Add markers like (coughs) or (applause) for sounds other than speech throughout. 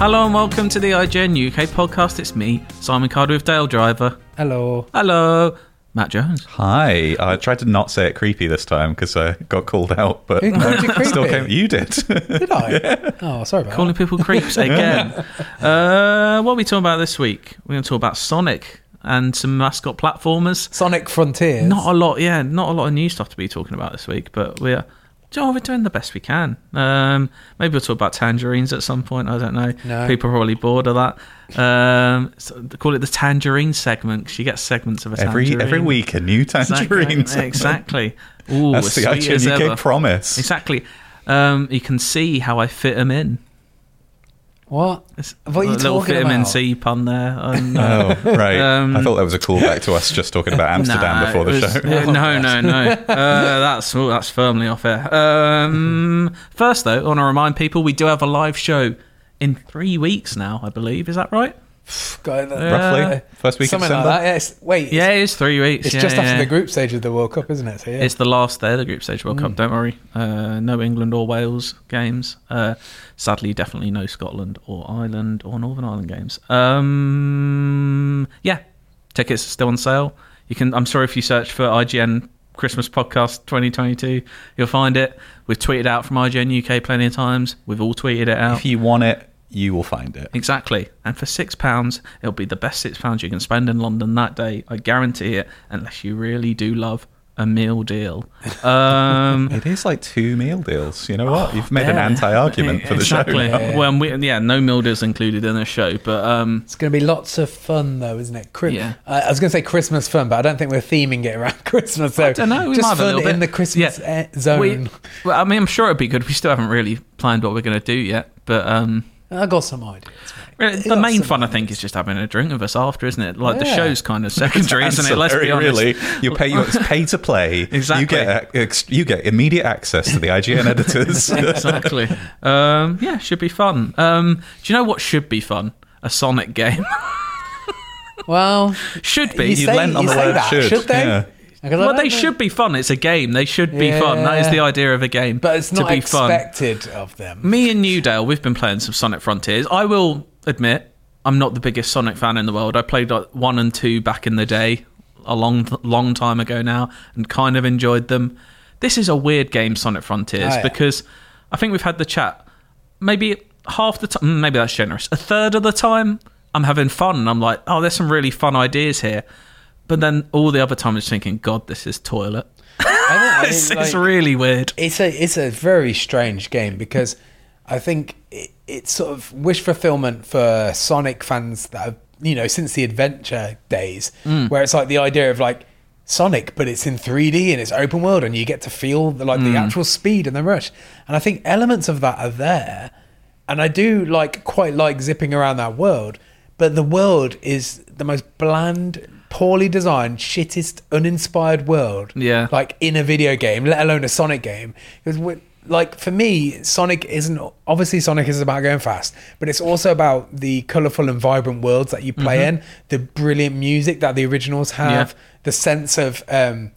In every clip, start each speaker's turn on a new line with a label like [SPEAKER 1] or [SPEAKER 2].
[SPEAKER 1] Hello and welcome to the IGN UK podcast. It's me, Simon Carter with Dale Driver.
[SPEAKER 2] Hello.
[SPEAKER 1] Hello, Matt Jones.
[SPEAKER 3] Hi. I tried to not say it creepy this time because I got called out, but
[SPEAKER 2] Who called you
[SPEAKER 3] I still
[SPEAKER 2] creepy?
[SPEAKER 3] came. You did. (laughs)
[SPEAKER 2] Did I? Oh, sorry about
[SPEAKER 1] Calling people creeps again. uh, what are we talking about this week? We're going to talk about Sonic and some mascot platformers.
[SPEAKER 2] that. Sonic Frontiers.
[SPEAKER 1] Not a lot, yeah, not a lot of new stuff to be talking about this week, but we're. do you know what, we're doing the best we can. Um, maybe we'll talk about tangerines at some point. I don't know.
[SPEAKER 2] No.
[SPEAKER 1] People are probably bored of that. Um, so they call it the tangerine segment 'cause you get segments of a
[SPEAKER 3] every
[SPEAKER 1] tangerine. um,
[SPEAKER 3] every week a new tangerine.
[SPEAKER 1] Exactly. exactly. Ooh,
[SPEAKER 3] (laughs) That's the
[SPEAKER 1] as sweet as
[SPEAKER 3] IGN UK
[SPEAKER 1] ever.
[SPEAKER 3] promise.
[SPEAKER 1] Exactly. Um, you can see how I fit them in.
[SPEAKER 2] What?
[SPEAKER 1] It's
[SPEAKER 2] What are you
[SPEAKER 1] a little
[SPEAKER 2] talking
[SPEAKER 1] fit 'em in
[SPEAKER 2] about?
[SPEAKER 1] C pun there. Um, (laughs)
[SPEAKER 3] Oh, right.
[SPEAKER 1] Um,
[SPEAKER 3] I thought that was a callback to us just talking
[SPEAKER 1] (laughs)
[SPEAKER 3] about Amsterdam
[SPEAKER 1] nah,
[SPEAKER 3] before the
[SPEAKER 1] it was-
[SPEAKER 3] show.
[SPEAKER 1] (laughs) yeah, no, no, no. Uh, that's oh, that's firmly off air. Um, first, though, I want to remind people we do have a live show in three weeks now. I believe is that right?
[SPEAKER 2] Got it.
[SPEAKER 3] (laughs) Roughly.
[SPEAKER 2] Uh,
[SPEAKER 3] First week of
[SPEAKER 2] Something
[SPEAKER 3] December.
[SPEAKER 2] like that. Yeah, it's, wait.
[SPEAKER 1] Yeah,
[SPEAKER 2] It's,
[SPEAKER 1] it is three weeks.
[SPEAKER 2] it's
[SPEAKER 1] Yeah,
[SPEAKER 2] just
[SPEAKER 1] yeah,
[SPEAKER 2] after
[SPEAKER 1] yeah.
[SPEAKER 2] the group stage of the World Cup, isn't it? So, yeah.
[SPEAKER 1] It's the last day of the group stage World Cup. Don't worry. Uh, no England or Wales games. Uh, sadly, definitely no Scotland or Ireland or Northern Ireland games. Um, yeah, tickets are still on sale. You can. I'm sorry if you search for IGN Christmas podcast 2022, you'll find it. We've tweeted out from IGN UK plenty of times. We've all tweeted it
[SPEAKER 3] (laughs)
[SPEAKER 1] out.
[SPEAKER 3] If you want it, you will find it.
[SPEAKER 1] Exactly. And for six pounds, it'll be the best six pounds you can spend in London that day. I guarantee it, unless you really do love a meal deal.
[SPEAKER 3] (laughs)
[SPEAKER 1] Um,
[SPEAKER 3] It is like two meal deals. You know what? You've made an
[SPEAKER 1] Oh, yeah.
[SPEAKER 3] anti-argument for
[SPEAKER 1] (laughs)
[SPEAKER 3] the
[SPEAKER 1] exactly.
[SPEAKER 3] show. now.
[SPEAKER 2] now.
[SPEAKER 1] Well, we, yeah, no meal deals included in the show, but um,
[SPEAKER 2] It's going to be lots of fun, though, isn't it? Chris- uh,
[SPEAKER 1] Yeah.
[SPEAKER 2] I- I was going to say Christmas fun, but I don't think we're theming it around (laughs) Christmas. So
[SPEAKER 1] I don't know. We
[SPEAKER 2] just
[SPEAKER 1] might have a
[SPEAKER 2] fun
[SPEAKER 1] little bit.
[SPEAKER 2] in the Christmas
[SPEAKER 1] Yeah.
[SPEAKER 2] eh, zone.
[SPEAKER 1] We, well, I mean, I'm sure it'd be good. We still haven't really planned what we're going to do yet, but um,
[SPEAKER 2] I got some ideas. Mate.
[SPEAKER 1] really,
[SPEAKER 2] You
[SPEAKER 1] the
[SPEAKER 2] got
[SPEAKER 1] main
[SPEAKER 2] some
[SPEAKER 1] fun I think is just having a drink with us after, isn't it? Like the
[SPEAKER 2] Yeah.
[SPEAKER 1] show's kind of secondary, isn't it? Let's be
[SPEAKER 3] Ancillary,
[SPEAKER 1] honest.
[SPEAKER 3] Really, you pay. You, it's pay to
[SPEAKER 1] (laughs)
[SPEAKER 3] play.
[SPEAKER 1] Exactly.
[SPEAKER 3] You get uh, ex- you get immediate access to
[SPEAKER 1] (laughs)
[SPEAKER 3] the IGN editors.
[SPEAKER 1] exactly. Um, yeah, should be fun. Um, do you know what should be fun? A Sonic game (laughs)
[SPEAKER 2] Well,
[SPEAKER 1] should be.
[SPEAKER 2] you
[SPEAKER 3] you
[SPEAKER 2] say,
[SPEAKER 3] lent on
[SPEAKER 2] you
[SPEAKER 3] the
[SPEAKER 2] say
[SPEAKER 3] word
[SPEAKER 2] that,
[SPEAKER 3] should,
[SPEAKER 2] should, they?
[SPEAKER 3] yeah.
[SPEAKER 2] Because I
[SPEAKER 1] well,
[SPEAKER 2] don't
[SPEAKER 1] they
[SPEAKER 2] know.
[SPEAKER 1] should be fun. It's a game. They should be fun. That is
[SPEAKER 2] Yeah.
[SPEAKER 1] the idea of a game.
[SPEAKER 2] But it's not
[SPEAKER 1] to be fun.
[SPEAKER 2] expected of them.
[SPEAKER 1] Me and you, Dale, we've been playing some Sonic Frontiers. I will admit, I'm not the biggest Sonic fan in the world. I played like, one and two back in the day, a long, long time ago now, and kind of enjoyed them. This is a weird game, Sonic Frontiers,
[SPEAKER 2] Oh, yeah.
[SPEAKER 1] because I think we've had the chat. Maybe half the time, maybe that's generous. A third of the time, I'm having fun, and I'm like, oh, there's some really fun ideas here. But then all the other time, I'm just thinking, God, this is toilet.
[SPEAKER 2] I think- I
[SPEAKER 1] It's,
[SPEAKER 2] think,
[SPEAKER 1] it's
[SPEAKER 2] like,
[SPEAKER 1] really weird.
[SPEAKER 2] it's a it's a very strange game because I think it, it's sort of wish fulfillment for Sonic fans that have you know since the adventure days, where it's like the idea of like Sonic, but it's in 3D and it's open world, and you get to feel the, like the actual speed and the rush. And I think elements of that are there, and I do like quite like zipping around that world, but the world is the most bland. Poorly designed, shittest, uninspired world.
[SPEAKER 1] Yeah.
[SPEAKER 2] Like like in a video game, let alone a Sonic game. Because wi- like for me, Sonic isn't obviously Sonic is about going fast, but it's also about the colorful and vibrant worlds that you play in, the brilliant music that the originals have,
[SPEAKER 1] Mm-hmm. Yeah.
[SPEAKER 2] the sense of um,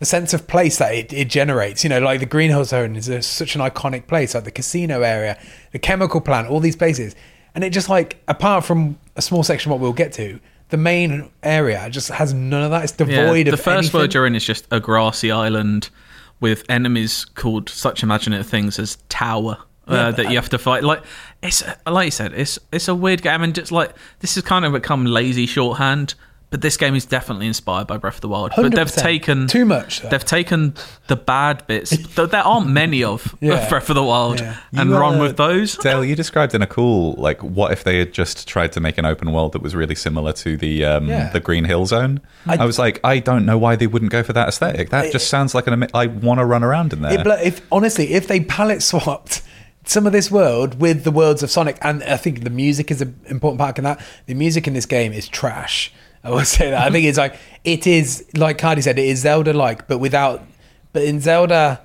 [SPEAKER 2] the sense of place that it, it generates. You know, like the greenhouse zone is a, such an iconic place, like the casino area, the chemical plant, all these places, and it just like apart from a small section, what we'll get to. The main area just has none of that. It's devoid
[SPEAKER 1] the
[SPEAKER 2] of
[SPEAKER 1] first
[SPEAKER 2] anything.
[SPEAKER 1] world you're in is just a grassy island with enemies called such imaginative things as tower uh, that you have to fight. Like it's uh, like you said, it's it's a weird game, and just like this has kind of become lazy shorthand. But this game is definitely inspired by Breath of the Wild. But they've
[SPEAKER 2] 100%.
[SPEAKER 1] taken
[SPEAKER 2] Too much, though.
[SPEAKER 1] They've taken the bad bits.
[SPEAKER 2] (laughs)
[SPEAKER 1] though there aren't many of
[SPEAKER 2] Yeah.
[SPEAKER 1] Breath of the Wild,
[SPEAKER 2] Yeah.
[SPEAKER 1] and
[SPEAKER 3] You,
[SPEAKER 1] run
[SPEAKER 3] uh,
[SPEAKER 1] with those.
[SPEAKER 3] Dale, you described in a cool like what if they had just tried to make an open world that was really similar to the um,
[SPEAKER 2] Yeah.
[SPEAKER 3] the Green Hill Zone. I, was like, I don't know why they wouldn't go for that aesthetic. That just sounds like an. ama- I want to run around in there.
[SPEAKER 2] It blo- if honestly, if they palette swapped some of this world with the worlds of Sonic, and I think the music is an important part in that. The music in this game is trash. I will (laughs) say that. I think it's like it is like Cardi said, it is Zelda-like, but without. But in Zelda,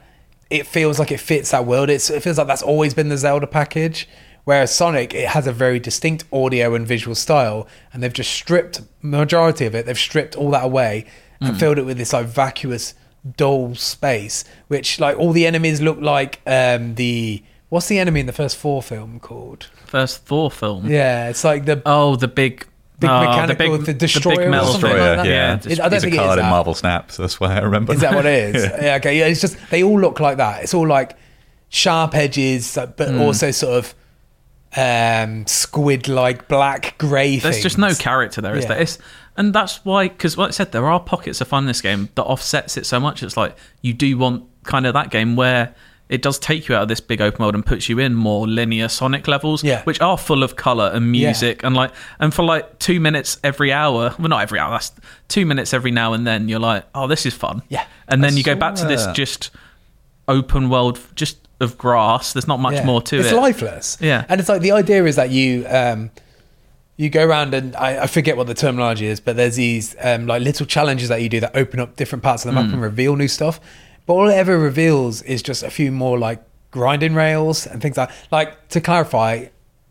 [SPEAKER 2] it feels like it fits that world. It's, it feels like that's always been the Zelda package. Whereas Sonic, it has a very distinct audio and visual style, and they've just stripped majority of it. They've stripped all that away and filled it with this like vacuous, dull space, which like all the enemies look like um, the What's the enemy in the first four film called?
[SPEAKER 1] First Thor film.
[SPEAKER 2] Yeah, it's like the
[SPEAKER 1] Oh, the big.
[SPEAKER 2] Big
[SPEAKER 1] oh,
[SPEAKER 2] mechanical- the destroyer or
[SPEAKER 1] metal
[SPEAKER 2] something
[SPEAKER 1] thing.
[SPEAKER 2] like
[SPEAKER 3] Destroyer,
[SPEAKER 2] that.
[SPEAKER 3] yeah.
[SPEAKER 1] Yeah,
[SPEAKER 2] It- I don't
[SPEAKER 3] It's a
[SPEAKER 2] think it is
[SPEAKER 3] card in
[SPEAKER 2] that.
[SPEAKER 3] Marvel Snaps. That's why I remember.
[SPEAKER 2] Is that what
[SPEAKER 1] (laughs)
[SPEAKER 2] it
[SPEAKER 3] (laughs)
[SPEAKER 2] is? yeah. okay. Yeah, it's just they all look like that. It's all like sharp edges, like, but
[SPEAKER 1] Hmm.
[SPEAKER 2] also sort of um, squid-like black grey.
[SPEAKER 1] There's just no
[SPEAKER 2] things.
[SPEAKER 1] character there, is
[SPEAKER 2] Yeah.
[SPEAKER 1] there? It's, and that's why, because like I said, there are pockets of fun in this game that offsets it so much. It's like you do want kind of that game where it does take you out of this big open world and puts you in more linear Sonic levels,
[SPEAKER 2] Yeah.
[SPEAKER 1] which are full of color and
[SPEAKER 2] Yeah.
[SPEAKER 1] music and like and for like two minutes every hour. Well, not every hour. That's two minutes every now and then. You're like, oh, this is fun.
[SPEAKER 2] Yeah.
[SPEAKER 1] and then
[SPEAKER 3] I
[SPEAKER 1] you go
[SPEAKER 3] saw
[SPEAKER 1] back to this
[SPEAKER 3] that.
[SPEAKER 1] just open world, just of grass. There's not much
[SPEAKER 2] Yeah.
[SPEAKER 1] more to
[SPEAKER 2] it's
[SPEAKER 1] it.
[SPEAKER 2] lifeless.
[SPEAKER 1] Yeah.
[SPEAKER 2] and it's like the idea is that you um, you go around and I, I forget what the terminology is, but there's these um, like little challenges that you do that open up different parts of the
[SPEAKER 1] Mm.
[SPEAKER 2] map and reveal new stuff. But all it ever reveals is just a few more like grinding rails and things like. Like to clarify,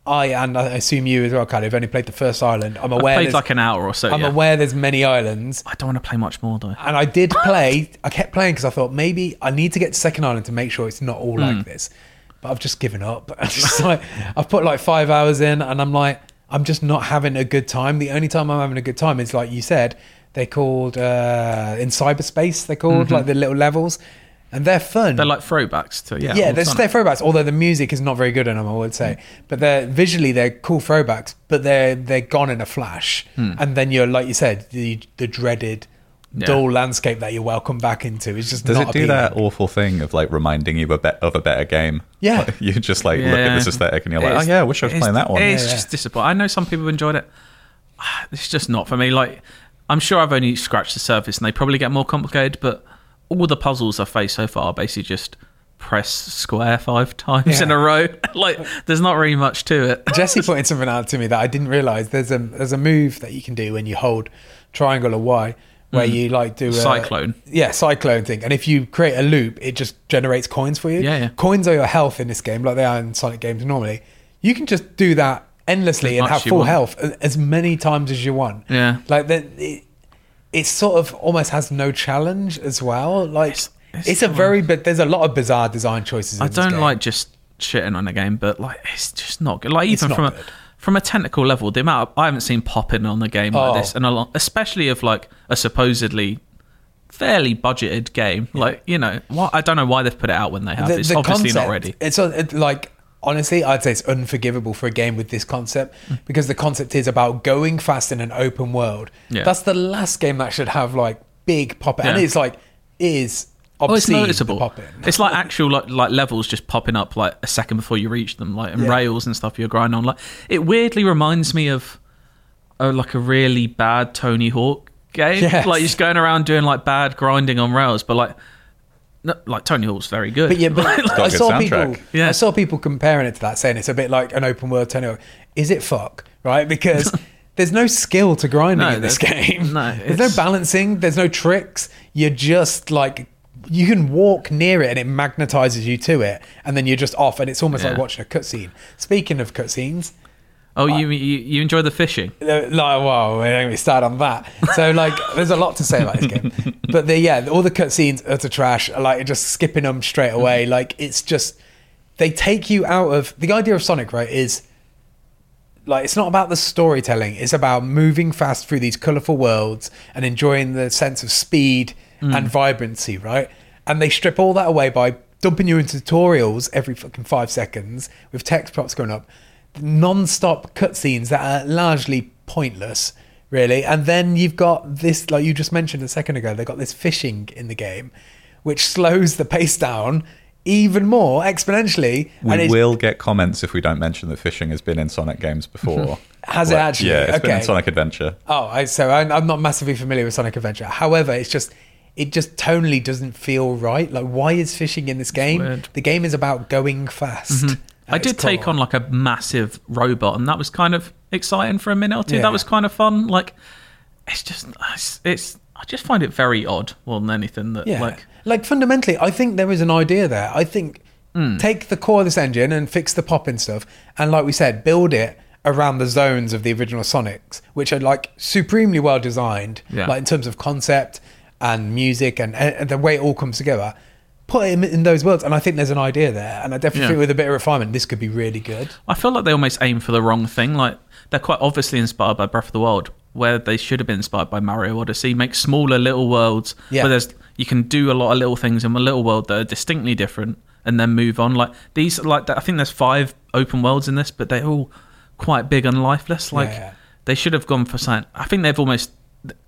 [SPEAKER 2] I and I assume you as well, Kylie, have only played the first island. I'm
[SPEAKER 1] I
[SPEAKER 2] aware.
[SPEAKER 1] played
[SPEAKER 2] there's-
[SPEAKER 1] like an hour or so.
[SPEAKER 2] I'm
[SPEAKER 1] yeah.
[SPEAKER 2] aware there's many islands,
[SPEAKER 1] I don't want to play much more though.
[SPEAKER 2] and I did play. I kept playing because I thought maybe I need to get to Second Island to make sure it's not all like this. But I've just given up. (laughs) It's just like I've put like five hours in, and I'm like, I'm just not having a good time. The only time I'm having a good time is like you said, they called uh, in cyberspace. They called like the little levels, and they're fun.
[SPEAKER 1] They're like throwbacks to yeah.
[SPEAKER 2] yeah,
[SPEAKER 1] old
[SPEAKER 2] they're, they're
[SPEAKER 1] Sonic.
[SPEAKER 2] throwbacks. Although the music is not very good in them, I would
[SPEAKER 3] Hmm.
[SPEAKER 2] say. But they're visually they're cool throwbacks. But they're they're gone in a flash.
[SPEAKER 3] Hmm.
[SPEAKER 2] And then you're like you said, the the dreaded
[SPEAKER 1] Yeah.
[SPEAKER 2] dull landscape that you're welcome back into is just
[SPEAKER 3] Does
[SPEAKER 2] not
[SPEAKER 3] it do that
[SPEAKER 2] appealing.
[SPEAKER 3] awful thing of like reminding you of a, be- of a better game?
[SPEAKER 2] Yeah.
[SPEAKER 3] Like, you just like look at this aesthetic and you're like,
[SPEAKER 1] It's-
[SPEAKER 3] oh yeah, I wish I was
[SPEAKER 1] it's-
[SPEAKER 3] playing that one.
[SPEAKER 1] It's
[SPEAKER 2] Yeah,
[SPEAKER 1] just disappointing. I know some people enjoyed it. (sighs) It's just not for me. Like I'm sure I've only scratched the surface, and they probably get more complicated. But all the puzzles I've faced so far are basically just press square five (laughs) times
[SPEAKER 2] Yeah.
[SPEAKER 1] in a row. like there's not really much to it.
[SPEAKER 2] Jesse pointed something out to me that I didn't realize. There's a there's a move that you can do when you hold triangle or Y, where you like do a
[SPEAKER 1] Mm. Cyclone.
[SPEAKER 2] Yeah, cyclone thing. And if you create a loop, it just generates coins for you.
[SPEAKER 1] Yeah, yeah.
[SPEAKER 2] Coins are your health in this game, like they are in Sonic games normally. You can just do that endlessly
[SPEAKER 1] As
[SPEAKER 2] and
[SPEAKER 1] much
[SPEAKER 2] have
[SPEAKER 1] as you
[SPEAKER 2] full
[SPEAKER 1] want.
[SPEAKER 2] health a- as many times as you want.
[SPEAKER 1] Yeah.
[SPEAKER 2] like that. It, it sort of almost has no challenge as well. Like it's,
[SPEAKER 1] It's- it's
[SPEAKER 2] a
[SPEAKER 1] fun.
[SPEAKER 2] very but there's a lot of bizarre design choices. In
[SPEAKER 1] I
[SPEAKER 2] this
[SPEAKER 1] don't
[SPEAKER 2] game.
[SPEAKER 1] like just shitting on a game, but like it's just not good. Like even
[SPEAKER 2] not
[SPEAKER 1] from a
[SPEAKER 2] good.
[SPEAKER 1] from a technical level, the amount of, I haven't seen popping on a game
[SPEAKER 2] Oh.
[SPEAKER 1] like this, and a lot, especially of like a supposedly fairly budgeted game. Like you know, why I don't know why they've put it out when they have. it's obviously not ready.
[SPEAKER 2] It's un- it, like honestly, I'd say it's unforgivable for a game with this concept
[SPEAKER 1] Mm.
[SPEAKER 2] because the concept is about going fast in an open world.
[SPEAKER 1] Yeah.
[SPEAKER 2] That's the last game that should have like big pop, and
[SPEAKER 1] Yeah.
[SPEAKER 2] it's like is
[SPEAKER 1] Oh, it's
[SPEAKER 2] obscene
[SPEAKER 1] noticeable.
[SPEAKER 2] pop in.
[SPEAKER 1] It's like actual like, like levels just popping up like a second before you reach them, like and
[SPEAKER 2] Yeah.
[SPEAKER 1] rails and stuff you're grinding on. Like it weirdly reminds me of uh, like a really bad Tony Hawk game.
[SPEAKER 2] Yes.
[SPEAKER 1] Like you're just going around doing like bad grinding on rails, but like no, like Tony Hawk's very good.
[SPEAKER 2] But yeah,
[SPEAKER 1] (laughs)
[SPEAKER 2] but
[SPEAKER 3] got
[SPEAKER 2] I
[SPEAKER 3] a good
[SPEAKER 2] saw
[SPEAKER 3] soundtrack.
[SPEAKER 2] people.
[SPEAKER 1] Yeah.
[SPEAKER 2] I saw people comparing it to that, saying it's a bit like an open world turnover. Is it fuck right?
[SPEAKER 1] (laughs)
[SPEAKER 2] Because there's no skill to grinding
[SPEAKER 1] No,
[SPEAKER 2] in this
[SPEAKER 1] there's-
[SPEAKER 2] game.
[SPEAKER 1] no,
[SPEAKER 2] (laughs) there's no
[SPEAKER 1] it's-
[SPEAKER 2] balancing. There's no tricks. You're just like you can walk near it and it magnetizes you to it, and then you're just off, and it's almost like
[SPEAKER 1] Yeah.
[SPEAKER 2] watching a cutscene. Speaking of cutscenes,
[SPEAKER 1] oh, you, you you enjoy the fishing?
[SPEAKER 2] uh, like wow, we don't start on that. So like, there's a lot to say about this game, but the yeah, all the cutscenes utter trash. Like just skipping them straight away. Like it's just they take you out of the idea of Sonic. Right is like it's not about the storytelling. It's about moving fast through these colorful worlds and enjoying the sense of speed and vibrancy. Right, and they strip all that away by dumping you into tutorials every fucking five seconds with text prompts going up non-stop cutscenes that are largely pointless really and then you've got this like you just mentioned a second ago they've got this fishing in the game which slows the pace down even more exponentially and
[SPEAKER 3] we
[SPEAKER 2] it
[SPEAKER 3] will get comments if we don't mention that fishing has been in Sonic
[SPEAKER 1] (laughs)
[SPEAKER 3] games before.
[SPEAKER 2] Has it actually?
[SPEAKER 3] Yeah, it's been in
[SPEAKER 2] Okay.
[SPEAKER 3] Sonic Adventure.
[SPEAKER 2] oh I, so I'm, I'm not massively familiar with sonic adventure however it's just it just tonally doesn't feel right like why is fishing in this game
[SPEAKER 1] weird. Mm-hmm.
[SPEAKER 2] the game is about going fast
[SPEAKER 1] I did take on like a massive robot, and that was kind of exciting for a minute or two.
[SPEAKER 2] Yeah.
[SPEAKER 1] That was kind of fun. Like, it's just, it's, it's I just find it very odd more than anything that,
[SPEAKER 2] Yeah.
[SPEAKER 1] like,
[SPEAKER 2] Like, fundamentally, I think there is an idea there. I think
[SPEAKER 1] Hmm.
[SPEAKER 2] take the core of this engine and fix the pop and stuff. And like we said, build it around the zones of the original Sonics, which are like supremely well designed,
[SPEAKER 1] Yeah.
[SPEAKER 2] like in terms of concept and music and, and the way it all comes together. put him in those worlds. And I think there's an idea there. And I definitely
[SPEAKER 1] Yeah.
[SPEAKER 2] think with a bit of refinement, this could be really good.
[SPEAKER 1] I feel like they almost aim for the wrong thing. Like they're quite obviously inspired by Breath of the Wild, where they should have been inspired by Mario Odyssey. Make smaller little worlds
[SPEAKER 2] Yeah.
[SPEAKER 1] where there's you can do a lot of little things in a little world that are distinctly different, and then move on. Like these, like I think there's five open worlds in this, but they're all quite big and lifeless. Like
[SPEAKER 2] Yeah.
[SPEAKER 1] they should have gone for something. I think they've almost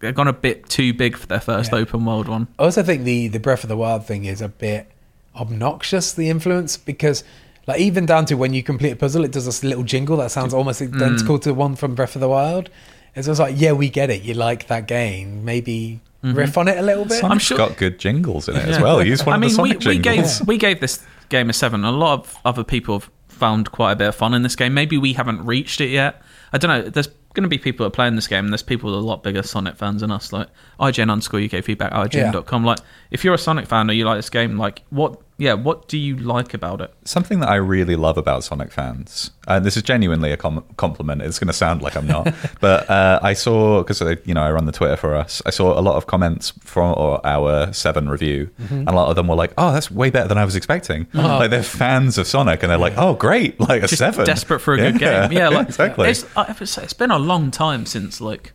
[SPEAKER 1] they've gone a bit too big for their first
[SPEAKER 2] Yeah.
[SPEAKER 1] open world one.
[SPEAKER 2] I also think the the Breath of the Wild thing is a bit obnoxious. The influence because like even down to when you complete a puzzle, it does this little jingle that sounds almost identical to the one from Breath of the Wild. It's just like yeah, we get it. You like that game, maybe riff on it a little bit.
[SPEAKER 3] Sonic's
[SPEAKER 1] sure-
[SPEAKER 3] got good jingles in it as
[SPEAKER 1] Yeah.
[SPEAKER 3] well. He's one
[SPEAKER 1] I
[SPEAKER 3] of
[SPEAKER 1] mean,
[SPEAKER 3] the Sonic
[SPEAKER 1] we, we gave
[SPEAKER 3] (laughs) jingles.
[SPEAKER 1] we gave this game a seven. A lot of other people have found quite a bit of fun in this game. Maybe we haven't reached it yet. I don't know. There's going to be people that are playing this game. and There's people that are a lot bigger Sonic fans than us. Like IGN underscore UK feedback IGN.com. Like if you're a Sonic fan or you like this game, like what? Yeah, what do you like about it?
[SPEAKER 3] Something that I really love about Sonic fans, and this is genuinely a com- compliment. It's going to sound like
[SPEAKER 1] (laughs)
[SPEAKER 3] I'm not, but uh, I saw because you know I run the Twitter for us. I saw a lot of comments from our Seven review,
[SPEAKER 1] Mm-hmm.
[SPEAKER 3] and a lot of them were like, "Oh, that's way better than I was expecting." Like they're fans of Sonic, and they're like, "Oh, great! Like a
[SPEAKER 1] Uh-huh. Just
[SPEAKER 3] seven,
[SPEAKER 1] desperate for a good game. Yeah, like
[SPEAKER 3] (laughs) exactly.
[SPEAKER 1] It's, I- it's- it's been a long time since like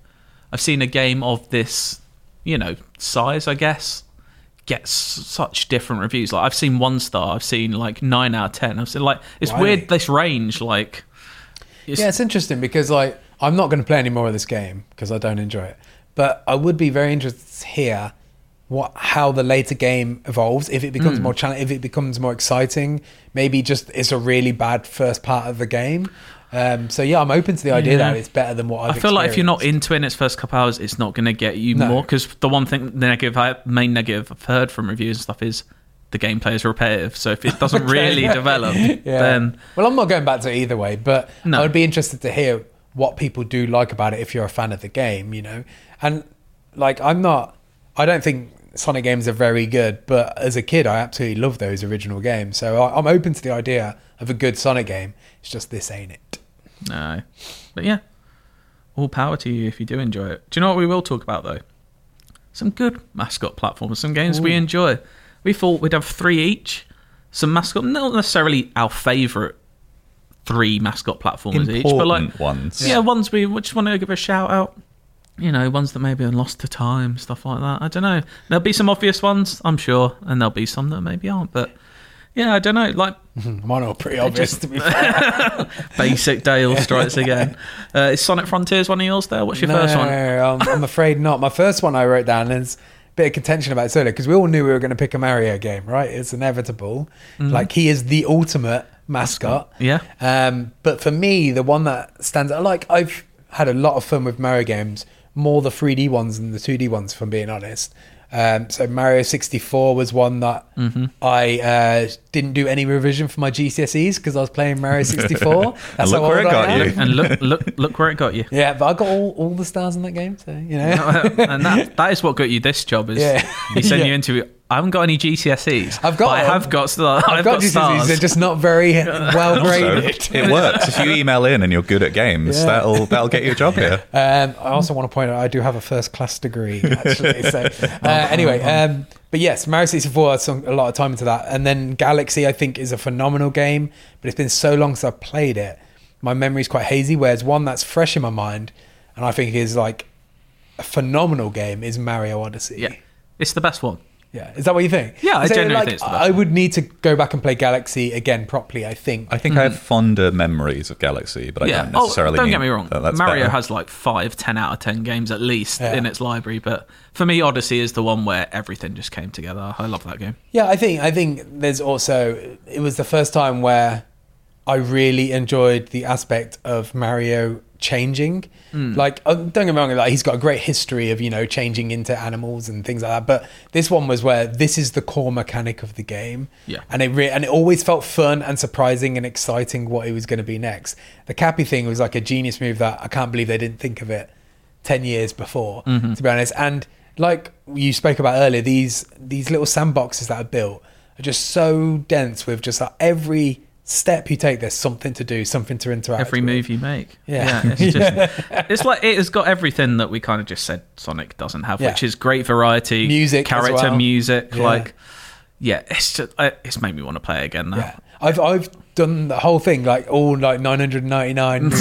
[SPEAKER 1] I've seen a game of this, you know, size. I guess get s- such different reviews. Like I've seen one star, I've seen like nine out of ten. I've seen like it's
[SPEAKER 2] Right.
[SPEAKER 1] weird this range. Like
[SPEAKER 2] yeah, it's interesting because like I'm not going to play any more of this game because I don't enjoy it. But I would be very interested to hear what how the later game evolves. If it becomes
[SPEAKER 1] Hmm.
[SPEAKER 2] more challenging, if it becomes more exciting, maybe just it's a really bad first part of the game. Um, so yeah, I'm open to the idea
[SPEAKER 1] Yeah.
[SPEAKER 2] that it's better than what I've
[SPEAKER 1] I feel like if you're not
[SPEAKER 2] experienced.
[SPEAKER 1] into it in its first couple hours, it's not going to get you
[SPEAKER 2] No.
[SPEAKER 1] more. Because the one thing, the negative, I, main negative I've heard from reviews and stuff is the gameplay is repetitive. So if it
[SPEAKER 2] (laughs)
[SPEAKER 1] doesn't really develop,
[SPEAKER 2] yeah.
[SPEAKER 1] then
[SPEAKER 2] well, I'm not going back to it either way, but
[SPEAKER 1] No.
[SPEAKER 2] I would be interested to hear what people do like about it if you're a fan of the game, you know. And like, I'm not. I don't think Sonic games are very good, but as a kid, I absolutely loved those original games. So I, I'm open to the idea of a good Sonic game. It's just this ain't it.
[SPEAKER 1] No. But yeah. All power to you if you do enjoy it. Do you know what we will talk about though? Some good mascot platforms, some games we enjoy. We thought we'd have three each. Some mascot not necessarily our favourite three mascot platforms each, but like
[SPEAKER 3] Important ones.
[SPEAKER 1] Yeah, ones we just want to give a shout out. You know, ones that maybe are lost to time, stuff like that. I don't know. There'll be some obvious ones, I'm sure, and there'll be some that maybe aren't. But yeah, I don't know. Like
[SPEAKER 2] Mine are pretty obvious
[SPEAKER 1] Hmm. just-
[SPEAKER 2] to be fair.
[SPEAKER 1] Basic Dale strikes
[SPEAKER 2] (laughs)
[SPEAKER 1] again. Uh, is Sonic Frontiers one of yours there? What's your first one?
[SPEAKER 2] I'm, I'm afraid not. My first one I wrote down is a bit of contention about this earlier because we all knew we were going to pick a Mario game, right? It's inevitable.
[SPEAKER 3] Mm.
[SPEAKER 2] Like he is the ultimate mascot.
[SPEAKER 1] Yeah.
[SPEAKER 2] Um, but for me, the one that stands out, like I've had a lot of fun with Mario games, more the 3D ones than the 2D ones, if I'm being honest. Um, so Mario 64 was one that
[SPEAKER 3] Mm-hmm.
[SPEAKER 2] I uh, didn't do any revision for my GCSEs because I was playing Mario
[SPEAKER 3] (laughs)
[SPEAKER 2] 64. That's
[SPEAKER 3] look
[SPEAKER 2] how
[SPEAKER 3] where it
[SPEAKER 2] old I
[SPEAKER 3] got
[SPEAKER 2] am.
[SPEAKER 3] you.
[SPEAKER 1] And look, look, look where it got
[SPEAKER 2] (laughs)
[SPEAKER 1] you.
[SPEAKER 2] Yeah, but I got all, all the stars in that game, so you know.
[SPEAKER 1] and that, that is what got you this job. Is
[SPEAKER 2] Yeah.
[SPEAKER 1] he sent
[SPEAKER 2] Yeah.
[SPEAKER 1] you into? I haven't got any GCSEs.
[SPEAKER 2] I've got
[SPEAKER 1] but I
[SPEAKER 2] them.
[SPEAKER 1] have got. Star, I've,
[SPEAKER 2] I've
[SPEAKER 1] got,
[SPEAKER 2] got GCSEs,
[SPEAKER 1] stars.
[SPEAKER 2] they're just not
[SPEAKER 1] (laughs)
[SPEAKER 2] very well
[SPEAKER 3] So
[SPEAKER 2] graded.
[SPEAKER 3] it works if you email in and you're good at games.
[SPEAKER 2] Yeah.
[SPEAKER 3] That'll that'll get you
[SPEAKER 1] (laughs)
[SPEAKER 3] a job here.
[SPEAKER 2] Um, I also want to point out I do have a first class degree, actually.
[SPEAKER 1] (laughs)
[SPEAKER 2] So, uh, anyway, um, but yes, Mario 64, I sunk a lot of time into that. And then Galaxy, I think, is a phenomenal game, but it's been so long since I've played it. My memory's quite hazy, whereas one that's fresh in my mind and I think is like a phenomenal game is Mario Odyssey.
[SPEAKER 1] yeah, it's the best one.
[SPEAKER 2] Yeah. Is that what you think?
[SPEAKER 1] Yeah, I
[SPEAKER 2] So,
[SPEAKER 1] genuinely think it's the best
[SPEAKER 2] I would need to go back and play Galaxy again properly, I think.
[SPEAKER 3] I think I have fonder memories of Galaxy, but I
[SPEAKER 1] Mm-hmm. yeah.
[SPEAKER 3] don't necessarily.
[SPEAKER 1] oh, don't
[SPEAKER 3] mean
[SPEAKER 1] get me wrong.
[SPEAKER 3] that that's
[SPEAKER 1] Mario
[SPEAKER 3] better.
[SPEAKER 1] has like five, ten out of ten games at least
[SPEAKER 2] Yeah.
[SPEAKER 1] in its library. But for me, Odyssey is the one where everything just came together. I love that game.
[SPEAKER 2] Yeah, I think I think there's also it was the first time where I really enjoyed the aspect of Mario changing.
[SPEAKER 1] Hmm.
[SPEAKER 2] Like, um, don't get me wrong, like he's got a great history of you know changing into animals and things like that. But this one was where this is the core mechanic of the game.
[SPEAKER 1] Yeah.
[SPEAKER 2] and it re- and it always felt fun and surprising and exciting what it was going to be next. The Cappy thing was like a genius move that I can't believe they didn't think of it ten years before. To be honest, and like you spoke about earlier, these these little sandboxes that are built are just so dense with just like every step you take, there's something to do, something to interact.
[SPEAKER 1] every
[SPEAKER 2] with.
[SPEAKER 1] move you make.
[SPEAKER 2] Yeah. (laughs)
[SPEAKER 1] it's, just, it's like it has got everything that we kind of just said Sonic doesn't have,
[SPEAKER 2] Yeah.
[SPEAKER 1] which is great variety,
[SPEAKER 2] Music as
[SPEAKER 1] character,
[SPEAKER 2] well.
[SPEAKER 1] music,
[SPEAKER 2] Yeah.
[SPEAKER 1] like. yeah, it's just I, it's made me want to play it again now.
[SPEAKER 2] Yeah. I've I've done the whole thing like all
[SPEAKER 1] (laughs)
[SPEAKER 2] like 999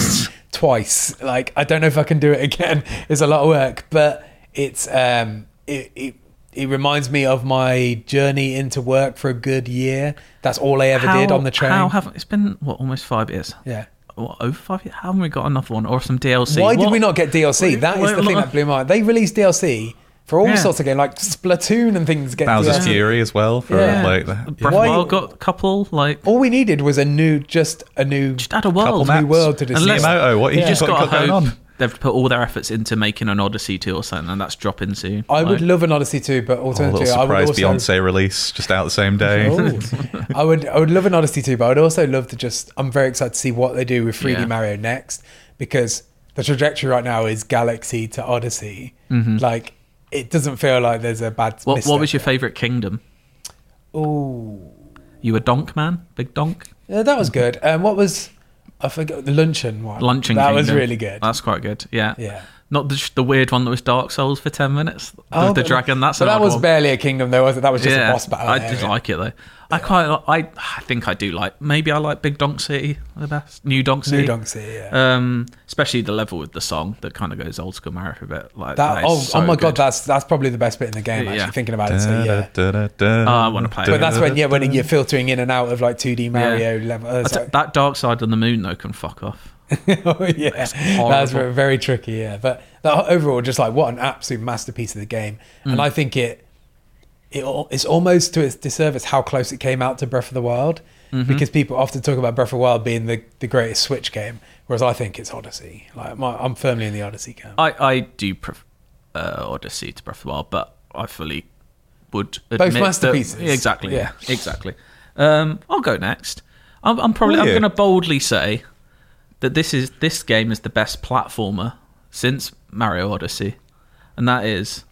[SPEAKER 2] twice. Like I don't know if I can do it again. (laughs) It's a lot of work, but it's um it it, it reminds me of my journey into work for a good year. That's all I ever
[SPEAKER 1] How-
[SPEAKER 2] did on the train.
[SPEAKER 1] How haven't it's been what almost five years?
[SPEAKER 2] yeah.
[SPEAKER 1] What, over five years? Haven't we got another one or some DLC?
[SPEAKER 2] Why
[SPEAKER 1] What?
[SPEAKER 2] did we not get DLC?
[SPEAKER 1] Wait,
[SPEAKER 2] That is
[SPEAKER 1] wait,
[SPEAKER 2] the thing
[SPEAKER 1] look.
[SPEAKER 2] that blew my mind. They released DLC for all
[SPEAKER 1] Yeah.
[SPEAKER 2] sorts of games, like Splatoon and things. Get
[SPEAKER 3] Bowser's
[SPEAKER 2] DLC.
[SPEAKER 3] Fury as well for
[SPEAKER 2] Yeah.
[SPEAKER 3] like
[SPEAKER 1] Breath
[SPEAKER 3] the,
[SPEAKER 1] of
[SPEAKER 2] Why- Oh,
[SPEAKER 1] the Wild got a couple like
[SPEAKER 2] All we needed was a new, just a new.
[SPEAKER 1] just add a
[SPEAKER 3] couple
[SPEAKER 1] world.
[SPEAKER 3] maps.
[SPEAKER 2] world to discover.
[SPEAKER 3] Unless, Miyamoto, what
[SPEAKER 1] You
[SPEAKER 3] you
[SPEAKER 1] just
[SPEAKER 3] got,
[SPEAKER 1] got
[SPEAKER 3] got
[SPEAKER 1] to
[SPEAKER 3] going
[SPEAKER 1] hope
[SPEAKER 3] on?
[SPEAKER 1] they've put all their efforts into making an Odyssey 2 or something, and that's dropping soon.
[SPEAKER 2] I
[SPEAKER 1] Like,
[SPEAKER 2] would love an Odyssey 2, but
[SPEAKER 3] A little
[SPEAKER 2] alternatively, I would
[SPEAKER 3] surprise
[SPEAKER 2] also.
[SPEAKER 3] Beyonce release just out the same day. (laughs)
[SPEAKER 2] Oh. (laughs) I would I would love an Odyssey 2, but I'd also love to just I'm very excited to see what they do with 3D
[SPEAKER 1] Yeah.
[SPEAKER 2] Mario next because the trajectory right now is Galaxy to Odyssey. Like it doesn't feel like there's a bad
[SPEAKER 1] Mm-hmm. What, what was your favourite kingdom?
[SPEAKER 2] Oh.
[SPEAKER 1] You a donk man? Big donk?
[SPEAKER 2] Yeah, that was good. Um, what was I forgot the luncheon one.
[SPEAKER 1] Lunching
[SPEAKER 2] That
[SPEAKER 1] kingdom.
[SPEAKER 2] was really good.
[SPEAKER 1] That's quite good, yeah.
[SPEAKER 2] Yeah.
[SPEAKER 1] Not the, the weird one that was Dark Souls for 10 minutes. The,
[SPEAKER 2] Oh,
[SPEAKER 1] the
[SPEAKER 2] but-
[SPEAKER 1] dragon, that's
[SPEAKER 2] but
[SPEAKER 1] an
[SPEAKER 2] that
[SPEAKER 1] odd
[SPEAKER 2] was
[SPEAKER 1] one.
[SPEAKER 2] barely a kingdom though, was it? That was just a boss battle.
[SPEAKER 1] I
[SPEAKER 2] area.
[SPEAKER 1] just like it though. I quite, li- I, I think I do like. Maybe I like Big Donk City the best. New Donk City,
[SPEAKER 2] New Donk City,
[SPEAKER 1] (laughs)
[SPEAKER 2] yeah.
[SPEAKER 1] um, especially the level with the song that kind of goes old school Mario a bit. Like
[SPEAKER 2] that,
[SPEAKER 1] is
[SPEAKER 2] oh,
[SPEAKER 1] so
[SPEAKER 2] oh my
[SPEAKER 1] good.
[SPEAKER 2] god, that's that's probably the best bit in the game. Actually,
[SPEAKER 1] Yeah.
[SPEAKER 2] thinking about it, so yeah.
[SPEAKER 1] Oh, I wanna play it.
[SPEAKER 2] But that's when yeah, when you're filtering in and out of like 2D Mario
[SPEAKER 1] Yeah.
[SPEAKER 2] level.
[SPEAKER 1] I
[SPEAKER 2] Uh,
[SPEAKER 1] t-
[SPEAKER 2] sorry.
[SPEAKER 1] that Dark Side on the Moon though can fuck off.
[SPEAKER 2] (laughs) oh yeah, that's
[SPEAKER 1] horrible.
[SPEAKER 2] very, very tricky. Yeah, but that, overall, just like what an absolute masterpiece of the game,
[SPEAKER 1] Hmm.
[SPEAKER 2] and I think it, it al- it's almost to its disservice how close it came out to Breath of the Wild,
[SPEAKER 1] Mm-hmm.
[SPEAKER 2] because people often talk about Breath of the Wild being the, the greatest Switch game, whereas I think it's Odyssey. Like my, I'm firmly in the Odyssey camp.
[SPEAKER 1] I I do prefer uh, Odyssey to Breath of the Wild, but I fully would admit that-
[SPEAKER 2] masterpieces.
[SPEAKER 1] Yeah, exactly.
[SPEAKER 2] Yeah.
[SPEAKER 1] Yeah, exactly. Um, I'll go next. I'm, I'm probably
[SPEAKER 3] Will
[SPEAKER 1] I'm
[SPEAKER 3] you?
[SPEAKER 1] going to boldly say that this is this game is the best platformer since Mario Odyssey, and that is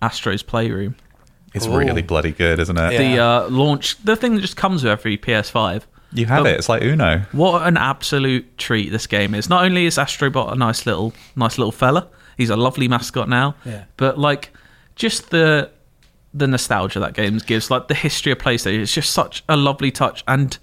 [SPEAKER 1] Astro's Playroom.
[SPEAKER 3] It's
[SPEAKER 2] Ooh.
[SPEAKER 3] really bloody good, isn't it?
[SPEAKER 2] Yeah.
[SPEAKER 1] The uh, launch, the thing that just comes with every PS5.
[SPEAKER 3] You have it. It's like Uno.
[SPEAKER 1] What an absolute treat this game is. Not only is Astrobot a nice little nice little fella, he's a lovely mascot now.
[SPEAKER 2] Yeah.
[SPEAKER 1] But like just the the nostalgia that game gives, like the history of PlayStation, it's just such a lovely touch and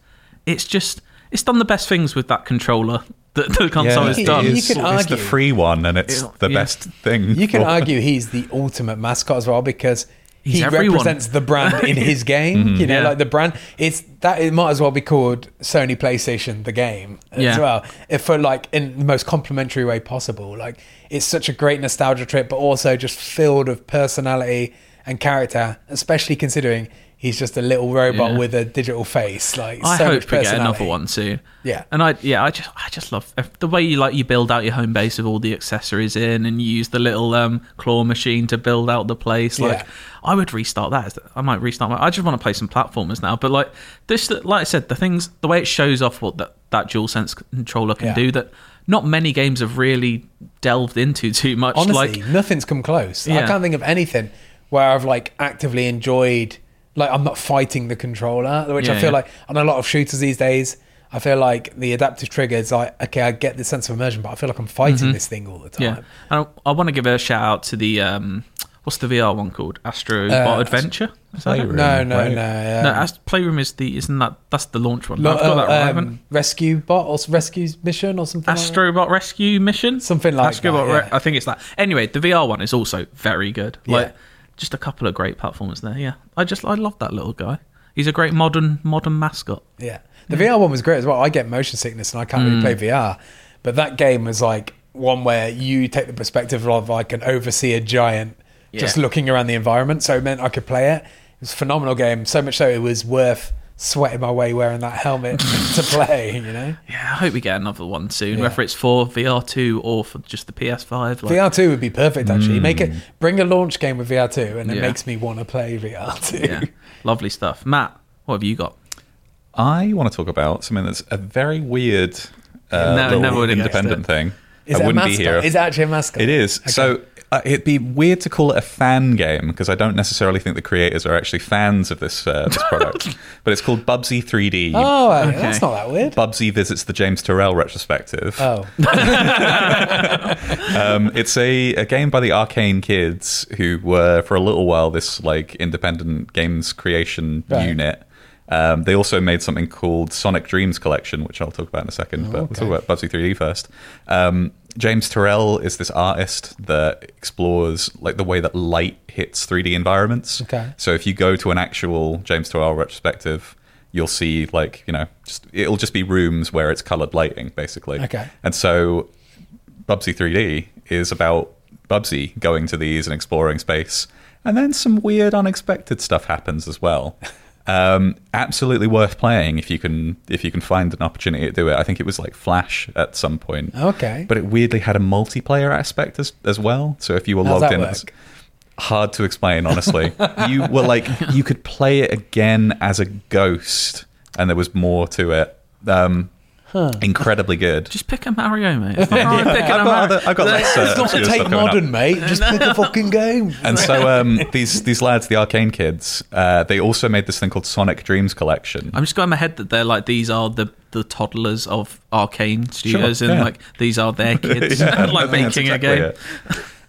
[SPEAKER 1] it's just it's done the best things with that controller that the console has
[SPEAKER 2] it
[SPEAKER 1] done.
[SPEAKER 2] is.
[SPEAKER 3] It's,
[SPEAKER 2] You can
[SPEAKER 3] it's the
[SPEAKER 2] argue.
[SPEAKER 3] free one, and it's
[SPEAKER 1] Yeah.
[SPEAKER 3] the
[SPEAKER 1] Yeah.
[SPEAKER 3] best thing.
[SPEAKER 2] You can
[SPEAKER 3] for-
[SPEAKER 2] argue he's the ultimate mascot as well because
[SPEAKER 1] He's
[SPEAKER 2] he
[SPEAKER 1] everyone. Mm-hmm.
[SPEAKER 2] represents the brand
[SPEAKER 1] (laughs)
[SPEAKER 2] in his game. you know,
[SPEAKER 1] Yeah.
[SPEAKER 2] like the brand. It's that it might as well be called Sony PlayStation the game as
[SPEAKER 1] Yeah.
[SPEAKER 2] well. If for like in the most complimentary way possible. Like it's such a great nostalgia trip, but also just filled of personality and character, especially considering he's just a little robot
[SPEAKER 1] Yeah.
[SPEAKER 2] with a digital face. Like
[SPEAKER 1] I
[SPEAKER 2] so
[SPEAKER 1] hope
[SPEAKER 2] much
[SPEAKER 1] we get another
[SPEAKER 2] personality.
[SPEAKER 1] one soon.
[SPEAKER 2] Yeah.
[SPEAKER 1] and I yeah I just I just love if- the way you like you build out your home base with all the accessories in, and you use the little um, claw machine to build out the place. Like
[SPEAKER 2] Yeah.
[SPEAKER 1] I would restart that. I might restart. My, I just want to play some platformers now. But like this, like I said, the things the way it shows off what that that dual sense controller can
[SPEAKER 2] Yeah.
[SPEAKER 1] do that not many games have really delved into too much.
[SPEAKER 2] Honestly,
[SPEAKER 1] like
[SPEAKER 2] nothing's come close. I
[SPEAKER 1] Yeah.
[SPEAKER 2] can't think of anything where I've like actively enjoyed. Like I'm not fighting the controller, which I
[SPEAKER 1] Yeah,
[SPEAKER 2] feel
[SPEAKER 1] yeah.
[SPEAKER 2] like on a lot of shooters these days. I feel like the adaptive triggers. Like okay, I get the sense of immersion, but I feel like I'm fighting this thing all the
[SPEAKER 1] Mm-hmm. yeah,
[SPEAKER 2] time.
[SPEAKER 1] and I, I want to give a shout out to the um, what's the VR one called? Astro
[SPEAKER 2] Uh,
[SPEAKER 1] Bot Adventure. Is that it?
[SPEAKER 3] Playroom,
[SPEAKER 2] No, no,
[SPEAKER 3] right?
[SPEAKER 2] no. Yeah.
[SPEAKER 1] No, as Playroom is the isn't that that's the launch one. I've got that right.
[SPEAKER 2] um,
[SPEAKER 1] haven't
[SPEAKER 2] rescue bot or s- rescue mission or something.
[SPEAKER 1] I?
[SPEAKER 2] like that?
[SPEAKER 1] Astrobot Rescue Mission,
[SPEAKER 2] Something like
[SPEAKER 1] Astrobot
[SPEAKER 2] that,
[SPEAKER 1] Re-
[SPEAKER 2] yeah.
[SPEAKER 1] I think it's um, that. Anyway, the VR one is also very good. Like
[SPEAKER 2] Yeah.
[SPEAKER 1] just a couple of great platforms there. Yeah, I just I love that little guy. He's a great modern modern mascot.
[SPEAKER 2] Yeah. The VR one was great as well. I get motion sickness and I can't really play VR. But that game was like one where you take the perspective of like an overseer giant just
[SPEAKER 1] Yeah.
[SPEAKER 2] looking around the environment. So it meant I could play it. It was a phenomenal game. So much so it was worth sweating my way wearing that helmet to play, you know?
[SPEAKER 1] Yeah, I hope we get another one soon,
[SPEAKER 2] Yeah.
[SPEAKER 1] whether it's for VR two or for just the PS5. Like,
[SPEAKER 2] VR2 would be perfect actually. Make it bring a launch game with VR2 and it
[SPEAKER 1] Yeah.
[SPEAKER 2] makes me want to play (laughs) VR2.
[SPEAKER 1] yeah, lovely stuff. Matt, what have you got?
[SPEAKER 3] I want to talk about something that's a very weird, uh,
[SPEAKER 1] No,
[SPEAKER 3] little
[SPEAKER 1] never would've guessed
[SPEAKER 3] independent
[SPEAKER 1] it.
[SPEAKER 3] thing.
[SPEAKER 2] Is
[SPEAKER 3] I
[SPEAKER 2] it a
[SPEAKER 3] wouldn't
[SPEAKER 2] mascot?
[SPEAKER 3] be here.
[SPEAKER 2] Is it actually a mascot?
[SPEAKER 3] It is. So uh, it'd be weird to call it a fan game because I don't necessarily think the creators are actually fans of this uh,
[SPEAKER 2] (laughs)
[SPEAKER 3] this product. but it's called Bubsy 3D.
[SPEAKER 2] Oh, uh,
[SPEAKER 1] Okay.
[SPEAKER 2] that's not that weird.
[SPEAKER 3] Bubsy visits the James Terrell retrospective.
[SPEAKER 2] Oh,
[SPEAKER 3] Um, it's a, a game by the Arcane Kids, who were for a little while this like independent games creation
[SPEAKER 2] Right.
[SPEAKER 3] unit. Um, they also made something called Sonic Dreams Collection, which I'll talk about in a second. but
[SPEAKER 2] okay.
[SPEAKER 3] we'll talk about Bubsy 3D first. Um, James Terrell is this artist that explores like the way that light hits 3D environments.
[SPEAKER 2] Okay.
[SPEAKER 3] So if you go to an actual James Terrell retrospective, you'll see like you know just it'll just be rooms where it's colored lighting basically.
[SPEAKER 2] Okay.
[SPEAKER 3] And so Bubsy 3D is about Bubsy going to these and exploring space. And then some weird, unexpected stuff happens
[SPEAKER 2] (laughs)
[SPEAKER 3] as well. Um, absolutely worth playing if you can if you can find an opportunity to do it. I think it was like Flash at some point.
[SPEAKER 2] okay.
[SPEAKER 3] But it weirdly had a multiplayer aspect as, as well. So if you were
[SPEAKER 2] How's that
[SPEAKER 3] logged in,
[SPEAKER 2] work?
[SPEAKER 3] as- hard to explain, honestly.
[SPEAKER 2] (laughs)
[SPEAKER 3] you were like, you could play it again as a ghost, and there was more to it. Um, Incredibly good.
[SPEAKER 1] Just pick a Mario, (laughs) mate. It's not hard picking a
[SPEAKER 3] I've got,
[SPEAKER 1] Mario.
[SPEAKER 3] other, I've
[SPEAKER 1] (laughs)
[SPEAKER 3] got less. Uh,
[SPEAKER 2] it's not a
[SPEAKER 3] obscure
[SPEAKER 2] take
[SPEAKER 3] stuff coming up.
[SPEAKER 2] modern, mate. Just pick a fucking
[SPEAKER 3] (laughs)
[SPEAKER 2] game.
[SPEAKER 3] And so um, these these lads, the Arcane Kids, uh, they also made this thing called Sonic Dreams Collection.
[SPEAKER 1] I'm just got in my head that they're like these are the the toddlers of arcane studios, and
[SPEAKER 3] yeah.
[SPEAKER 1] like these are
[SPEAKER 3] (laughs)
[SPEAKER 1] their kids, (laughs)
[SPEAKER 3] Yeah, I
[SPEAKER 1] like
[SPEAKER 3] think that's
[SPEAKER 1] making
[SPEAKER 3] exactly
[SPEAKER 1] a game.
[SPEAKER 3] it.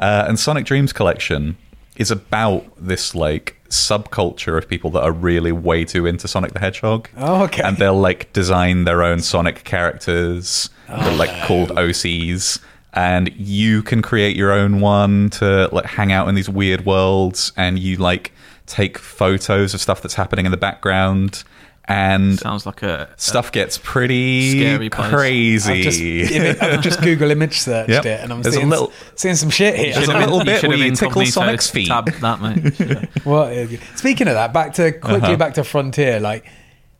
[SPEAKER 3] Uh, and Sonic Dreams Collection is about this like subculture of people that are really way too into Sonic the Hedgehog.
[SPEAKER 2] Oh, okay.
[SPEAKER 3] And they'll like design their own Sonic characters. they're like
[SPEAKER 2] Oh.
[SPEAKER 3] called OCs. And you can create your own one to like hang out in these weird worlds and you like take photos of stuff that's happening in the background and
[SPEAKER 1] Sounds like a
[SPEAKER 3] stuff gets pretty
[SPEAKER 1] Scary place.
[SPEAKER 3] crazy.
[SPEAKER 2] I've just, I've just Google image searched
[SPEAKER 3] Yep.
[SPEAKER 2] it, and I'm
[SPEAKER 3] There's a
[SPEAKER 2] seeing,
[SPEAKER 3] little-
[SPEAKER 2] seeing some shit here.
[SPEAKER 3] There's
[SPEAKER 2] (laughs)
[SPEAKER 3] a
[SPEAKER 1] Should've
[SPEAKER 3] little
[SPEAKER 1] been-
[SPEAKER 3] bit
[SPEAKER 1] should've
[SPEAKER 3] where you
[SPEAKER 1] been
[SPEAKER 3] tickle
[SPEAKER 1] incognito
[SPEAKER 3] Sonic's feet.
[SPEAKER 1] Tab
[SPEAKER 3] (laughs)
[SPEAKER 1] that, mate.
[SPEAKER 2] What? is- Speaking of that, back to quickly
[SPEAKER 3] Uh-huh.
[SPEAKER 2] back to Frontier. Like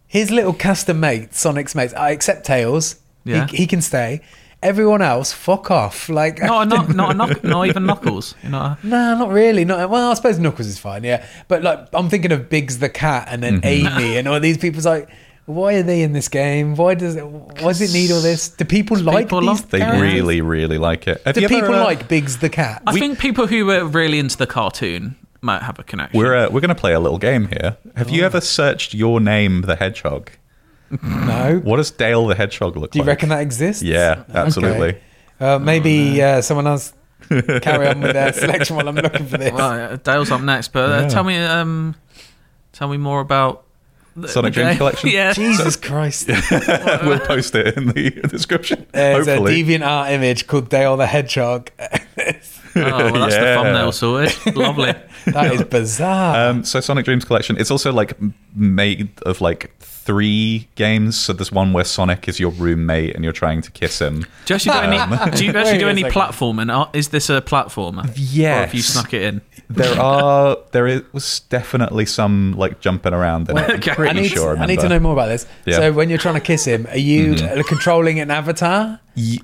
[SPEAKER 2] his little custom mate, Sonic's mates. I accept Tails.
[SPEAKER 1] Yeah.
[SPEAKER 2] He, he can stay. Everyone else, fuck off. Like
[SPEAKER 1] No, not not not, not even knuckles. You know,
[SPEAKER 2] (laughs) Nah, not really. Not well. I suppose Knuckles is fine. Yeah, but like I'm thinking of Biggs the cat and then
[SPEAKER 3] Mm-hmm. (laughs)
[SPEAKER 2] Amy and all these people's like. Why are they in this game? Why does it? Why does it need all this? Do people like
[SPEAKER 1] people
[SPEAKER 2] these
[SPEAKER 1] love-
[SPEAKER 3] They
[SPEAKER 2] characters?
[SPEAKER 3] really, really like it. Have
[SPEAKER 2] Do
[SPEAKER 3] you ever,
[SPEAKER 2] people
[SPEAKER 3] uh,
[SPEAKER 2] like Biggs the cat?
[SPEAKER 1] I think people who were really into the cartoon might have a connection.
[SPEAKER 3] We're uh, we're going to play a little game here. Have
[SPEAKER 2] Oh.
[SPEAKER 3] you ever searched your name, the Hedgehog?
[SPEAKER 2] no.
[SPEAKER 3] What does Dale the Hedgehog look
[SPEAKER 2] Do you
[SPEAKER 3] like?
[SPEAKER 2] reckon that exists?
[SPEAKER 3] Yeah, absolutely.
[SPEAKER 2] Okay.
[SPEAKER 1] Oh,
[SPEAKER 2] Uh, maybe uh, someone
[SPEAKER 3] (laughs)
[SPEAKER 2] else carry on with their selection while I'm looking for this.
[SPEAKER 1] Right, uh, Dale's up next, but uh,
[SPEAKER 3] Yeah.
[SPEAKER 1] tell me, um, tell me more about the,
[SPEAKER 3] Sonic
[SPEAKER 1] the
[SPEAKER 3] Dreams
[SPEAKER 1] game. (laughs)
[SPEAKER 3] Collection?
[SPEAKER 1] yeah,
[SPEAKER 3] (laughs)
[SPEAKER 2] Jesus Christ.
[SPEAKER 3] we'll post it in the (laughs) description.
[SPEAKER 2] There's Uh, a
[SPEAKER 3] Hopefully.
[SPEAKER 2] deviant art image called Dale the Hedgehog. (laughs)
[SPEAKER 1] oh, well, that's
[SPEAKER 3] Yeah.
[SPEAKER 1] the thumbnail sorted.
[SPEAKER 3] (laughs)
[SPEAKER 1] Lovely.
[SPEAKER 2] that is bizarre.
[SPEAKER 3] Um, so Sonic Dreams Collection. It's also like m- made of like three games. So there's one where Sonic is your roommate and you're trying to kiss him.
[SPEAKER 1] Do you actually do any? Do you
[SPEAKER 2] (laughs) Wait
[SPEAKER 1] actually do
[SPEAKER 2] a
[SPEAKER 1] any
[SPEAKER 2] second.
[SPEAKER 1] platforming? Are- Is this a platformer? Or
[SPEAKER 3] Yes.
[SPEAKER 1] if you snuck it in,
[SPEAKER 2] (laughs)
[SPEAKER 3] There are there is was definitely some like jumping around. In it. I'm
[SPEAKER 1] Okay. I
[SPEAKER 3] pretty
[SPEAKER 2] I, need,
[SPEAKER 3] sure.
[SPEAKER 2] I need to know
[SPEAKER 3] remember.
[SPEAKER 2] more about this.
[SPEAKER 3] Yeah. Mm-hmm.
[SPEAKER 2] So, when you're trying to kiss him, are you uh, controlling an avatar?
[SPEAKER 3] Y-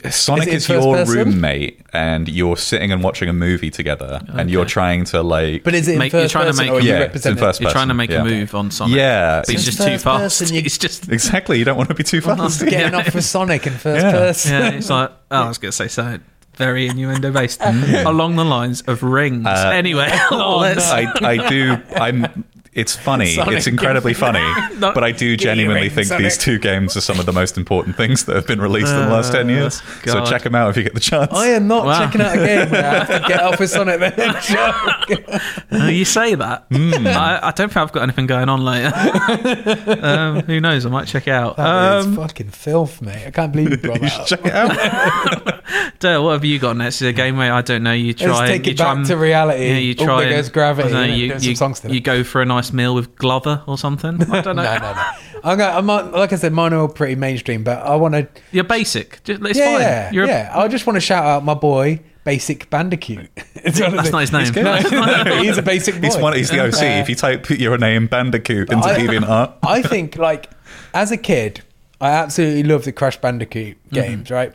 [SPEAKER 2] Is
[SPEAKER 3] Sonic
[SPEAKER 2] it
[SPEAKER 3] is,
[SPEAKER 2] in first
[SPEAKER 3] your
[SPEAKER 2] person?
[SPEAKER 3] roommate, and you're sitting and watching a movie together, and you're trying to like.
[SPEAKER 2] But is it in
[SPEAKER 1] Make- you're
[SPEAKER 2] first
[SPEAKER 1] trying to
[SPEAKER 2] person
[SPEAKER 1] make-
[SPEAKER 2] or are you
[SPEAKER 3] Yeah, it's in
[SPEAKER 2] representing?
[SPEAKER 3] first-
[SPEAKER 1] you're trying to
[SPEAKER 3] person,
[SPEAKER 1] make
[SPEAKER 3] yeah.
[SPEAKER 1] a move on Sonic.
[SPEAKER 3] Yeah,
[SPEAKER 1] but he's
[SPEAKER 2] it's
[SPEAKER 1] just too
[SPEAKER 2] first
[SPEAKER 1] fast. (laughs)
[SPEAKER 2] person, you-
[SPEAKER 1] He's just
[SPEAKER 3] (laughs)
[SPEAKER 2] (laughs)
[SPEAKER 3] exactly, you don't want to be too fast.
[SPEAKER 1] Yeah.
[SPEAKER 2] (laughs) Getting off with Sonic in first
[SPEAKER 3] Yeah.
[SPEAKER 2] person.
[SPEAKER 1] yeah. It's like oh, I was going to say something very innuendo
[SPEAKER 2] (laughs)
[SPEAKER 1] based along the lines of rings. anyway,
[SPEAKER 3] (laughs)
[SPEAKER 1] (laughs) let's-
[SPEAKER 3] (laughs) Uh, I, I do. I'm. It's funny.
[SPEAKER 2] Sonic
[SPEAKER 3] it's incredibly funny.
[SPEAKER 2] (laughs)
[SPEAKER 1] No.
[SPEAKER 3] but I do
[SPEAKER 2] your
[SPEAKER 3] genuinely
[SPEAKER 2] ring,
[SPEAKER 3] think
[SPEAKER 2] Sonic.
[SPEAKER 3] these two games are some of the most important things that have been released in the last ten years.
[SPEAKER 1] Oh,
[SPEAKER 3] So
[SPEAKER 1] God.
[SPEAKER 3] check them out if you get the
[SPEAKER 2] (laughs)
[SPEAKER 3] chance.
[SPEAKER 2] Uh, I am not
[SPEAKER 1] Wow.
[SPEAKER 2] checking out a game where
[SPEAKER 1] (laughs)
[SPEAKER 2] I have to get off with Sonic the Hedgehog.
[SPEAKER 1] Uh, you say that.
[SPEAKER 3] Hmm.
[SPEAKER 1] I, I don't think I've got anything going on later. (laughs) um, who knows? I might check it out.
[SPEAKER 2] That is
[SPEAKER 1] Um,
[SPEAKER 2] fucking filth, mate. I can't believe
[SPEAKER 1] (laughs)
[SPEAKER 2] you brought
[SPEAKER 3] (laughs) You
[SPEAKER 2] that
[SPEAKER 3] should
[SPEAKER 2] up.
[SPEAKER 3] check it out.
[SPEAKER 1] Dale, what have you got next? Is it a game where I don't know. You try.
[SPEAKER 2] Let's take
[SPEAKER 1] and- you
[SPEAKER 2] it
[SPEAKER 1] try
[SPEAKER 2] back
[SPEAKER 1] and-
[SPEAKER 2] to reality.
[SPEAKER 1] Yeah, you
[SPEAKER 2] Oh,
[SPEAKER 1] try.
[SPEAKER 2] there
[SPEAKER 1] and-
[SPEAKER 2] goes gravity,
[SPEAKER 1] I don't know,
[SPEAKER 2] isn't it?
[SPEAKER 1] you,
[SPEAKER 2] Doing some
[SPEAKER 1] you,
[SPEAKER 2] songs to
[SPEAKER 1] you
[SPEAKER 2] it.
[SPEAKER 1] go for a nice meal with Glover or something. I don't know.
[SPEAKER 2] (laughs) No, no, no. I'm going, I'm not, like I said, mine are all pretty mainstream, but I want to.
[SPEAKER 1] You're basic. Just, it's
[SPEAKER 2] Yeah,
[SPEAKER 1] fine.
[SPEAKER 2] yeah,
[SPEAKER 1] You're a-
[SPEAKER 2] yeah. I just want to shout out my boy, Basic Bandicoot. (laughs) It's one of
[SPEAKER 1] That's
[SPEAKER 2] the-
[SPEAKER 1] not his name. (laughs)
[SPEAKER 2] He's, no, (laughs) he's a basic boy.
[SPEAKER 3] He's one. He's the OC.
[SPEAKER 2] Uh,
[SPEAKER 3] if you type your name Bandicoot into
[SPEAKER 2] I-
[SPEAKER 3] DeviantArt,
[SPEAKER 2] (laughs) I think, like, as a kid, I absolutely loved the Crash Bandicoot games, right?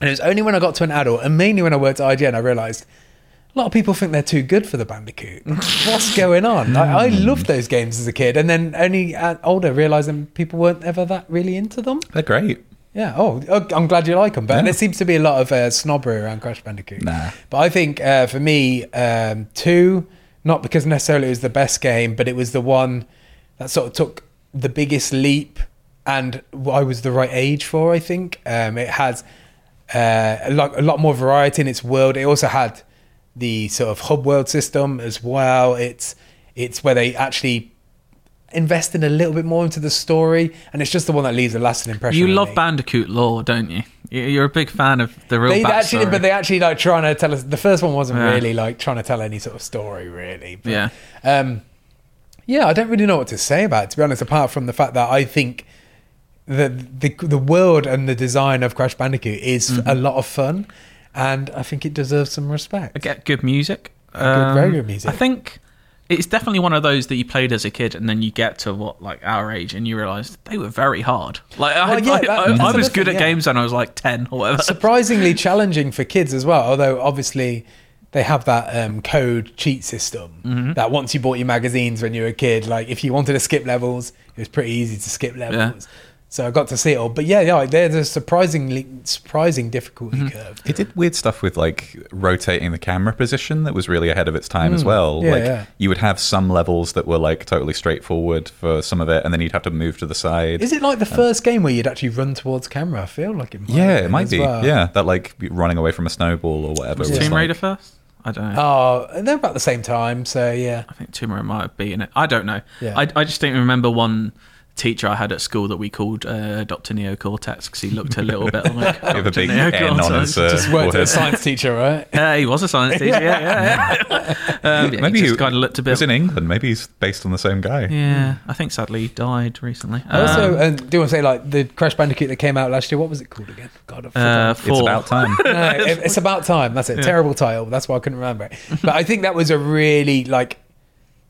[SPEAKER 2] And it was only when I got to an adult, and mainly when I worked at IGN, I realised a lot of people think they're too good for the Bandicoot. What's going on? I, I loved those games as a kid, and then only at older realising people weren't ever that really into them.
[SPEAKER 3] they're great.
[SPEAKER 2] Yeah. Oh, oh, I'm glad you like them. But
[SPEAKER 3] Yeah.
[SPEAKER 2] there seems to be a lot of uh, snobbery around Crash Bandicoot.
[SPEAKER 3] Nah.
[SPEAKER 2] But I think uh, for me, um, two, not because necessarily it was the best game, but it was the one that sort of took the biggest leap and I was the right age for, I think. Um, it has uh, a, lot, a lot more variety in its world. It also had the sort of hub world system as well. It's, it's where they actually invest in a little bit more into the story and it's just the one that leaves a lasting impression
[SPEAKER 1] You
[SPEAKER 2] on
[SPEAKER 1] love
[SPEAKER 2] me.
[SPEAKER 1] Bandicoot lore, don't you? You- You're a big fan of the real
[SPEAKER 2] They
[SPEAKER 1] backstory.
[SPEAKER 2] actually, but they actually like trying to tell us. The first one wasn't
[SPEAKER 1] Yeah.
[SPEAKER 2] really like trying to tell any sort of story, really. But,
[SPEAKER 1] Yeah.
[SPEAKER 2] Um, yeah, I don't really know what to say about it, to be honest. Apart from the fact that I think the the the world and the design of Crash Bandicoot is
[SPEAKER 1] Mm-hmm.
[SPEAKER 2] a lot of fun, and I think it deserves some respect.
[SPEAKER 1] get good music. Um,
[SPEAKER 2] Good- very good music.
[SPEAKER 1] I think it's definitely one of those that you played as a kid, and then you get to what like our age, and you realise they were very hard. Like I,
[SPEAKER 2] Well, yeah,
[SPEAKER 1] I-
[SPEAKER 2] that-
[SPEAKER 1] I-
[SPEAKER 2] that's
[SPEAKER 1] I
[SPEAKER 2] another
[SPEAKER 1] was good
[SPEAKER 2] thing,
[SPEAKER 1] at
[SPEAKER 2] yeah.
[SPEAKER 1] games when I was like ten or whatever.
[SPEAKER 2] surprisingly challenging for kids as well. Although obviously they have that um, code cheat system
[SPEAKER 3] Mm-hmm.
[SPEAKER 2] that once you bought your magazines when you were a kid, like if you wanted to skip levels, it was pretty easy to skip levels. So I got to see it all. But yeah, yeah, like there's a surprisingly surprising difficulty curve.
[SPEAKER 3] It did weird stuff with like rotating the camera position that was really ahead of its time as well.
[SPEAKER 2] Hmm. Yeah,
[SPEAKER 3] like
[SPEAKER 2] yeah.
[SPEAKER 3] you would have some levels that were like totally straightforward for some of it, and then you'd have to move to the side.
[SPEAKER 2] Is it like the first game where you'd actually run towards camera? I feel like it might
[SPEAKER 3] yeah,
[SPEAKER 2] have
[SPEAKER 3] it
[SPEAKER 2] been
[SPEAKER 3] might
[SPEAKER 2] as
[SPEAKER 3] be.
[SPEAKER 2] well.
[SPEAKER 3] Yeah, that like running away from a snowball or whatever.
[SPEAKER 1] Was
[SPEAKER 3] was,
[SPEAKER 1] Tomb
[SPEAKER 3] like-
[SPEAKER 1] Raider first? I don't know.
[SPEAKER 2] Oh, and they're about the same time, so yeah.
[SPEAKER 1] I think Tomb Raider might have beaten it. I don't know.
[SPEAKER 2] Yeah.
[SPEAKER 1] I, I just think I remember one teacher I had at school that we called uh, Dr. Neocortex because he looked a little bit
[SPEAKER 3] (laughs)
[SPEAKER 1] like
[SPEAKER 3] With
[SPEAKER 1] Dr.
[SPEAKER 3] a big N
[SPEAKER 1] Oh,
[SPEAKER 3] on his, uh,
[SPEAKER 1] Neocortex.
[SPEAKER 2] Just worked as a
[SPEAKER 3] Well,
[SPEAKER 2] science teacher, right?
[SPEAKER 3] (laughs)
[SPEAKER 1] Yeah, he was a science teacher. Yeah, yeah. yeah. (laughs) um, yeah,
[SPEAKER 3] Maybe
[SPEAKER 1] he
[SPEAKER 3] he-
[SPEAKER 1] just kind of looked a
[SPEAKER 3] It was
[SPEAKER 1] bit.
[SPEAKER 3] in England. Maybe he's based on the same guy.
[SPEAKER 1] yeah, I think sadly he died recently.
[SPEAKER 2] Also,
[SPEAKER 1] Um,
[SPEAKER 2] um, do you want to say like the Crash Bandicoot that came out last year? What was it called again? God, I've
[SPEAKER 1] uh,
[SPEAKER 2] forgotten.
[SPEAKER 1] four.
[SPEAKER 3] It's about time.
[SPEAKER 1] (laughs)
[SPEAKER 2] no, it- it's about time. That's it. Terrible title. That's why I couldn't remember it. But I think that was a really like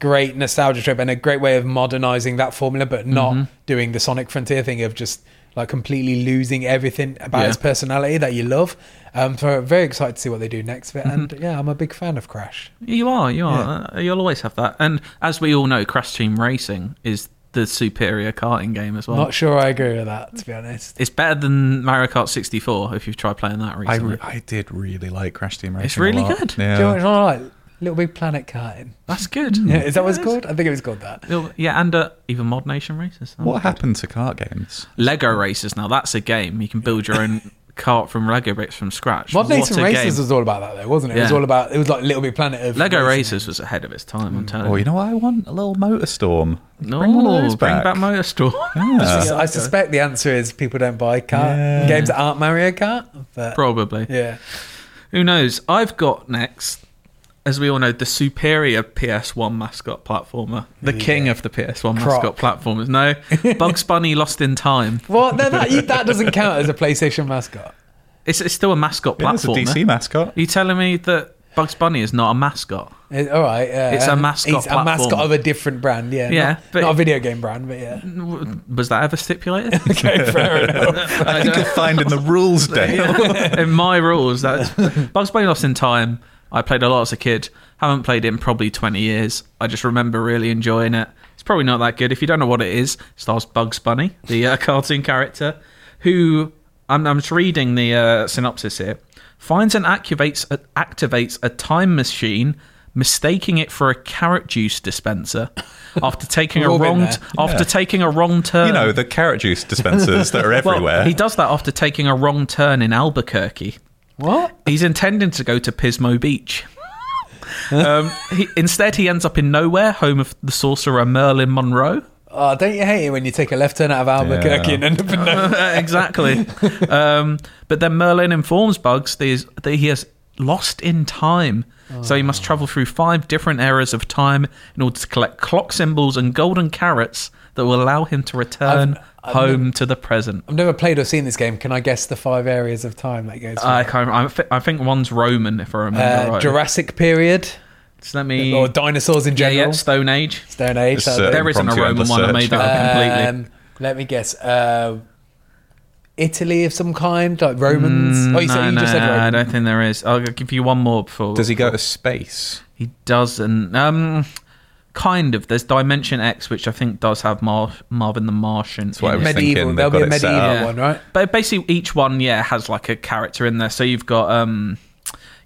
[SPEAKER 2] great nostalgia trip and a great way of modernizing that formula, but not
[SPEAKER 1] Mm-hmm.
[SPEAKER 2] doing the Sonic Frontier thing of just like completely losing everything about
[SPEAKER 1] Yeah.
[SPEAKER 2] its personality that you love. Um, so I'm very excited to see what they do next. With it. And
[SPEAKER 1] Mm-hmm.
[SPEAKER 2] yeah, I'm a big fan of Crash.
[SPEAKER 1] You are, you are. Uh, You'll always have that. And as we all know, Crash Team Racing is the superior karting game as well.
[SPEAKER 2] Not sure I agree with that, to be honest.
[SPEAKER 1] it's better than Mario Kart 64 if you've tried playing that
[SPEAKER 3] I,
[SPEAKER 1] recently.
[SPEAKER 3] re- I did really like Crash Team Racing.
[SPEAKER 1] It's really
[SPEAKER 3] a lot.
[SPEAKER 1] good.
[SPEAKER 2] Do you know what
[SPEAKER 3] Yeah.
[SPEAKER 2] it's like? Little Big Planet karting.
[SPEAKER 1] That's good.
[SPEAKER 2] Yeah, is that what it's
[SPEAKER 1] Yes.
[SPEAKER 2] called? I think it was called that.
[SPEAKER 1] Little- Yeah, and uh, even Mod Nation races. Oh,
[SPEAKER 3] What happened to kart games?
[SPEAKER 1] Lego races. Now that's a game. You can build your own cart from Lego bricks from scratch. What
[SPEAKER 2] Modern Nation
[SPEAKER 1] a
[SPEAKER 2] Races
[SPEAKER 1] game.
[SPEAKER 2] was all about that, though, wasn't it? It was
[SPEAKER 1] Yeah.
[SPEAKER 2] all about it was like Little Big Planet of
[SPEAKER 1] Lego
[SPEAKER 2] racing.
[SPEAKER 1] Races was ahead of its time. I'm telling
[SPEAKER 3] Oh, you know what I want? A little Motor Storm. bring one of those
[SPEAKER 1] bring
[SPEAKER 3] back.
[SPEAKER 1] back Motor Storm. (laughs)
[SPEAKER 3] Yeah.
[SPEAKER 2] I suspect the answer is people don't buy kart
[SPEAKER 3] Yeah.
[SPEAKER 2] games that aren't Mario Kart. But
[SPEAKER 1] Probably.
[SPEAKER 2] yeah,
[SPEAKER 1] Who knows? I've got next, as we all know, the superior PS1 mascot platformer, the king of the PS1
[SPEAKER 2] Croc.
[SPEAKER 1] mascot platformers. No, Bugs Bunny Lost in Time.
[SPEAKER 2] well, no, that you, that doesn't count as a PlayStation mascot.
[SPEAKER 1] It's, it's still a mascot
[SPEAKER 3] It is a
[SPEAKER 1] platformer.
[SPEAKER 3] DC mascot.
[SPEAKER 1] Are you telling me that Bugs Bunny is not a mascot?
[SPEAKER 2] It- all right, yeah.
[SPEAKER 1] It's a mascot
[SPEAKER 2] It's a mascot
[SPEAKER 1] platform.
[SPEAKER 2] of a different brand. Yeah,
[SPEAKER 1] Yeah,
[SPEAKER 2] not,
[SPEAKER 1] but-
[SPEAKER 2] not a video game brand, but yeah. (laughs)
[SPEAKER 1] W- Was that ever
[SPEAKER 3] (laughs)
[SPEAKER 1] stipulated? (laughs)
[SPEAKER 2] Okay, fair enough.
[SPEAKER 3] (laughs) I think you'll find in the rules day.
[SPEAKER 1] in my rules, that's Bugs Bunny Lost in Time. I played a lot as a kid. Haven't played it in probably 20 years. I just remember really enjoying it. It's probably not that good. If you don't know what it is, it stars Bugs Bunny, the uh, (laughs) cartoon character, who I'm, I'm just reading the uh, synopsis here. Finds and activates uh, activates a time machine, mistaking it for a carrot juice dispenser. After taking a
[SPEAKER 2] all been
[SPEAKER 1] wrong
[SPEAKER 2] there.
[SPEAKER 1] after
[SPEAKER 3] Yeah.
[SPEAKER 1] taking a wrong turn,
[SPEAKER 3] You know, the carrot juice dispensers that are everywhere.
[SPEAKER 1] well, he does that after taking a wrong turn in Albuquerque.
[SPEAKER 2] What?
[SPEAKER 1] He's intending to go to Pismo Beach. um, he, instead, he ends up in nowhere, home of the sorcerer Merlin Monroe. (laughs)
[SPEAKER 2] Oh, don't you hate it when you take a left turn out of Albuquerque
[SPEAKER 3] Yeah.
[SPEAKER 2] and end up in no?
[SPEAKER 1] exactly. Um, but then Merlin informs Bugs that, he's, that he has lost in time. So he must travel through five different eras of time in order to collect clock symbols and golden carrots that will allow him to return home to the present.
[SPEAKER 2] I've never played or seen this game. Can I guess the five areas of time that goes? through?
[SPEAKER 1] I, can't, I, thi- I think one's Roman, if I remember
[SPEAKER 2] Uh,
[SPEAKER 1] right.
[SPEAKER 2] Jurassic period
[SPEAKER 1] So let me.
[SPEAKER 2] or dinosaurs in
[SPEAKER 1] yeah,
[SPEAKER 2] general.
[SPEAKER 1] yeah, Stone Age.
[SPEAKER 2] Stone Age.
[SPEAKER 3] It's,
[SPEAKER 2] that'll
[SPEAKER 3] uh,
[SPEAKER 2] do.
[SPEAKER 1] There isn't a
[SPEAKER 3] Impromptu
[SPEAKER 1] Roman
[SPEAKER 3] endless
[SPEAKER 1] one. I made
[SPEAKER 3] search.
[SPEAKER 1] that up Oh, completely.
[SPEAKER 2] Um, let me guess. Uh, Italy of some kind, like Romans. oh,
[SPEAKER 1] Mm, no,
[SPEAKER 2] you, said, you
[SPEAKER 1] no,
[SPEAKER 2] just said
[SPEAKER 1] I
[SPEAKER 2] Rome.
[SPEAKER 1] don't think there is. I'll give you one more before.
[SPEAKER 3] does he go to space?
[SPEAKER 1] He doesn't. Um, kind of. There's Dimension X, which I think does have Mar- Marvin the Martian.
[SPEAKER 3] what
[SPEAKER 1] in
[SPEAKER 3] I was
[SPEAKER 1] it.
[SPEAKER 3] thinking
[SPEAKER 2] medieval.
[SPEAKER 3] they've
[SPEAKER 2] There'll be
[SPEAKER 3] got
[SPEAKER 2] a
[SPEAKER 3] it set
[SPEAKER 2] medieval
[SPEAKER 3] up.
[SPEAKER 2] one, right?
[SPEAKER 1] But basically, each one, yeah, has like a character in there. So you've got, um,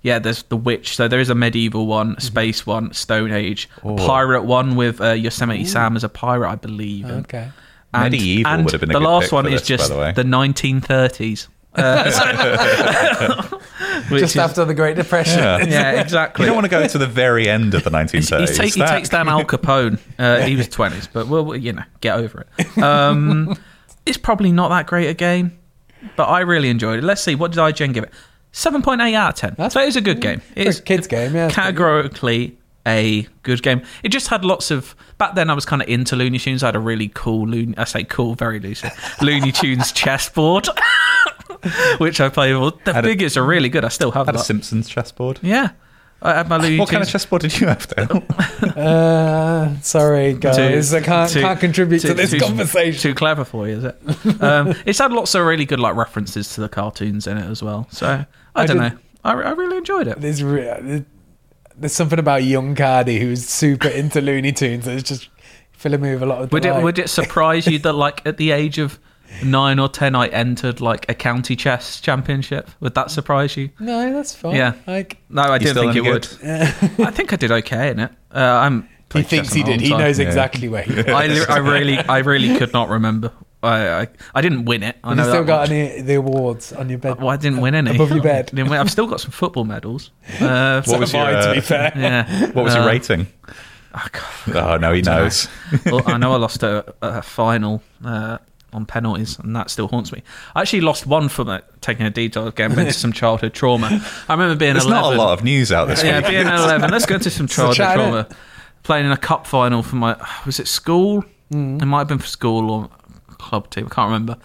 [SPEAKER 1] yeah, there's the witch. So there is a medieval one, a
[SPEAKER 2] Mm-hmm.
[SPEAKER 1] space one, Stone Age,
[SPEAKER 3] Oh.
[SPEAKER 1] a pirate one with uh, Yosemite Sam as a pirate, I believe. and-
[SPEAKER 2] Okay.
[SPEAKER 1] and-
[SPEAKER 3] Medieval
[SPEAKER 1] and
[SPEAKER 3] would have been a
[SPEAKER 1] the
[SPEAKER 3] good
[SPEAKER 1] last
[SPEAKER 3] pick for
[SPEAKER 1] one is
[SPEAKER 3] this, by
[SPEAKER 1] just
[SPEAKER 3] the way.
[SPEAKER 1] 1930s.
[SPEAKER 3] (laughs)
[SPEAKER 1] Uh, (laughs) so- which
[SPEAKER 2] Just
[SPEAKER 1] is-
[SPEAKER 2] after the Great Depression. (laughs)
[SPEAKER 1] yeah, exactly.
[SPEAKER 3] (laughs) You don't want to go to the very end of the
[SPEAKER 1] (laughs)
[SPEAKER 3] 1930s.
[SPEAKER 1] He's take- he
[SPEAKER 3] That-
[SPEAKER 1] takes down Al Capone.
[SPEAKER 3] (laughs)
[SPEAKER 1] Uh, he was twenties, but we'll we'll, you know get over it. Um, (laughs) it's probably not that great a game, but I really enjoyed it. Let's see what did IGN give it? Seven point eight out of ten.
[SPEAKER 2] That's-
[SPEAKER 1] so it is a good game.
[SPEAKER 2] a
[SPEAKER 1] It's
[SPEAKER 2] kid's game, yeah.
[SPEAKER 1] categorically a good game. It just had lots of. Back then, I was kind of into Looney Tunes. I had a really cool Looney. I say cool, very loosely. Looney
[SPEAKER 3] (laughs)
[SPEAKER 1] Tunes chessboard. (laughs) Which I play with. The
[SPEAKER 3] Had a-
[SPEAKER 1] figures are really good. I still have
[SPEAKER 3] Had a
[SPEAKER 1] that.
[SPEAKER 3] Simpsons chessboard.
[SPEAKER 1] Yeah, I had my Looney
[SPEAKER 3] What kind
[SPEAKER 1] Tunes
[SPEAKER 3] of chessboard did you have,
[SPEAKER 1] (laughs)
[SPEAKER 3] Dale?
[SPEAKER 2] Uh, sorry, guys. I can't,
[SPEAKER 1] too-
[SPEAKER 2] can't contribute to
[SPEAKER 1] too-
[SPEAKER 2] this
[SPEAKER 1] too-
[SPEAKER 2] conversation.
[SPEAKER 1] Too clever for you, is
[SPEAKER 3] (laughs)
[SPEAKER 1] it? um, it's had lots of really good like references to the cartoons in it as well. So I,
[SPEAKER 2] I
[SPEAKER 1] don't
[SPEAKER 2] did-
[SPEAKER 1] know. I, I really enjoyed it.
[SPEAKER 2] There's, re- uh, there's something about young Cardi who's super into Looney Tunes that's just filling me with a lot of
[SPEAKER 1] Would
[SPEAKER 2] delight.
[SPEAKER 1] it would it surprise you that like at the age of nine or ten I entered like a county chess championship? Would that surprise you?
[SPEAKER 2] No, that's fine.
[SPEAKER 1] Yeah.
[SPEAKER 2] Like,
[SPEAKER 1] No, I
[SPEAKER 3] You
[SPEAKER 1] didn't
[SPEAKER 3] still
[SPEAKER 1] think it
[SPEAKER 3] any good?
[SPEAKER 1] would. (laughs) I think I did okay in it. Uh, I'm.
[SPEAKER 2] he
[SPEAKER 1] played
[SPEAKER 2] thinks
[SPEAKER 1] chess
[SPEAKER 2] he
[SPEAKER 1] my
[SPEAKER 2] did.
[SPEAKER 1] whole
[SPEAKER 2] He
[SPEAKER 1] time.
[SPEAKER 2] knows
[SPEAKER 3] Yeah.
[SPEAKER 2] exactly where he
[SPEAKER 1] I, li- I really, I really could not remember. I, I, I didn't win it. I
[SPEAKER 2] You
[SPEAKER 1] know
[SPEAKER 2] still
[SPEAKER 1] that
[SPEAKER 2] got
[SPEAKER 1] much.
[SPEAKER 2] any the awards on your bed?
[SPEAKER 1] Well, I didn't win any.
[SPEAKER 2] Above your bed.
[SPEAKER 1] Didn't win- I've still got some football medals. Uh,
[SPEAKER 3] What was your,
[SPEAKER 2] Mine, to
[SPEAKER 3] uh,
[SPEAKER 2] be fair.
[SPEAKER 3] (laughs)
[SPEAKER 1] yeah.
[SPEAKER 3] What was your
[SPEAKER 1] Uh,
[SPEAKER 3] rating?
[SPEAKER 1] oh, God.
[SPEAKER 3] Oh no, he knows.
[SPEAKER 1] Well, I know I lost a, a final uh, on penalties, and that still haunts me. I actually lost one from it, taking a detailed game
[SPEAKER 3] (laughs)
[SPEAKER 1] into some childhood trauma. I remember being
[SPEAKER 3] There's
[SPEAKER 1] 11.
[SPEAKER 3] not a lot of news out this
[SPEAKER 1] yeah,
[SPEAKER 3] week.
[SPEAKER 1] being 11. Let's go into some
[SPEAKER 2] So
[SPEAKER 1] childhood
[SPEAKER 2] try
[SPEAKER 1] trauma. Playing in a cup final for my was it school?
[SPEAKER 2] Hmm.
[SPEAKER 1] It might have been for school or club team. I can't remember.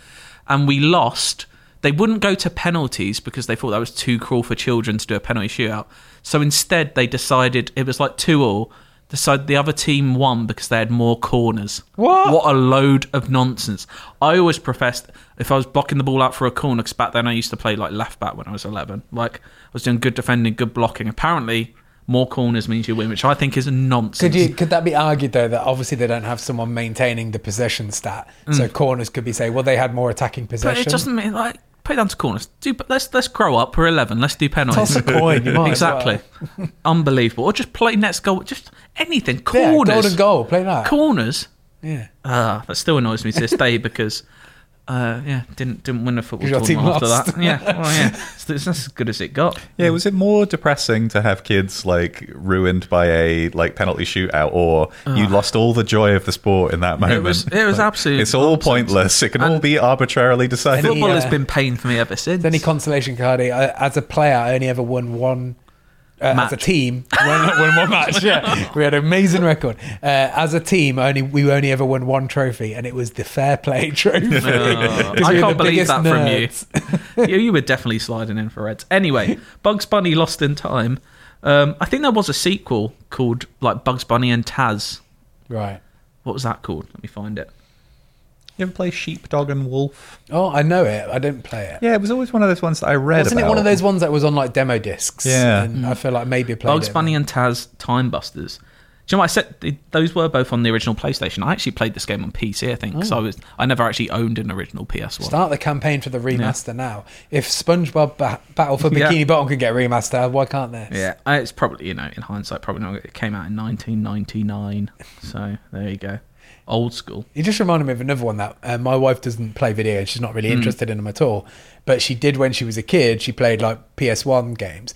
[SPEAKER 1] And we lost. They wouldn't go to penalties because they thought that was too cruel for children to do a penalty shootout. So instead, they decided it was like two all. Decided the other team won because they had more corners.
[SPEAKER 2] What?
[SPEAKER 1] What a load of nonsense! I always professed if I was blocking the ball out for a corner because back then I used to play like left back when I was eleven. Like I was doing good defending, good blocking. Apparently, more corners means you win, which I think is nonsense.
[SPEAKER 2] Could you could that be argued though that obviously they don't have someone maintaining the possession stat, so corners could be say, well, they had more attacking
[SPEAKER 1] Mm. But
[SPEAKER 2] possession.
[SPEAKER 1] it doesn't mean like put it down to corners. Do but let's let's grow up. We're eleven. Let's do penalties.
[SPEAKER 2] Toss a coin, you might as
[SPEAKER 1] exactly.
[SPEAKER 2] (laughs)
[SPEAKER 1] Unbelievable. Or just play next goal. Just anything.
[SPEAKER 2] Yeah,
[SPEAKER 1] Corners.
[SPEAKER 2] golden goal, play that.
[SPEAKER 1] Corners.
[SPEAKER 2] Yeah,
[SPEAKER 1] Ah, that still annoys me to this day because. Uh, yeah, didn't didn't win a football
[SPEAKER 2] 'Cause your
[SPEAKER 1] tournament after
[SPEAKER 2] team lost.
[SPEAKER 1] that. Yeah, well, yeah, it's, it's as good as it got.
[SPEAKER 3] Yeah, was it more depressing to have kids like ruined by a like penalty shootout, or you lost all the joy of the sport in that moment?
[SPEAKER 1] was- Ah. it was
[SPEAKER 3] Like,
[SPEAKER 1] absolute
[SPEAKER 3] It's all
[SPEAKER 1] nonsense.
[SPEAKER 3] pointless. It can all
[SPEAKER 1] And-
[SPEAKER 3] be arbitrarily decided.
[SPEAKER 2] Any,
[SPEAKER 1] Football
[SPEAKER 2] uh,
[SPEAKER 1] has been pain for me ever since.
[SPEAKER 2] There's any consolation card. here. I, as a player, I only ever won one. Uh, as
[SPEAKER 1] Match. (laughs)
[SPEAKER 2] a team, won, won one match. Yeah, (laughs) we had an amazing record. Uh, as a team, only we only ever won one trophy, and it was the fair
[SPEAKER 1] (laughs)
[SPEAKER 2] play (laughs) trophy.
[SPEAKER 1] Oh, I can't believe that from you. (laughs) you. You were definitely sliding in for reds.
[SPEAKER 2] (laughs)
[SPEAKER 1] Anyway, Bugs Bunny Lost in Time. Um, I think there was a sequel called like Bugs Bunny and Taz.
[SPEAKER 2] you. Right.
[SPEAKER 1] What was that called? Let me find it.
[SPEAKER 3] You ever play Sheepdog and Wolf?
[SPEAKER 2] Oh, I know it. I didn't play it.
[SPEAKER 3] Yeah, it was always one of those ones that I read.
[SPEAKER 2] Wasn't it
[SPEAKER 3] about.
[SPEAKER 2] one of those ones that was on like demo discs?
[SPEAKER 3] Yeah.
[SPEAKER 2] and I feel like maybe I played
[SPEAKER 1] Mm. Bugs
[SPEAKER 2] it.
[SPEAKER 1] Bunny and Taz Time Busters. Do you know what I said? th- Those were both on the original PlayStation. I actually played this game on PC, I think, because I was I never actually owned an original PS One.
[SPEAKER 2] Start the campaign for the remaster now. If SpongeBob ba- Battle for
[SPEAKER 1] (laughs) Yeah.
[SPEAKER 2] Bikini Bottom can get remastered, why can't this?
[SPEAKER 1] Yeah, uh, it's probably you know in hindsight probably not. It came out in 1999, so there you go, old school.
[SPEAKER 2] You just reminded me of another one that uh, my wife doesn't play video. She's not
[SPEAKER 1] Mm.
[SPEAKER 2] really interested in them at all. But she did when she was a kid. She played like PS1 games.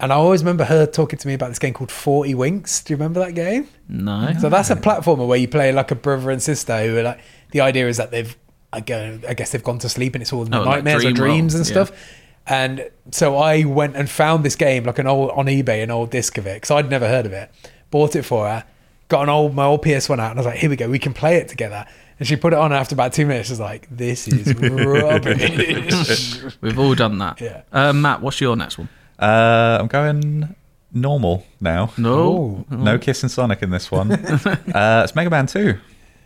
[SPEAKER 2] And I always remember her talking to me about this game called 40 Winks. Do you remember that game?
[SPEAKER 1] No,
[SPEAKER 2] So that's a platformer where you play like a brother and sister who are like the idea is that they've I go I guess they've gone to sleep and it's all
[SPEAKER 1] Oh, like
[SPEAKER 2] nightmares
[SPEAKER 1] dream
[SPEAKER 2] or dreams and
[SPEAKER 1] world, yeah.
[SPEAKER 2] stuff. And so I went and found this game like an old on eBay an old disc of it because I'd never heard of it. Bought it for her, got an old my old PS1 out, and I was like, here we go, we can play it together. And she put it on after about two minutes. She's like, this
[SPEAKER 3] (laughs)
[SPEAKER 2] is rubbish.
[SPEAKER 1] We've all done that.
[SPEAKER 2] Yeah.
[SPEAKER 1] Uh, Matt, what's your next one?
[SPEAKER 3] Uh, I'm going normal now.
[SPEAKER 1] No. Oh.
[SPEAKER 3] No kissing Sonic in
[SPEAKER 1] (laughs)
[SPEAKER 3] this one. uh, it's Mega Man Two.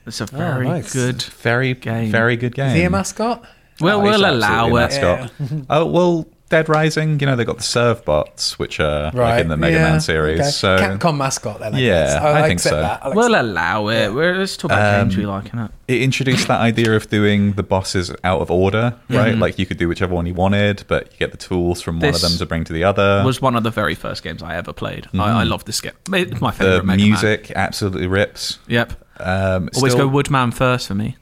[SPEAKER 1] It's a very
[SPEAKER 2] nice.
[SPEAKER 1] good.
[SPEAKER 3] Very
[SPEAKER 1] Game.
[SPEAKER 3] very good game.
[SPEAKER 2] Is he a mascot?
[SPEAKER 1] Well,
[SPEAKER 3] Oh, he's
[SPEAKER 1] we'll
[SPEAKER 3] absolutely
[SPEAKER 1] allow
[SPEAKER 3] a
[SPEAKER 1] it.
[SPEAKER 3] mascot. (laughs) oh well, Dead Rising, you know, they got the serve bots, which are
[SPEAKER 2] Right.
[SPEAKER 3] like in the Mega
[SPEAKER 2] yeah,
[SPEAKER 3] Man series.
[SPEAKER 2] okay.
[SPEAKER 3] So
[SPEAKER 2] Capcom mascot. Then, I
[SPEAKER 3] Yeah,
[SPEAKER 2] guess.
[SPEAKER 3] I
[SPEAKER 2] I,
[SPEAKER 3] think
[SPEAKER 2] accept
[SPEAKER 3] so.
[SPEAKER 2] That. I'll
[SPEAKER 1] We'll
[SPEAKER 2] accept-
[SPEAKER 1] allow it. We're, let's talk about games we like, innit?
[SPEAKER 3] it introduced that idea of doing the bosses out of order,
[SPEAKER 1] Mm-hmm.
[SPEAKER 3] right? Like you could do whichever one you wanted, but you get the tools from one of
[SPEAKER 1] This
[SPEAKER 3] them to bring to the other.
[SPEAKER 1] was one of the very first games I ever played. I, I love this game. It's my favorite.
[SPEAKER 3] the
[SPEAKER 1] Mega Man.
[SPEAKER 3] music absolutely rips.
[SPEAKER 1] Yep.
[SPEAKER 3] Um, it's
[SPEAKER 1] Always
[SPEAKER 3] still-
[SPEAKER 1] go Woodman first for me.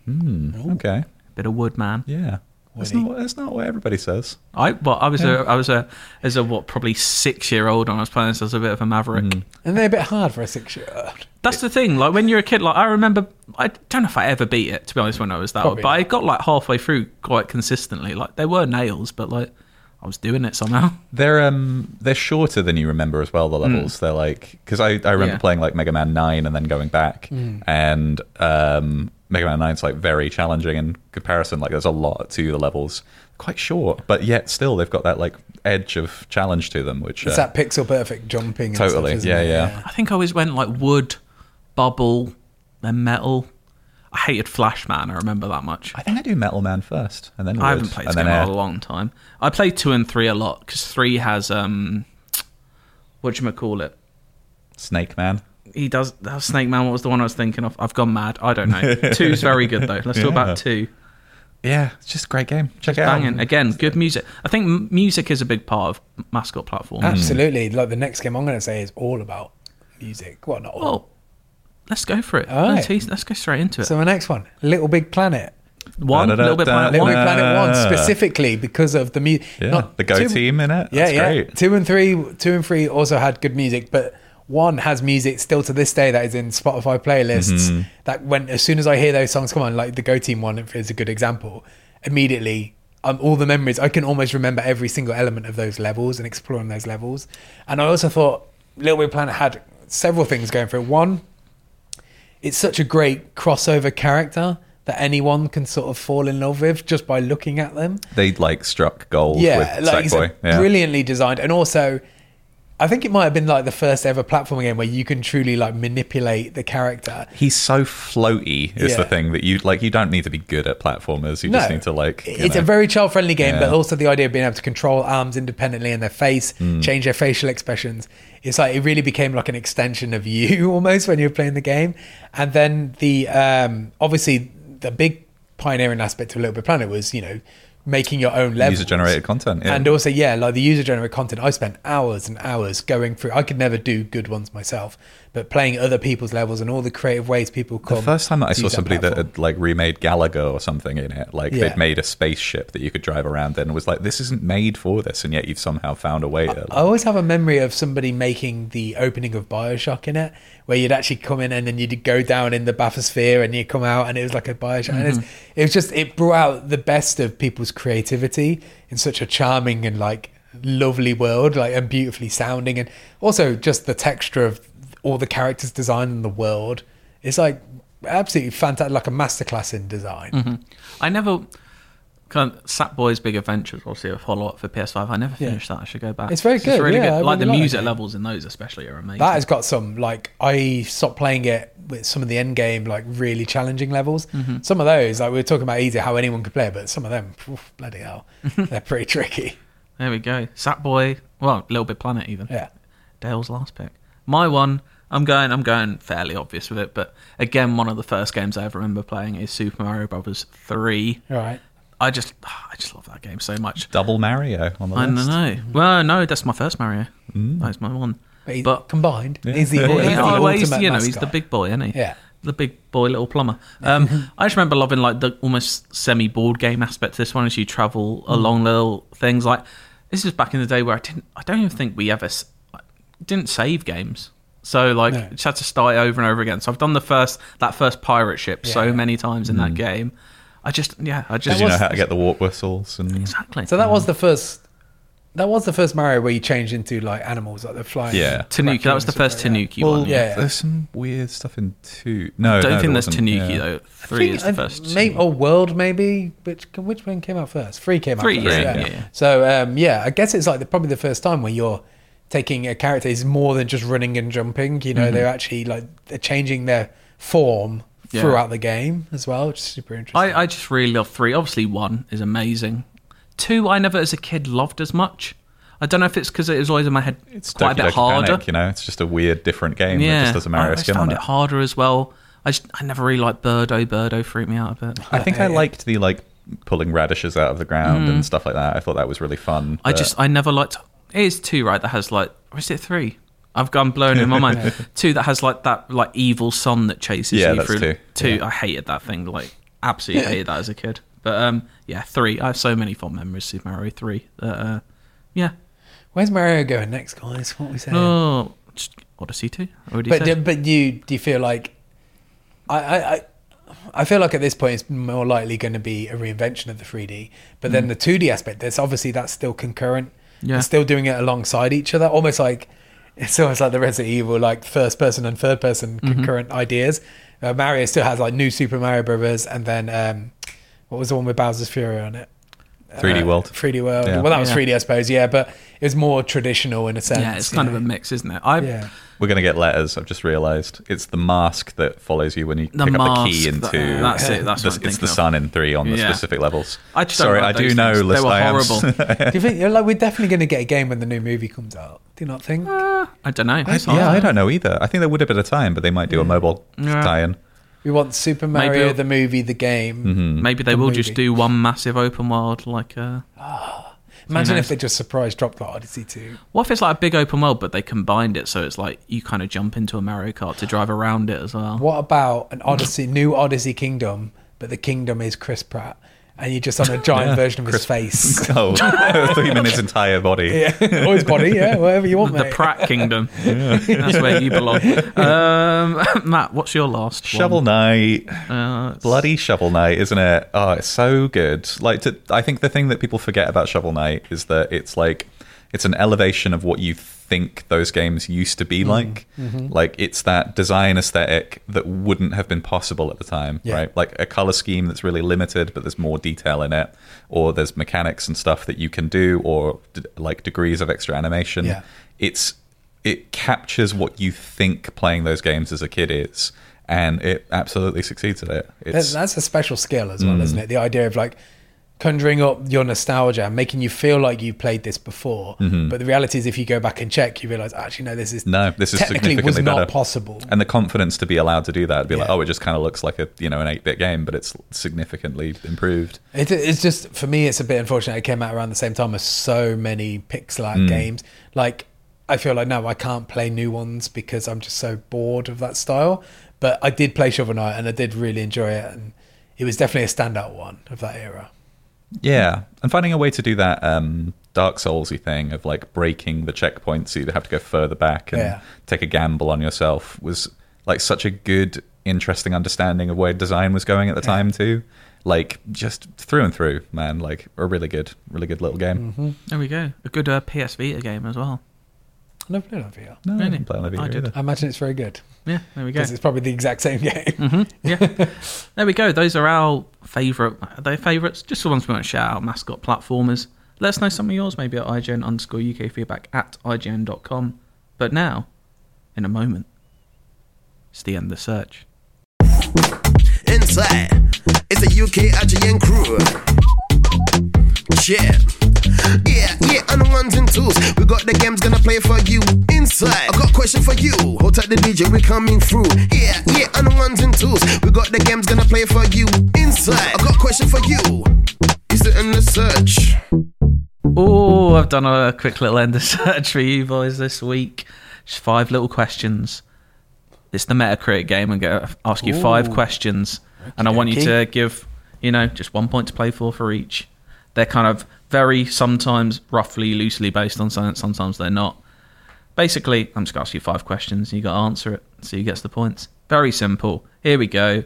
[SPEAKER 3] Okay,
[SPEAKER 1] Bit of Woodman.
[SPEAKER 3] yeah. That's
[SPEAKER 2] Woody.
[SPEAKER 3] not, that's not what everybody says.
[SPEAKER 1] I well, I was a I was a as a what probably six year old and I was playing this as a bit of a maverick.
[SPEAKER 2] And they're a bit hard for a six-year-old.
[SPEAKER 1] That's the thing. Like when you're a kid, like I remember, I don't know if I ever beat it to be honest when I was that old,
[SPEAKER 2] Probably
[SPEAKER 1] but I
[SPEAKER 2] not.
[SPEAKER 1] got like halfway through quite consistently. Like they were nails, but like I was doing it somehow.
[SPEAKER 3] They're um they're shorter than you remember as well. The levels they're like because I, I remember
[SPEAKER 1] Hmm. Yeah. Hmm.
[SPEAKER 3] playing like Mega Man Nine and then going back and um Mega Man Nine's like very challenging in comparison. Like there's a lot to the levels, quite short, but yet still they've got that like edge of challenge to them, which
[SPEAKER 2] It's
[SPEAKER 3] uh,
[SPEAKER 2] that pixel perfect jumping. and stuff,
[SPEAKER 3] Totally,
[SPEAKER 2] isn't
[SPEAKER 3] yeah,
[SPEAKER 2] it?
[SPEAKER 3] yeah.
[SPEAKER 1] I think I always went like wood, bubble, then metal. I hated Flash Man. I remember that much.
[SPEAKER 3] I think I do Metal Man first and then
[SPEAKER 1] I haven't
[SPEAKER 3] Wood,
[SPEAKER 1] played
[SPEAKER 3] and
[SPEAKER 1] this
[SPEAKER 3] then
[SPEAKER 1] game
[SPEAKER 3] Air.
[SPEAKER 1] in a long time. I play two and three a lot because three has um, what do you call it?
[SPEAKER 3] Snake Man.
[SPEAKER 1] He does that was Snake Man. What was the one I was thinking of? I've gone mad. I don't
[SPEAKER 3] (laughs)
[SPEAKER 1] know. Two's very good though. Let's talk
[SPEAKER 3] Yeah.
[SPEAKER 1] about two.
[SPEAKER 3] Yeah, it's just a great game. Check it out.
[SPEAKER 1] Banging again. Good music. I think m- music is a big part of mascot
[SPEAKER 3] Hmm.
[SPEAKER 1] platform.
[SPEAKER 2] Absolutely. Like the next game I'm going to say is all about music. Well, not all.
[SPEAKER 1] Well, let's go for it.
[SPEAKER 2] All
[SPEAKER 1] Let's,
[SPEAKER 2] right.
[SPEAKER 1] let's go straight into it.
[SPEAKER 2] so the next one, Little Big Planet.
[SPEAKER 1] one
[SPEAKER 3] Da-da-da-da.
[SPEAKER 1] little bit planet
[SPEAKER 3] Little
[SPEAKER 1] one.
[SPEAKER 2] Little Big Planet One
[SPEAKER 3] Ah.
[SPEAKER 2] specifically because of the music.
[SPEAKER 3] Yeah, the Go team in it.
[SPEAKER 2] Yeah,
[SPEAKER 3] That's
[SPEAKER 2] yeah.
[SPEAKER 3] great.
[SPEAKER 2] Two and three, two and three also had good music, but one has music still to this day that is in Spotify playlists.
[SPEAKER 3] Mm-hmm.
[SPEAKER 2] That when as soon as I hear those songs come on, like the Go Team one is a good example. Immediately, um, all the memories I can almost remember every single element of those levels and exploring those levels. And I also thought Little Big Planet had several things going for it. One, it's such a great crossover character that anyone can sort of fall in love with just by looking at them
[SPEAKER 3] They like struck gold with
[SPEAKER 2] it's
[SPEAKER 3] Sackboy. Yeah.
[SPEAKER 2] brilliantly designed, and also, I think it might have been like the first ever platform game where you can truly like manipulate the character.
[SPEAKER 3] He's so floaty is the
[SPEAKER 2] Yeah.
[SPEAKER 3] thing that you like. You don't need to be good at platformers. You just need to like. you
[SPEAKER 2] It's
[SPEAKER 3] know.
[SPEAKER 2] a very child friendly game, but
[SPEAKER 3] Yeah.
[SPEAKER 2] also the idea of being able to control arms independently and their face,
[SPEAKER 3] Hmm.
[SPEAKER 2] change their facial expressions. It's like it really became like an extension of you (laughs) almost when you were playing the game. And then the um, obviously the big pioneering aspect of Little Big Planet was you know making your own levels,
[SPEAKER 3] User-generated content, yeah.
[SPEAKER 2] and also yeah, like the user generated content. I spent hours and hours going through. I could never do good ones myself, but playing other people's levels and all the creative ways people come.
[SPEAKER 3] the first time that I
[SPEAKER 2] to
[SPEAKER 3] saw
[SPEAKER 2] use
[SPEAKER 3] somebody that
[SPEAKER 2] platform.
[SPEAKER 3] had like remade Galaga or something in it, like
[SPEAKER 2] Yeah.
[SPEAKER 3] they'd made a spaceship that you could drive around in, and was like, "This isn't made for this," and yet you've somehow found a way to.
[SPEAKER 2] I always have a memory of somebody making the opening of Bioshock in it, where you'd actually come in and then you'd go down in the bathysphere and you come out and it was like a Bioshock. And it's, it was just, it brought out the best of people's creativity in such a charming and like lovely world, like and beautifully sounding. And also just the texture of all the characters' design in the world. It's like absolutely fantastic, like a masterclass in design.
[SPEAKER 1] I never. Kind of, Sackboy's Big Adventures, obviously a follow up for PS5. I never
[SPEAKER 2] Yeah.
[SPEAKER 1] finished that. I should go back.
[SPEAKER 2] It's very good, yeah, I
[SPEAKER 1] Like
[SPEAKER 2] really
[SPEAKER 1] the
[SPEAKER 2] like
[SPEAKER 1] music
[SPEAKER 2] it.
[SPEAKER 1] levels in those, especially, are amazing.
[SPEAKER 2] That has got some like I stopped playing it with some of the end game like really challenging levels.
[SPEAKER 1] Mm-hmm.
[SPEAKER 2] Some of those like we were talking about easy how anyone could play it, but some of them oof,
[SPEAKER 1] (laughs)
[SPEAKER 2] bloody hell they're pretty tricky.
[SPEAKER 1] There we go. Sackboy. Well, Little Big Planet even.
[SPEAKER 2] Yeah.
[SPEAKER 1] Dale's last pick. My one. I'm going. I'm going fairly obvious with it, but again, one of the first games I ever remember playing is Super Mario Brothers Three.
[SPEAKER 2] All right.
[SPEAKER 1] I just, (sighs) I just love that game so much.
[SPEAKER 3] Double Mario on the
[SPEAKER 1] I don't
[SPEAKER 3] list.
[SPEAKER 1] know. Well, no, that's my first Mario. That's my one.
[SPEAKER 2] Mm. But, he,
[SPEAKER 1] But
[SPEAKER 2] combined, he's the,
[SPEAKER 3] Yeah.
[SPEAKER 2] he's the
[SPEAKER 1] Yeah, Oh, well, he's,
[SPEAKER 2] ultimate
[SPEAKER 1] you know, he's the
[SPEAKER 2] mascot.
[SPEAKER 1] big boy, isn't he?
[SPEAKER 2] Yeah.
[SPEAKER 1] The big boy, little plumber.
[SPEAKER 2] (laughs)
[SPEAKER 1] Um, I just remember loving like the almost semi-board game aspect to this one as you travel
[SPEAKER 2] Mm.
[SPEAKER 1] along little things. Like this was back in the day where I didn't, I don't even think we ever s- didn't save games. So like
[SPEAKER 2] No.
[SPEAKER 1] just had to start it over and over again. So I've done the first that first pirate ship so
[SPEAKER 2] Yeah. Mm.
[SPEAKER 1] many times in that game. I just yeah, I just
[SPEAKER 3] Did you know how to get the warp whistles and
[SPEAKER 1] exactly.
[SPEAKER 2] So that was the first. That was the first Mario where you changed into like animals, like the flying.
[SPEAKER 3] Yeah.
[SPEAKER 1] Tanuki. That was the
[SPEAKER 2] raccoons
[SPEAKER 1] first
[SPEAKER 2] and stuff like
[SPEAKER 1] Tanuki
[SPEAKER 3] Well,
[SPEAKER 1] one. yeah.
[SPEAKER 2] yeah.
[SPEAKER 3] there's some weird stuff in two. No,
[SPEAKER 1] I don't
[SPEAKER 3] no, there
[SPEAKER 1] think there's
[SPEAKER 3] wasn't.
[SPEAKER 1] Tanuki
[SPEAKER 3] Yeah.
[SPEAKER 1] though.
[SPEAKER 2] that.
[SPEAKER 1] Three is
[SPEAKER 2] I
[SPEAKER 1] the
[SPEAKER 2] think-
[SPEAKER 1] first.
[SPEAKER 2] Maybe, or World, maybe. Which which one came out first? Three came out.
[SPEAKER 1] Three,
[SPEAKER 2] first,
[SPEAKER 1] yeah, yeah, yeah.
[SPEAKER 2] So um, yeah, I guess it's like the, probably the first time where you're taking a character is more than just running and jumping. You know,
[SPEAKER 1] Mm-hmm.
[SPEAKER 2] they're actually like they're changing their form
[SPEAKER 1] Yeah.
[SPEAKER 2] throughout the game as well, which is super interesting.
[SPEAKER 1] I, I just really love three. Obviously, one is amazing. two I never as a kid loved as much. I don't know if it's because it was always in my head
[SPEAKER 3] It's
[SPEAKER 1] quite
[SPEAKER 3] Doki
[SPEAKER 1] a bit
[SPEAKER 3] Doki
[SPEAKER 1] harder.
[SPEAKER 3] Panic, you know, it's just a weird, different game
[SPEAKER 1] yeah,
[SPEAKER 3] that just doesn't
[SPEAKER 1] I
[SPEAKER 3] matter a
[SPEAKER 1] always
[SPEAKER 3] skin
[SPEAKER 1] found
[SPEAKER 3] on
[SPEAKER 1] it
[SPEAKER 3] it.
[SPEAKER 1] harder as well. I just, I never really liked Birdo. Birdo freaked me out a bit.
[SPEAKER 3] I think I
[SPEAKER 2] Yeah.
[SPEAKER 3] liked the like pulling radishes out of the ground and stuff like that. I thought that was really fun.
[SPEAKER 1] Hmm. I
[SPEAKER 3] but-
[SPEAKER 1] just I never liked. It is two right that has like or is it three? I've gone blown in my
[SPEAKER 3] (laughs)
[SPEAKER 1] mind. two that has like that like evil son that chases
[SPEAKER 3] Yeah,
[SPEAKER 1] you
[SPEAKER 3] that's
[SPEAKER 1] through.
[SPEAKER 3] two.
[SPEAKER 1] I hated that thing like absolutely hated that as a kid. But um yeah three I have so many fond memories of Super Mario three. that, Uh, yeah
[SPEAKER 2] Where's Mario going next, guys? What we saying?
[SPEAKER 1] oh just Odyssey two already
[SPEAKER 2] but do,
[SPEAKER 1] said.
[SPEAKER 2] but you do you feel like I, I I I feel like at this point it's more likely going to be a reinvention of the 3D. But then the 2D aspect, there's obviously that's still concurrent.
[SPEAKER 1] Mm. Yeah.
[SPEAKER 2] It's still doing it alongside each other, almost like it's almost like the Resident Evil like first person and third person
[SPEAKER 1] Mm-hmm.
[SPEAKER 2] concurrent ideas. Uh, Mario still has like new Super Mario Brothers, and then um, what was the one with Bowser's Fury on it?
[SPEAKER 3] 3D World.
[SPEAKER 2] 3D World.
[SPEAKER 3] Yeah.
[SPEAKER 2] Well, that was
[SPEAKER 1] Yeah.
[SPEAKER 2] 3D, I suppose. Yeah, but it was more traditional in a sense.
[SPEAKER 1] yeah, it's
[SPEAKER 2] you
[SPEAKER 1] kind
[SPEAKER 2] know?
[SPEAKER 1] of a mix, isn't it? I
[SPEAKER 2] yeah.
[SPEAKER 3] We're gonna get letters. I've just realised it's the mask that follows you when you
[SPEAKER 1] The
[SPEAKER 3] pick up the
[SPEAKER 1] mask,
[SPEAKER 3] key into.
[SPEAKER 1] that- uh, that's it, that's
[SPEAKER 3] the,
[SPEAKER 1] what I'm
[SPEAKER 3] it's the
[SPEAKER 1] thinking of.
[SPEAKER 3] sun in three on the
[SPEAKER 1] Yeah.
[SPEAKER 3] specific levels.
[SPEAKER 1] I just don't
[SPEAKER 3] Sorry,
[SPEAKER 1] like
[SPEAKER 3] I do
[SPEAKER 1] those
[SPEAKER 3] know.
[SPEAKER 1] things. They
[SPEAKER 3] list-
[SPEAKER 1] were
[SPEAKER 3] I am- (laughs)
[SPEAKER 1] horrible.
[SPEAKER 2] Do you think like we're definitely going to get a game when the new movie comes out? Do you not think?
[SPEAKER 1] I don't know. It's
[SPEAKER 3] yeah,
[SPEAKER 1] hard.
[SPEAKER 3] I don't know either. I think there would have been a time, but they might do a mobile
[SPEAKER 1] Yeah. (laughs)
[SPEAKER 3] tie-in.
[SPEAKER 2] We want Super
[SPEAKER 1] Maybe
[SPEAKER 2] Mario
[SPEAKER 1] it'll-
[SPEAKER 2] the movie, the game.
[SPEAKER 3] Mm-hmm.
[SPEAKER 1] Maybe they
[SPEAKER 2] The
[SPEAKER 1] will
[SPEAKER 2] movie.
[SPEAKER 1] just do one massive open world like. Uh,
[SPEAKER 2] Imagine
[SPEAKER 1] Who
[SPEAKER 2] if they just surprise dropped the Odyssey too.
[SPEAKER 1] What if it's like a big open world, but they combined it so it's like you kind of jump into a Mario Kart to drive around it as well?
[SPEAKER 2] What about an Odyssey, new Odyssey Kingdom, but the kingdom is Chris Pratt, and you're just on a
[SPEAKER 3] (laughs)
[SPEAKER 2] giant version of his face, (laughs)
[SPEAKER 3] Oh, (laughs) three minutes entire body.
[SPEAKER 2] yeah, or his body, yeah, whatever you want,
[SPEAKER 1] The
[SPEAKER 2] mate.
[SPEAKER 1] Pratt Kingdom. That's where you belong. Um, (laughs) Matt, what's your last
[SPEAKER 3] Shovel
[SPEAKER 1] one?
[SPEAKER 3] Knight,
[SPEAKER 1] Uh, it's-
[SPEAKER 3] bloody Shovel Knight, isn't it? Oh, it's so good. Like, to, I think the thing that people forget about Shovel Knight is that it's like it's an elevation of what you think those games used to
[SPEAKER 2] Mm.
[SPEAKER 3] be like.
[SPEAKER 2] Mm-hmm.
[SPEAKER 3] Like, it's that design aesthetic that wouldn't have been possible at the time,
[SPEAKER 2] Yeah.
[SPEAKER 3] right? Like a color scheme that's really limited, but there's more detail in it, or there's mechanics and stuff that you can do, or d- like degrees of extra animation.
[SPEAKER 2] Yeah.
[SPEAKER 3] It's it captures what you think playing those games as a kid is, and it absolutely succeeds at it.
[SPEAKER 2] That-
[SPEAKER 3] It's
[SPEAKER 2] That's a special skill as well,
[SPEAKER 3] Mm.
[SPEAKER 2] isn't it? The idea of like conjuring up your nostalgia and making you feel like you played this before, but the reality is, if you go back and check, you realize actually no, this is
[SPEAKER 3] Mm-hmm. no, this is
[SPEAKER 2] technically
[SPEAKER 3] significantly
[SPEAKER 2] was not
[SPEAKER 3] better.
[SPEAKER 2] possible.
[SPEAKER 3] and the confidence to be allowed to do that, be like,
[SPEAKER 2] Yeah.
[SPEAKER 3] oh, it just kind of looks like a you know an eight bit game, but it's significantly improved.
[SPEAKER 2] It, it's just for me, it's a bit unfortunate. It came out around the same time as so many pixel
[SPEAKER 1] Hmm.
[SPEAKER 2] art games. Like, I feel like no, I can't play new ones because I'm just so bored of that style. But I did play Shovel Knight and I did really enjoy it, and it was definitely a standout one of that era.
[SPEAKER 3] Yeah, and finding a way to do that um, Dark Soulsy thing of like breaking the checkpoints, so you'd have to go further back and
[SPEAKER 2] Yeah.
[SPEAKER 3] take a gamble on yourself was like such a good, interesting understanding of where design was going at the time too. Like just through and through, man. Like a really good, really good little game.
[SPEAKER 2] Mm-hmm.
[SPEAKER 1] There we go. A good uh, PS Vita game as well.
[SPEAKER 2] I never played that VR.
[SPEAKER 3] No, I
[SPEAKER 1] Really?
[SPEAKER 3] didn't play on the Vita
[SPEAKER 1] I did.
[SPEAKER 3] either.
[SPEAKER 2] I imagine it's very good
[SPEAKER 1] Yeah, there we go.
[SPEAKER 2] because it's probably the exact same (laughs) game.
[SPEAKER 1] hmm Yeah, (laughs) there we go. Those are our favourite. Are they favourites? Just the ones we want to shout out. Mascot platformers. Let us know some of yours, maybe at IGN underscore UK feedback at IGN.com. But now, in a moment, it's the end of the search.
[SPEAKER 4] Inside, it's a UK IGN crew. Yeah, yeah, yeah, and the ones and twos. We got the games gonna play for you. Inside, I got a question for you. Hold tight the DJ, we coming through. Yeah, yeah, and the ones and twos. We got the games gonna play for you. Inside, I got a question for you. Is it in the search?
[SPEAKER 1] Oh, I've done a quick little end of (laughs) search for you boys this week. Just five little questions. It's the Metacritic game. I'm going to ask you five
[SPEAKER 2] Ooh.
[SPEAKER 1] questions, and I want you to
[SPEAKER 2] Okey-dokey.
[SPEAKER 1] give, you know, just one point to play for for each. They're kind of very sometimes roughly loosely based on science, sometimes they're not. Basically, I'm just going to ask you five questions, and you got to answer it. See who gets the points. Very simple. Here we go.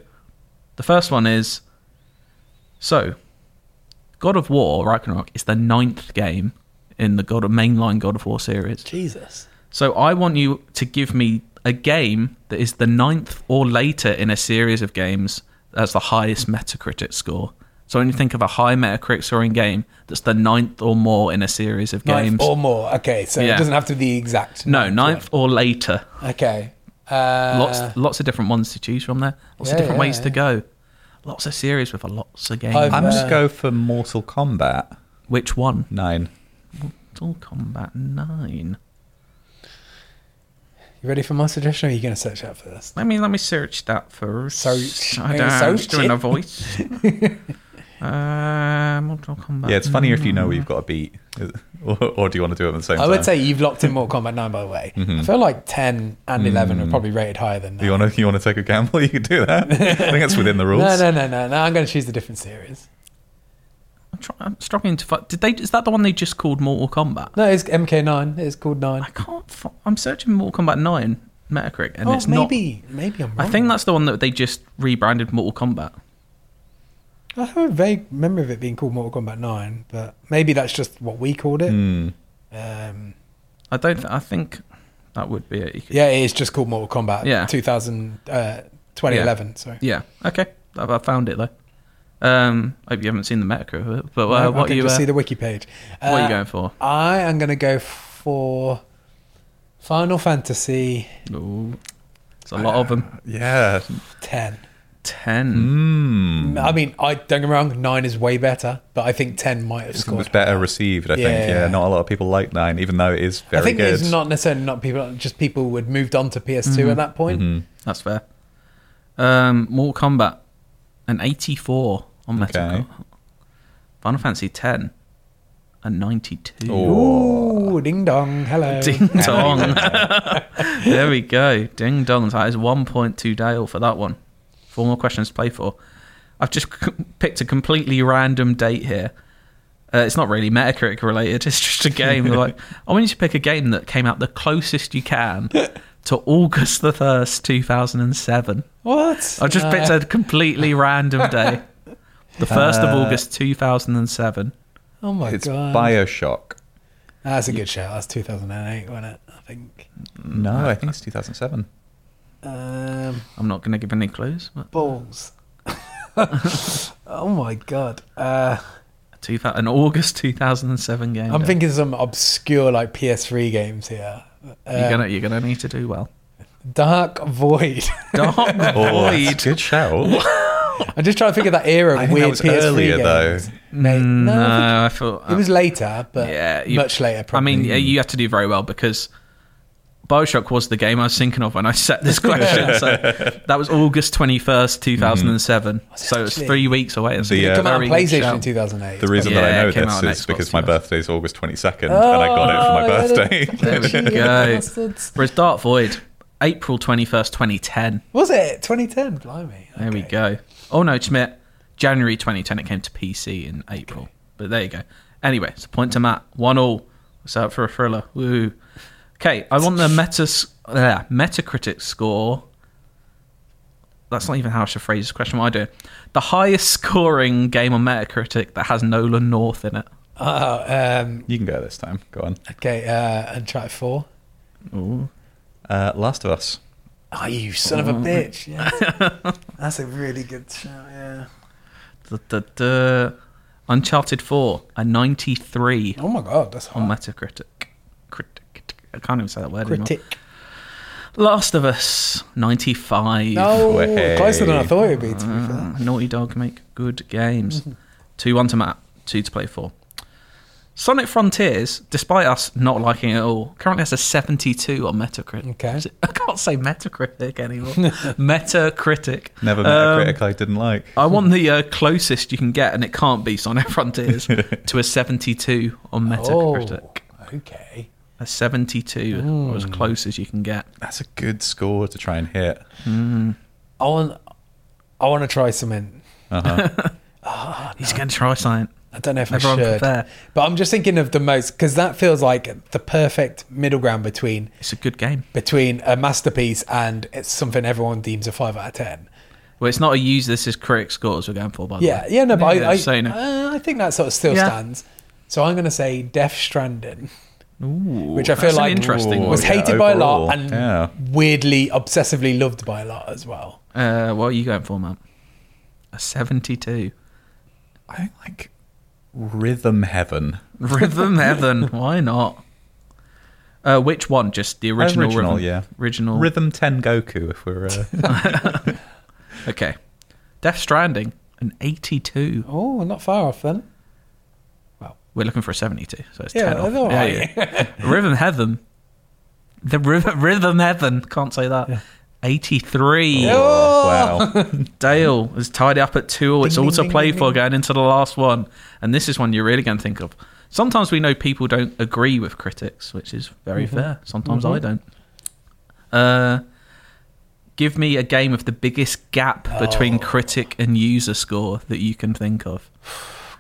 [SPEAKER 1] The first one is so, God of War Ragnarok is the ninth game in the God of mainline God of War series.
[SPEAKER 2] Jesus.
[SPEAKER 1] So I want you to give me a game that is the ninth or later in a series of games that's the highest Metacritic score. So when you think of a high Metacritic scoring game that's the ninth or more in a series of
[SPEAKER 2] Ninth
[SPEAKER 1] games.
[SPEAKER 2] or more. Okay, so
[SPEAKER 1] Yeah.
[SPEAKER 2] it doesn't have to be the exact.
[SPEAKER 1] no, ninth or later.
[SPEAKER 2] one. Okay. Uh,
[SPEAKER 1] Lots lots of different ones to choose from there. Lots
[SPEAKER 2] Yeah,
[SPEAKER 1] of different
[SPEAKER 2] yeah,
[SPEAKER 1] ways to
[SPEAKER 2] yeah.
[SPEAKER 1] go. Lots of series with a lots of games.
[SPEAKER 2] I've-
[SPEAKER 3] I'm
[SPEAKER 2] Uh,
[SPEAKER 3] just go for Mortal Kombat.
[SPEAKER 1] Which one?
[SPEAKER 3] Nine.
[SPEAKER 1] Mortal Kombat 9.
[SPEAKER 2] You ready for my suggestion? Or are you going to search up for this?
[SPEAKER 1] Let me let me search that first.
[SPEAKER 2] Search.
[SPEAKER 1] I don't know,
[SPEAKER 2] Search
[SPEAKER 1] just doing
[SPEAKER 2] it.
[SPEAKER 1] a
[SPEAKER 2] (laughs)
[SPEAKER 1] voice. uh, Mortal Kombat.
[SPEAKER 3] Yeah, it's funnier if you know we've got a beat, (laughs) or, or do you want to do it at the same
[SPEAKER 2] I
[SPEAKER 3] time?
[SPEAKER 2] would say you've locked in Mortal Kombat 9, by the way.
[SPEAKER 1] Mm-hmm.
[SPEAKER 2] I feel like 10
[SPEAKER 1] Mm.
[SPEAKER 2] and 11 are probably rated higher than that.
[SPEAKER 3] you want to you want to take a gamble. (laughs) You can do that. I think that's within the rules.
[SPEAKER 2] (laughs) No, no, no, no, no. I'm going to choose a different series.
[SPEAKER 1] I'm, try- I'm struggling to find. Did they? Is that the one they just called Mortal Kombat?
[SPEAKER 2] No, it's MK9. It's called 9.
[SPEAKER 1] I can't. Fi- I'm searching Mortal Kombat 9 Metacritic, and
[SPEAKER 2] oh,
[SPEAKER 1] it's not.
[SPEAKER 2] maybe. Maybe I'm wrong.
[SPEAKER 1] I think that's the one that they just rebranded Mortal Kombat.
[SPEAKER 2] I have a vague memory of it being called Mortal Kombat 9, but maybe that's just what we called it.
[SPEAKER 1] Hmm.
[SPEAKER 2] Um,
[SPEAKER 1] I don't. Th- I think that would be it. You could-
[SPEAKER 2] yeah, it is just called Mortal Kombat
[SPEAKER 1] Yeah.
[SPEAKER 2] 2000, uh, 2011. Sorry.
[SPEAKER 1] yeah. Okay. I've, I found it though. Um, hope you haven't seen the Metacritic, of it, but uh,
[SPEAKER 2] No, I
[SPEAKER 1] what
[SPEAKER 2] can
[SPEAKER 1] you
[SPEAKER 2] just
[SPEAKER 1] uh,
[SPEAKER 2] see the wiki page.
[SPEAKER 1] what are
[SPEAKER 2] Uh,
[SPEAKER 1] you going for?
[SPEAKER 2] I am going to go for Final Fantasy
[SPEAKER 1] Ooh, it's a lot of
[SPEAKER 2] Uh,
[SPEAKER 1] them.
[SPEAKER 3] Yeah.
[SPEAKER 2] 10.
[SPEAKER 1] Ten.
[SPEAKER 3] Hmm.
[SPEAKER 2] I mean, I don't get me wrong, 9 is way better, but I think 10 might have
[SPEAKER 3] It
[SPEAKER 2] scored.
[SPEAKER 3] was better received, I think.
[SPEAKER 2] Yeah.
[SPEAKER 3] Yeah, not a lot of people like Nine, even though it is
[SPEAKER 2] I
[SPEAKER 3] very
[SPEAKER 2] think
[SPEAKER 3] good.
[SPEAKER 2] it's not necessarily not people, just people who had moved on to PS2
[SPEAKER 1] Mm-hmm.
[SPEAKER 2] at that point.
[SPEAKER 3] Mm-hmm.
[SPEAKER 1] That's fair. Um, Mortal Kombat, an eighty-four on Metacritic.
[SPEAKER 3] Okay.
[SPEAKER 1] Final Fantasy ten, a
[SPEAKER 3] Oh.
[SPEAKER 1] ninety-two.
[SPEAKER 2] Ooh, ding dong,
[SPEAKER 1] (laughs)
[SPEAKER 2] hello.
[SPEAKER 1] Ding dong. (laughs) there we go. Ding dong. That is 1.2 Dale for that one. Four more questions to play for. I've just c- picked a completely random date here. Uh, it's not really Metacritic related. (laughs) It's just a game. We're like, I want you to pick a game that came out the closest you can to August the 1st, 2007.
[SPEAKER 2] What? Uh,
[SPEAKER 1] I just
[SPEAKER 2] No.
[SPEAKER 1] picked a completely random day. The 1st
[SPEAKER 2] Uh,
[SPEAKER 1] of August, 2007.
[SPEAKER 2] Oh my
[SPEAKER 3] It's
[SPEAKER 2] god.
[SPEAKER 3] Bioshock.
[SPEAKER 2] That's a good show. That's 2008, wasn't it? I think.
[SPEAKER 3] No, I think it's 2007.
[SPEAKER 2] Um,
[SPEAKER 1] I'm not going to give any clues. But
[SPEAKER 2] balls. (laughs) oh my god. Uh,
[SPEAKER 1] two, an August 2007 game.
[SPEAKER 2] I'm
[SPEAKER 1] day.
[SPEAKER 2] thinking some obscure like PS3 games here. uh,
[SPEAKER 1] You're gonna you're gonna need to do
[SPEAKER 2] (laughs)
[SPEAKER 1] well.
[SPEAKER 2] Dark
[SPEAKER 3] (laughs)
[SPEAKER 2] Void.
[SPEAKER 1] Dark
[SPEAKER 3] Oh,
[SPEAKER 1] Void.
[SPEAKER 3] that's a
[SPEAKER 1] (laughs)
[SPEAKER 3] good shout.
[SPEAKER 2] I'm just trying to figure that era of
[SPEAKER 3] I think that
[SPEAKER 2] weird
[SPEAKER 3] was
[SPEAKER 2] PS3
[SPEAKER 3] earlier, though.
[SPEAKER 2] games. Mate,
[SPEAKER 1] No,
[SPEAKER 2] no, I
[SPEAKER 1] I feel uh,
[SPEAKER 2] think it was later, but
[SPEAKER 1] yeah, you-
[SPEAKER 2] much later. Probably.
[SPEAKER 1] I mean, yeah, you had to do very well because Bioshock was the game I was thinking of when I set
[SPEAKER 2] (laughs)
[SPEAKER 1] this question. so that was August twenty first, two thousand and seven.
[SPEAKER 2] Mm-hmm. it
[SPEAKER 1] So it's
[SPEAKER 2] actually?
[SPEAKER 1] three weeks away. It's
[SPEAKER 3] The,
[SPEAKER 1] a
[SPEAKER 3] uh,
[SPEAKER 2] come out on
[SPEAKER 1] very good
[SPEAKER 2] PlayStation
[SPEAKER 1] shout.
[SPEAKER 2] in 2008.
[SPEAKER 3] The reason
[SPEAKER 1] Yeah,
[SPEAKER 3] that I know
[SPEAKER 1] it came out
[SPEAKER 3] this
[SPEAKER 1] on
[SPEAKER 3] is
[SPEAKER 1] Xbox,
[SPEAKER 3] because my
[SPEAKER 1] yes.
[SPEAKER 3] birthday is August 22nd, and I got it for
[SPEAKER 2] Oh,
[SPEAKER 3] my birthday.
[SPEAKER 2] (laughs)
[SPEAKER 1] There
[SPEAKER 3] (laughs)
[SPEAKER 1] we go. Whereas Dark Void, April twenty first, twenty ten.
[SPEAKER 2] Was it 2010? Blimey.
[SPEAKER 1] There we
[SPEAKER 2] Okay.
[SPEAKER 1] go. Oh no, Schmidt. January 2010 it came to PC in April. But there you go. Anyway, it's a point to Matt. One all. What's out for a thriller? Woo. Okay, I want the metas, uh, Metacritic score. That's not even how I should phrase this question. What I do. The highest scoring game on Metacritic that has Nolan North in it.
[SPEAKER 2] Oh, um,
[SPEAKER 3] You can go this time. Go on.
[SPEAKER 2] okay. Uh, Uncharted 4.
[SPEAKER 1] Ooh.
[SPEAKER 3] Uh, Last of Us.
[SPEAKER 2] Oh, you son of a
[SPEAKER 1] (laughs)
[SPEAKER 2] bitch. Yeah. That's a really good shout, yeah.
[SPEAKER 1] Duh, duh, duh. Uncharted 4, a 93
[SPEAKER 2] Oh my god, that's hot.
[SPEAKER 1] on Metacritic. Critic. I can't even say that word anymore.
[SPEAKER 2] Critic.
[SPEAKER 1] Last of Us, 95.
[SPEAKER 2] No,
[SPEAKER 3] Way.
[SPEAKER 2] closer than I thought it would be, to be fair.
[SPEAKER 1] Uh, Naughty Dog make good games.
[SPEAKER 2] (laughs)
[SPEAKER 1] 2 1 to Matt, 2 to play for. Sonic Frontiers, despite us not liking it at all, currently has a 72 on Metacritic.
[SPEAKER 2] Okay.
[SPEAKER 1] Is it- (laughs) I can't say Metacritic anymore. (laughs) Metacritic.
[SPEAKER 3] Never met
[SPEAKER 1] Um,
[SPEAKER 3] a critic I didn't like.
[SPEAKER 1] I want the uh, closest you can get, and it can't be Sonic Frontiers, to a 72 on Metacritic.
[SPEAKER 2] Oh, okay.
[SPEAKER 1] A 72,
[SPEAKER 2] Hmm.
[SPEAKER 1] or as close as you can get.
[SPEAKER 3] That's a good score to try and hit.
[SPEAKER 2] I want, I want to try something.
[SPEAKER 1] He's going to try something.
[SPEAKER 2] I don't know if
[SPEAKER 1] Everyone
[SPEAKER 2] I should.
[SPEAKER 1] prepare.
[SPEAKER 2] But I'm just thinking of the most, because that feels like the perfect middle ground between
[SPEAKER 1] It's a good game.
[SPEAKER 2] between a masterpiece and it's something everyone deems a 5 out of 10.
[SPEAKER 1] Well, it's not a use this as critic scores we're going for, by the
[SPEAKER 2] Yeah,
[SPEAKER 1] way.
[SPEAKER 2] yeah, no, but I, I,
[SPEAKER 1] so, you know.
[SPEAKER 2] uh, I think that sort of still
[SPEAKER 1] Yeah.
[SPEAKER 2] stands. So I'm going to say Death Stranding, which I feel
[SPEAKER 1] that's an
[SPEAKER 2] like
[SPEAKER 1] interesting one.
[SPEAKER 2] was
[SPEAKER 3] yeah,
[SPEAKER 2] hated by a lot
[SPEAKER 3] overall,
[SPEAKER 2] and
[SPEAKER 3] yeah.
[SPEAKER 2] weirdly, obsessively loved by a lot as well.
[SPEAKER 1] Uh, what are you going for, Matt? A 72.
[SPEAKER 3] I think, like Rhythm Heaven.
[SPEAKER 1] (laughs) Rhythm
[SPEAKER 2] (laughs)
[SPEAKER 1] Heaven. Why not? Uh, which one? Just the original,
[SPEAKER 3] Original,
[SPEAKER 1] rhythm.
[SPEAKER 3] yeah.
[SPEAKER 1] Original.
[SPEAKER 3] Rhythm Ten Goku, if we're.
[SPEAKER 1] (laughs)
[SPEAKER 3] Uh,
[SPEAKER 1] Okay. Death Stranding, an 82.
[SPEAKER 2] Oh, not far off then. Well,
[SPEAKER 1] We're looking for a 72, so it's
[SPEAKER 2] Yeah,
[SPEAKER 1] 10 off.
[SPEAKER 2] that's all right. (laughs)
[SPEAKER 1] Rhythm Heaven. The Rhythm, Rhythm Heaven. Can't say that. 83.
[SPEAKER 3] Wow.
[SPEAKER 1] Dale is tied up at two. It's
[SPEAKER 2] Ding,
[SPEAKER 1] all
[SPEAKER 2] ding,
[SPEAKER 1] to
[SPEAKER 2] ding,
[SPEAKER 1] play
[SPEAKER 2] ding,
[SPEAKER 1] for
[SPEAKER 2] ding.
[SPEAKER 1] going into the last one. And this is one you're really going to think of. Sometimes we know people don't agree with critics, which is very
[SPEAKER 2] Mm-hmm.
[SPEAKER 1] fair. Sometimes I don't. Uh, give me a game of the biggest gap
[SPEAKER 2] Oh.
[SPEAKER 1] between critic and user score that you can think of.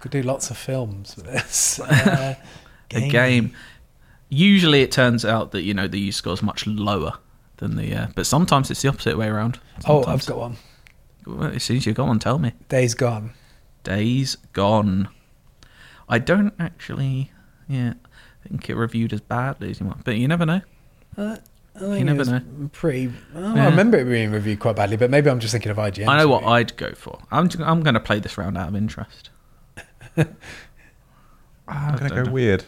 [SPEAKER 2] Could do lots of films
[SPEAKER 1] (laughs)
[SPEAKER 2] with this. Uh,
[SPEAKER 1] A game. Usually it turns out that, you know, the user score is much lower than the. Uh, but sometimes it's the opposite way around.
[SPEAKER 2] Oh,
[SPEAKER 1] Sometimes-
[SPEAKER 2] I've got one.
[SPEAKER 1] Well, as soon as you've got one, tell me.
[SPEAKER 2] Days Gone.
[SPEAKER 1] Days Gone. I don't actually, yeah, I think it reviewed as badly as you want, but you never know.
[SPEAKER 2] I think
[SPEAKER 1] never
[SPEAKER 2] it was
[SPEAKER 1] know.
[SPEAKER 2] Pretty. well,
[SPEAKER 1] Yeah.
[SPEAKER 2] I remember it being reviewed quite badly, but maybe I'm just thinking of IGN.
[SPEAKER 1] I know what
[SPEAKER 2] review.
[SPEAKER 1] I'd go for. I'm ju- I'm going to play this round out of interest.
[SPEAKER 3] (laughs) I'm going
[SPEAKER 1] don't
[SPEAKER 3] to go
[SPEAKER 1] know.
[SPEAKER 3] weird.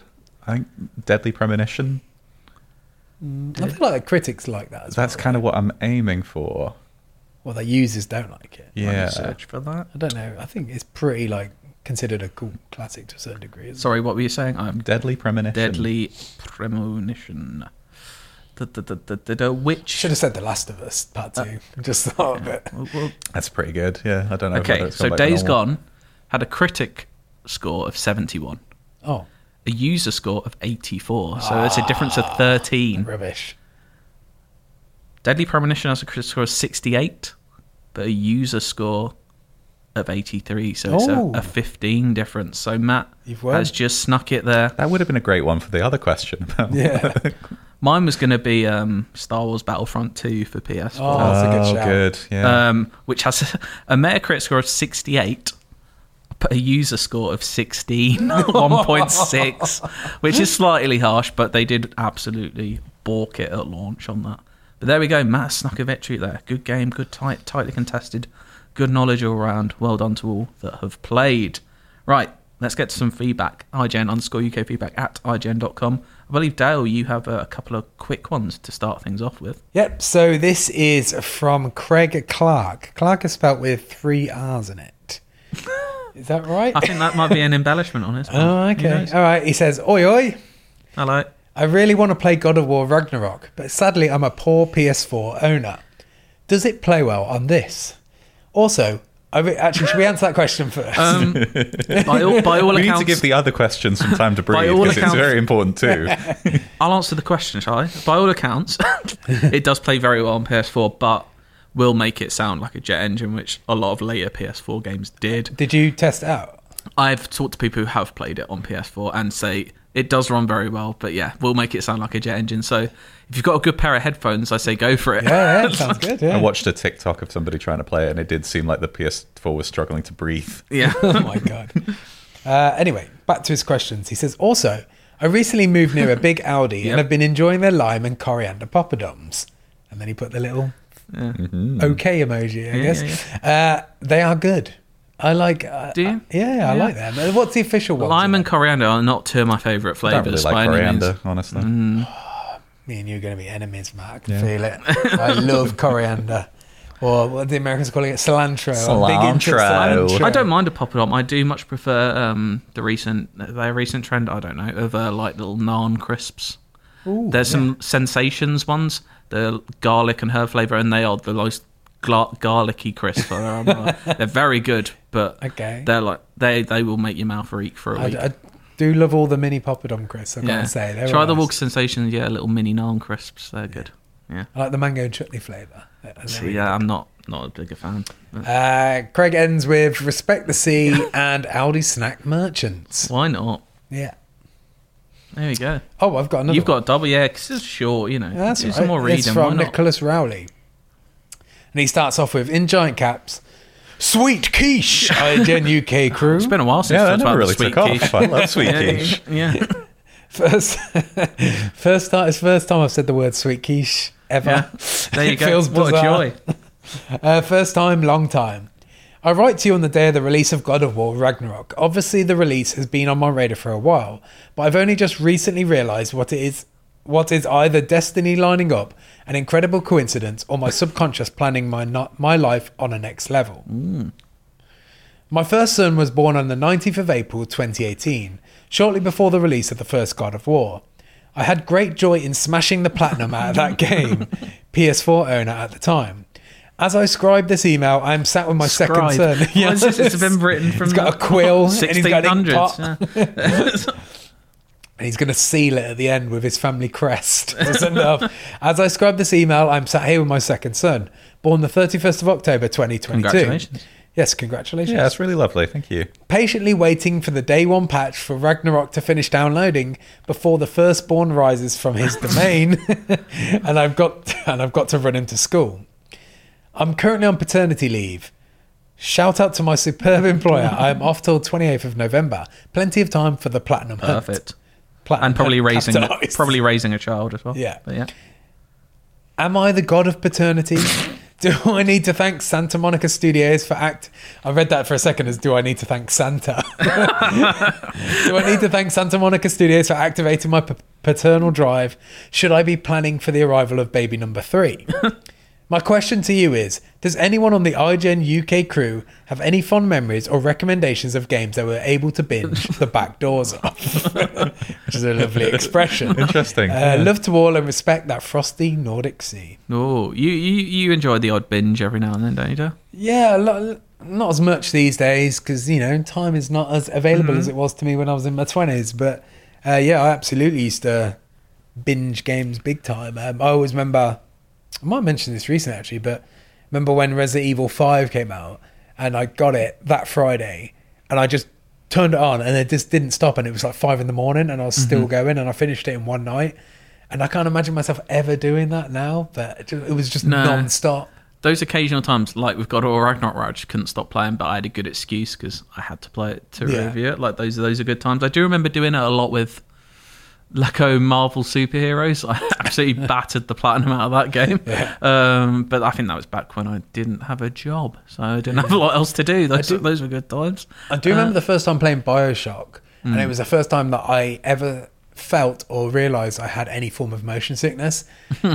[SPEAKER 3] I think Deadly Premonition.
[SPEAKER 2] I feel like the critics like that as
[SPEAKER 3] That's
[SPEAKER 2] well.
[SPEAKER 3] kind of what I'm aiming for.
[SPEAKER 2] Well, the users don't like it.
[SPEAKER 1] Let me
[SPEAKER 3] Yeah.
[SPEAKER 1] search for that.
[SPEAKER 2] I don't know. I think it's pretty like considered a cool classic to a certain degree. Isn't
[SPEAKER 1] Sorry, what were you saying? I'm
[SPEAKER 3] Deadly Premonition.
[SPEAKER 1] deadly premonition. Da, da, da, da, da, da, which
[SPEAKER 2] Should have said The Last of Us Part
[SPEAKER 1] Uh,
[SPEAKER 2] Two. (laughs) Just thought of it.
[SPEAKER 1] Well, well,
[SPEAKER 3] That's pretty good. Yeah. I don't know. whether
[SPEAKER 1] oh. okay,
[SPEAKER 3] it's gone
[SPEAKER 1] so
[SPEAKER 3] back to
[SPEAKER 1] Days
[SPEAKER 3] normal.
[SPEAKER 1] Gone had a critic score of 71,
[SPEAKER 2] Oh,
[SPEAKER 1] a user score of 84. So it's a difference
[SPEAKER 3] Ah,
[SPEAKER 1] of 13.
[SPEAKER 2] rubbish.
[SPEAKER 1] Deadly Premonition has a critic score of 68, but a user score of 83. So it's
[SPEAKER 2] Oh.
[SPEAKER 1] a, a 15 difference. So Matt
[SPEAKER 2] You've won.
[SPEAKER 1] has just snuck it there.
[SPEAKER 3] That would have been a great one for the other question. (laughs) about-
[SPEAKER 2] Yeah.
[SPEAKER 1] Mine was going to be um, Star Wars Battlefront 2 for PS4,
[SPEAKER 2] Oh, that's a good
[SPEAKER 3] oh,
[SPEAKER 2] shout.
[SPEAKER 3] good. Yeah.
[SPEAKER 1] um, which has (laughs) a, Metacritic score of 68. But a user score of 16, (laughs) 1.6, which is slightly harsh, but they did absolutely balk it at launch on that. But there we go, Matt snuck a victory there. Good game, good tight, tightly contested, good knowledge all round. Well done to all that have played. Right, let's get to some feedback. IGN underscore UK feedback at IGN.com. I believe, Dale, you have uh, a couple of quick ones to start things off with.
[SPEAKER 2] Yep. So this is from Craig Clark. Clark is spelt with three R's
[SPEAKER 1] (laughs)
[SPEAKER 2] in it. Is that right?
[SPEAKER 1] I think that might be an embellishment on his part.
[SPEAKER 2] oh,
[SPEAKER 1] Who
[SPEAKER 2] okay.
[SPEAKER 1] knows?
[SPEAKER 2] All right. He says, "Oi, oi."
[SPEAKER 1] Hello.
[SPEAKER 2] I really want to play God of War Ragnarok, but sadly I'm a poor PS4 owner. Does it play well on this? Also, I re- actually should we answer that question first?
[SPEAKER 1] Um, by all,
[SPEAKER 3] (laughs)
[SPEAKER 1] by all
[SPEAKER 3] we need
[SPEAKER 1] accounts,
[SPEAKER 3] to give the other question some time
[SPEAKER 1] (laughs)
[SPEAKER 3] to breathe
[SPEAKER 1] all
[SPEAKER 3] because it's
[SPEAKER 1] accounts-
[SPEAKER 3] very important
[SPEAKER 1] (laughs)
[SPEAKER 3] too.
[SPEAKER 1] I'll answer the question, shall I? By all accounts, (laughs) it does play very well on PS4, but will make it sound like a jet engine, which a lot of later PS4 games did.
[SPEAKER 2] Did you test it out?
[SPEAKER 1] I've talked to people who have played it on PS4 and say it does run very well, but yeah, will make it sound like a jet engine. So if you've got a good pair of headphones, I say go for it.
[SPEAKER 2] Yeah, yeah, sounds good.
[SPEAKER 3] I
[SPEAKER 2] Yeah.
[SPEAKER 3] watched a TikTok of somebody trying to play it, and it did seem like the PS4 was struggling to breathe.
[SPEAKER 1] (laughs)
[SPEAKER 3] (laughs)
[SPEAKER 1] yeah.
[SPEAKER 2] oh my god. Uh, anyway, back to his questions. He says, also, I recently moved near a big Audi and I've been enjoying their lime and coriander poppadoms. And then he put the little okay emoji,
[SPEAKER 1] Mm-hmm.
[SPEAKER 2] I
[SPEAKER 1] Yeah,
[SPEAKER 2] guess. Uh, they are good. I like. Uh,
[SPEAKER 1] Do you?
[SPEAKER 2] uh, yeah,
[SPEAKER 1] Yeah.
[SPEAKER 2] I like them. What's the official one?
[SPEAKER 1] Lime and coriander are not two of Mm-hmm. my favourite
[SPEAKER 3] I don't really
[SPEAKER 1] flavours.
[SPEAKER 3] like
[SPEAKER 1] by any means.
[SPEAKER 3] coriander, honestly.
[SPEAKER 2] me and you are going to be enemies, Mark. I can feel it. I love coriander. Or what the Americans calling it cilantro. I'm big into
[SPEAKER 3] Cilantro.
[SPEAKER 2] cilantro.
[SPEAKER 1] I don't mind a poppadom. I do much prefer um, the recent their recent trend. I don't know of uh, like little naan crisps.
[SPEAKER 2] Ooh,
[SPEAKER 1] There's some sensations ones, the garlic and herb flavor, and they are the most gla- garlicky crisp. I've ever
[SPEAKER 2] (laughs)
[SPEAKER 1] had. they're very good, but
[SPEAKER 2] Okay.
[SPEAKER 1] they're like they they will make your mouth reek for a week.
[SPEAKER 2] I, I do love all the mini poppadom crisps. I've got
[SPEAKER 1] yeah,
[SPEAKER 2] to say. They're
[SPEAKER 1] try the
[SPEAKER 2] nice.
[SPEAKER 1] walk sensations. Yeah, little mini naan crisps. They're good. Yeah,
[SPEAKER 2] I like the mango and chutney flavour.
[SPEAKER 1] So, yeah. I'm not not a bigger fan.
[SPEAKER 2] Uh, Craig ends with respect the sea
[SPEAKER 1] (laughs)
[SPEAKER 2] and Aldi snack merchants.
[SPEAKER 1] Why not?
[SPEAKER 2] Yeah.
[SPEAKER 1] There you go.
[SPEAKER 2] Oh, I've got another.
[SPEAKER 1] You've
[SPEAKER 2] one.
[SPEAKER 1] got a double, yeah, because it's short, you know.
[SPEAKER 2] That's
[SPEAKER 1] Do
[SPEAKER 2] right.
[SPEAKER 1] some more reading.
[SPEAKER 2] It's
[SPEAKER 1] why
[SPEAKER 2] from
[SPEAKER 1] not?
[SPEAKER 2] Nicholas Rowley, and he starts off with in giant caps. Sweet quiche,
[SPEAKER 1] (laughs)
[SPEAKER 2] IGN UK crew.
[SPEAKER 1] It's been a while since
[SPEAKER 3] Yeah,
[SPEAKER 1] we talked
[SPEAKER 3] that
[SPEAKER 1] about
[SPEAKER 3] never
[SPEAKER 1] the
[SPEAKER 3] really
[SPEAKER 1] sweet
[SPEAKER 3] took off.
[SPEAKER 1] quiche.
[SPEAKER 3] I
[SPEAKER 2] (laughs)
[SPEAKER 3] love sweet
[SPEAKER 1] (laughs) Yeah,
[SPEAKER 3] quiche.
[SPEAKER 1] Yeah, yeah.
[SPEAKER 2] First, (laughs) first time. It's first time I've said the word sweet quiche ever.
[SPEAKER 1] Yeah. (laughs) There you
[SPEAKER 2] (laughs) It
[SPEAKER 1] go.
[SPEAKER 2] feels
[SPEAKER 1] what a
[SPEAKER 2] bizarre.
[SPEAKER 1] joy.
[SPEAKER 2] Uh, first time, long time. I write to you on the day of the release of God of War Ragnarok. Obviously, the release has been on my radar for a while, but I've only just recently realised what it is. What is either destiny lining up, an incredible coincidence, or my subconscious planning my not, my life on a next level? My first son was born on the 19th of April 2018, shortly before the release of the first God of War. I had great joy in smashing the platinum out
[SPEAKER 1] (laughs)
[SPEAKER 2] of that game, PS4 owner at the time. As I scribe this email, I'm sat with my second
[SPEAKER 1] Scribe.
[SPEAKER 2] (laughs) son.
[SPEAKER 1] Why is this- it's been written from
[SPEAKER 2] He's got a
[SPEAKER 1] the-
[SPEAKER 2] quill and he's got an
[SPEAKER 1] 1600s.
[SPEAKER 2] pot. (laughs)
[SPEAKER 1] yeah.
[SPEAKER 2] and he's going to seal it at the end with his
[SPEAKER 1] (laughs)
[SPEAKER 2] family crest. That's enough. As I scribe this email, I'm sat here with my second son, born the 31st of October
[SPEAKER 1] (laughs)
[SPEAKER 2] 2022.
[SPEAKER 1] Congratulations.
[SPEAKER 2] Yes, congratulations.
[SPEAKER 3] Yeah, that's really lovely. Thank you.
[SPEAKER 2] Patiently waiting for the day one patch for Ragnarok to finish downloading before the firstborn rises from
[SPEAKER 1] (laughs)
[SPEAKER 2] his domain, (laughs) and I've got and I've got to run him to school. I'm currently on paternity leave. Shout out to
[SPEAKER 1] (laughs)
[SPEAKER 2] my superb employer. I am off till 28th of November. Plenty of time for the platinum hunt.
[SPEAKER 1] Perfect.
[SPEAKER 2] Platinum
[SPEAKER 1] And
[SPEAKER 2] (laughs)
[SPEAKER 1] probably
[SPEAKER 2] hunt
[SPEAKER 1] raising
[SPEAKER 2] capitalised.
[SPEAKER 1] probably raising a child as well.
[SPEAKER 2] Yeah.
[SPEAKER 1] But yeah.
[SPEAKER 2] Am I the god of paternity? Do I need to thank Santa Monica Studios for act? I read that for a second as do I need to thank Santa? (laughs) do I need to thank Santa Monica Studios for activating my p- paternal drive? Should I be planning for the arrival of baby number three? my question to you is: Does anyone on the IGN UK crew have any fond memories or recommendations of games they were able to binge the back doors of? (laughs) Which is a lovely expression.
[SPEAKER 3] Interesting.
[SPEAKER 2] Uh,
[SPEAKER 3] Yeah.
[SPEAKER 2] love to all and respect that frosty Nordic sea.
[SPEAKER 1] Oh, you, you you enjoy the odd binge every now and then, don't you? Dale?
[SPEAKER 2] Yeah, lo- not as much these days because you know time is not as available as it was to me when I was in my twenties. But uh, yeah, I absolutely used to binge games big time. Um, I always remember. I might mention this recently actually, but remember when Resident Evil Five came out and I got it that Friday and I just turned it on and it just didn't stop and it was like five in the morning and I was still going and I finished it in one night. And I can't imagine myself ever doing that now, but it ju- it was just
[SPEAKER 1] No.
[SPEAKER 2] non-stop.
[SPEAKER 1] Those occasional times, like we've got all Ragnarok, where I just couldn't stop playing, but I had a good excuse because I had to play it to
[SPEAKER 2] Yeah.
[SPEAKER 1] review it. Like those, those are good times. I do remember doing it a lot with Leco Marvel superheroes. I (laughs)
[SPEAKER 2] (laughs)
[SPEAKER 1] absolutely battered the platinum out of that game. Um, but I think that was back when I didn't have a job, so I didn't have a lot else to do. Those,
[SPEAKER 2] do-
[SPEAKER 1] those were good times.
[SPEAKER 2] I do
[SPEAKER 1] Uh,
[SPEAKER 2] remember the first time playing Bioshock, and
[SPEAKER 1] Mm.
[SPEAKER 2] it was the first time that I ever felt or realized I had any form of
[SPEAKER 1] (laughs)
[SPEAKER 2] motion sickness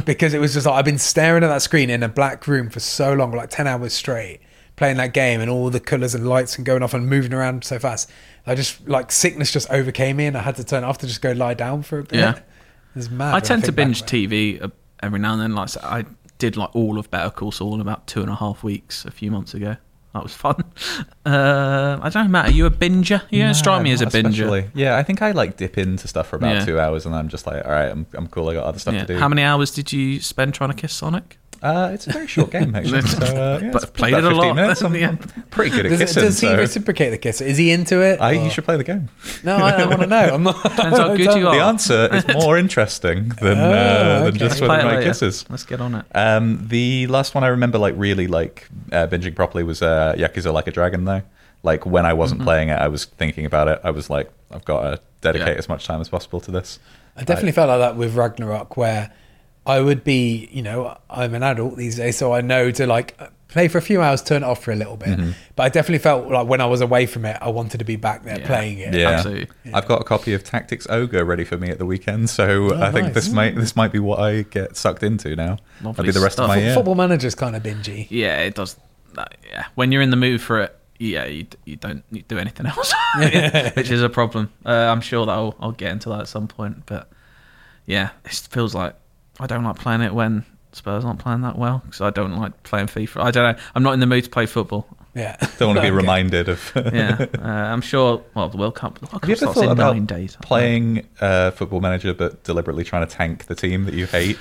[SPEAKER 2] because it was just like I've been staring at that screen in a black room for so long, like 10 hours straight, playing that game and all the colors and lights and going off and moving around so fast. I just like sickness just overcame me, and I had to turn it off to just go lie down for a bit. (laughs)
[SPEAKER 1] Yeah.
[SPEAKER 2] It was mad.
[SPEAKER 1] I
[SPEAKER 2] when
[SPEAKER 1] tend to
[SPEAKER 2] think back
[SPEAKER 1] binge
[SPEAKER 2] it.
[SPEAKER 1] TV uh, every now and then. Like I said, I did, like all of Better Call Saul in about two and a half weeks a few months ago. That was fun. (laughs) Uh, I don't know, Matt. Are you a binger? You don't strike me as a
[SPEAKER 3] Not
[SPEAKER 1] binger.
[SPEAKER 3] especially. Yeah, I think I like dip into stuff for about
[SPEAKER 1] Yeah.
[SPEAKER 3] two hours, and I'm just like, all right, I'm, I'm cool. I got other stuff
[SPEAKER 1] Yeah.
[SPEAKER 3] to do.
[SPEAKER 1] How many hours did you spend trying to kiss Sonic?
[SPEAKER 3] Uh, it's a very short
[SPEAKER 1] (laughs)
[SPEAKER 3] game, actually. so, uh, yeah,
[SPEAKER 1] But
[SPEAKER 3] it's
[SPEAKER 1] played it
[SPEAKER 3] about
[SPEAKER 1] a
[SPEAKER 3] 15
[SPEAKER 1] lot. (laughs)
[SPEAKER 3] Minutes. I'm,
[SPEAKER 1] Yeah.
[SPEAKER 3] I'm pretty good at
[SPEAKER 2] Does, it-
[SPEAKER 3] kissing.
[SPEAKER 2] does he
[SPEAKER 3] so
[SPEAKER 2] reciprocate the kiss? Is he into it?
[SPEAKER 3] I,
[SPEAKER 2] or-
[SPEAKER 1] Oh.
[SPEAKER 3] you should play the game.
[SPEAKER 2] No, I, I want to know.
[SPEAKER 1] (laughs)
[SPEAKER 2] I'm not.
[SPEAKER 1] Depends
[SPEAKER 2] (laughs)
[SPEAKER 1] how good you
[SPEAKER 3] The
[SPEAKER 1] are.
[SPEAKER 3] answer
[SPEAKER 1] (laughs)
[SPEAKER 3] is more interesting than,
[SPEAKER 2] Oh,
[SPEAKER 3] uh,
[SPEAKER 2] okay.
[SPEAKER 3] than just
[SPEAKER 1] Let's play
[SPEAKER 3] whether
[SPEAKER 1] it
[SPEAKER 3] my
[SPEAKER 1] later.
[SPEAKER 3] kisses.
[SPEAKER 1] Let's get on it.
[SPEAKER 3] Um, the last one I remember, like really like uh, binging properly, was uh, Yakuza Like a Dragon. Though, like when I
[SPEAKER 1] Mm-hmm.
[SPEAKER 3] wasn't playing it, I was thinking about it. I was like, I've got to dedicate
[SPEAKER 1] Yeah.
[SPEAKER 3] as much time as possible to this.
[SPEAKER 2] I definitely felt like that with Ragnarok, where I would be, you know, I'm an adult these days, so I know to like play for a few hours, turn it off for a little bit.
[SPEAKER 3] Mm-hmm.
[SPEAKER 2] But I definitely felt like when I was away from it, I wanted to be back there
[SPEAKER 1] Yeah.
[SPEAKER 2] playing it.
[SPEAKER 3] Yeah,
[SPEAKER 1] Absolutely.
[SPEAKER 3] I've got a copy of Tactics Ogre ready for me at the weekend, so I think
[SPEAKER 2] nice.
[SPEAKER 3] this might this might be what I get sucked into now. That'll
[SPEAKER 1] Lovely
[SPEAKER 3] be the rest
[SPEAKER 1] stuff.
[SPEAKER 3] of my year.
[SPEAKER 2] Football Manager's kind of bingy.
[SPEAKER 1] Yeah, it does. that- yeah, when you're in the mood for it, yeah, you, d- you don't need to do anything (laughs)
[SPEAKER 3] (laughs)
[SPEAKER 1] else, which is a problem. Uh, I'm sure that I'll, I'll get into that at some point, but yeah, it just feels like I don't like playing it when Spurs aren't playing that well because I don't like playing FIFA. I don't know. I'm not in the mood to play football.
[SPEAKER 2] Yeah,
[SPEAKER 3] (laughs) Don't want to
[SPEAKER 2] (laughs)
[SPEAKER 3] be
[SPEAKER 2] Okay.
[SPEAKER 3] reminded of. (laughs)
[SPEAKER 1] Yeah, uh, I'm sure. Well, the World Cup, the World Cup
[SPEAKER 3] Have you ever
[SPEAKER 1] starts
[SPEAKER 3] thought
[SPEAKER 1] in
[SPEAKER 3] about
[SPEAKER 1] nine days.
[SPEAKER 3] playing uh, Football Manager, but deliberately trying to tank the team that you hate?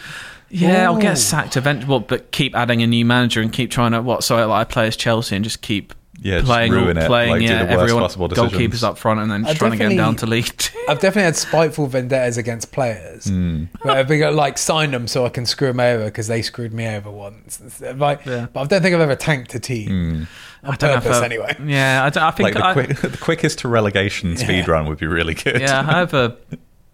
[SPEAKER 1] Yeah, I'll
[SPEAKER 2] Ooh.
[SPEAKER 1] get sacked eventually, well, but keep adding a new manager and keep trying to what? So like, I play as Chelsea and just keep
[SPEAKER 3] Yeah, just
[SPEAKER 1] playing,
[SPEAKER 3] ruin it,
[SPEAKER 1] playing,
[SPEAKER 3] like, do
[SPEAKER 1] yeah,
[SPEAKER 3] the worst
[SPEAKER 1] everyone,
[SPEAKER 3] possible decisions.
[SPEAKER 1] goalkeepers up front, and then just
[SPEAKER 2] I
[SPEAKER 1] trying to get them down to league. two.
[SPEAKER 2] (laughs) I've definitely had spiteful vendettas against players.
[SPEAKER 3] Hmm.
[SPEAKER 2] Where I've been, like signed them so I can screw them over because they screwed me over once. It's uh, Like,
[SPEAKER 1] Yeah.
[SPEAKER 2] but I don't think I've ever tanked a team.
[SPEAKER 3] Hmm.
[SPEAKER 1] I don't know if
[SPEAKER 2] purpose
[SPEAKER 1] I-
[SPEAKER 2] anyway.
[SPEAKER 1] Yeah, I, don't- I
[SPEAKER 3] Like
[SPEAKER 1] think
[SPEAKER 3] the,
[SPEAKER 1] I,
[SPEAKER 3] quick, (laughs) the quickest to relegation speed run would be really good.
[SPEAKER 1] yeah, I have a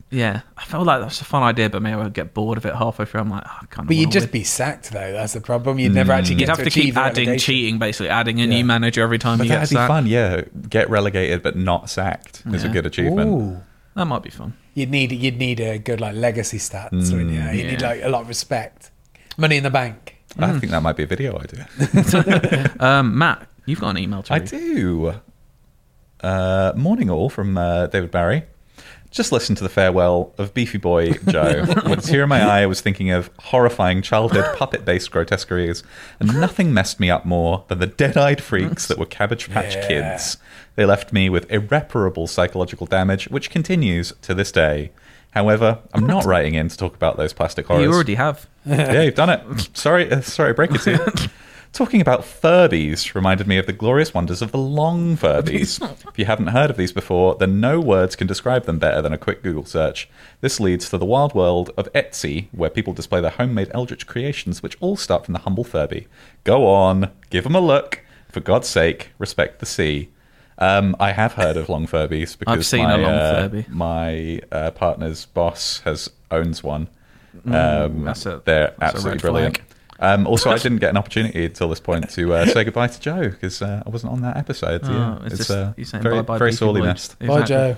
[SPEAKER 1] yeah. I felt like that's a fun idea, but maybe I would get bored of it halfway through. I'm like, oh, I kind
[SPEAKER 2] But
[SPEAKER 1] of.
[SPEAKER 2] you'd just be sacked though. That's the problem. You'd
[SPEAKER 3] Hmm.
[SPEAKER 2] never actually get
[SPEAKER 1] You'd have
[SPEAKER 2] to,
[SPEAKER 1] to
[SPEAKER 2] achieve
[SPEAKER 1] keep
[SPEAKER 2] the
[SPEAKER 1] adding
[SPEAKER 2] relegation.
[SPEAKER 1] cheating, basically adding a
[SPEAKER 2] Yeah.
[SPEAKER 1] new manager every time
[SPEAKER 3] But
[SPEAKER 1] you get
[SPEAKER 3] that'd be
[SPEAKER 1] sacked.
[SPEAKER 3] fun, yeah. Get relegated but not sacked is a
[SPEAKER 1] Yeah.
[SPEAKER 3] good achievement.
[SPEAKER 2] Ooh.
[SPEAKER 1] That might be fun.
[SPEAKER 2] You'd need you'd need a good like legacy stats. wouldn't you? You'd need
[SPEAKER 1] Yeah.
[SPEAKER 2] like a lot of respect, money in the bank.
[SPEAKER 1] Mm.
[SPEAKER 3] I think that might be a video idea.
[SPEAKER 1] Um, Matt, you've got an email to
[SPEAKER 3] I
[SPEAKER 1] read.
[SPEAKER 3] do. uh, Morning All from uh, David Barry. Just listen to the farewell of Beefy Boy
[SPEAKER 1] (laughs)
[SPEAKER 3] Joe. With a tear in my eye, I was thinking of
[SPEAKER 1] (gasps)
[SPEAKER 3] horrifying childhood puppet based grotesqueries, and nothing messed me up more than the dead eyed freaks that were Cabbage Patch
[SPEAKER 2] Yeah.
[SPEAKER 3] Kids. They left me with irreparable psychological damage, which continues to this day. However, I'm not writing in to talk about those plastic horrors
[SPEAKER 1] You already have.
[SPEAKER 3] (laughs) yeah, you've done it. Sorry, uh, sorry, I break it
[SPEAKER 1] (laughs)
[SPEAKER 3] to you. Talking about Furbies reminded me of the glorious wonders of the long
[SPEAKER 1] (laughs)
[SPEAKER 3] Furbies. if you haven't heard of these before, then no words can describe them better than a quick Google search. This leads to the wild world of Etsy, where people display their homemade eldritch creations, which all start from the humble Furby. Go on, give them a look. For God's sake, respect the sea. Um, I have heard of long Furbies because
[SPEAKER 1] seen a
[SPEAKER 3] my,
[SPEAKER 1] long
[SPEAKER 3] uh,
[SPEAKER 1] Furby.
[SPEAKER 3] my uh, partner's boss has owns one. um,
[SPEAKER 1] that's a-
[SPEAKER 3] they're
[SPEAKER 1] that's a
[SPEAKER 3] absolutely
[SPEAKER 1] red
[SPEAKER 3] brilliant.
[SPEAKER 1] flag.
[SPEAKER 3] Um, also, I didn't get an opportunity until this point to
[SPEAKER 1] (laughs)
[SPEAKER 3] uh, say goodbye to Joe because uh, I wasn't on that episode. yeah,
[SPEAKER 1] Oh, it's just
[SPEAKER 3] uh,
[SPEAKER 1] you saying
[SPEAKER 3] very,
[SPEAKER 1] bye bye.
[SPEAKER 3] very sorely missed.
[SPEAKER 2] Bye, Joe.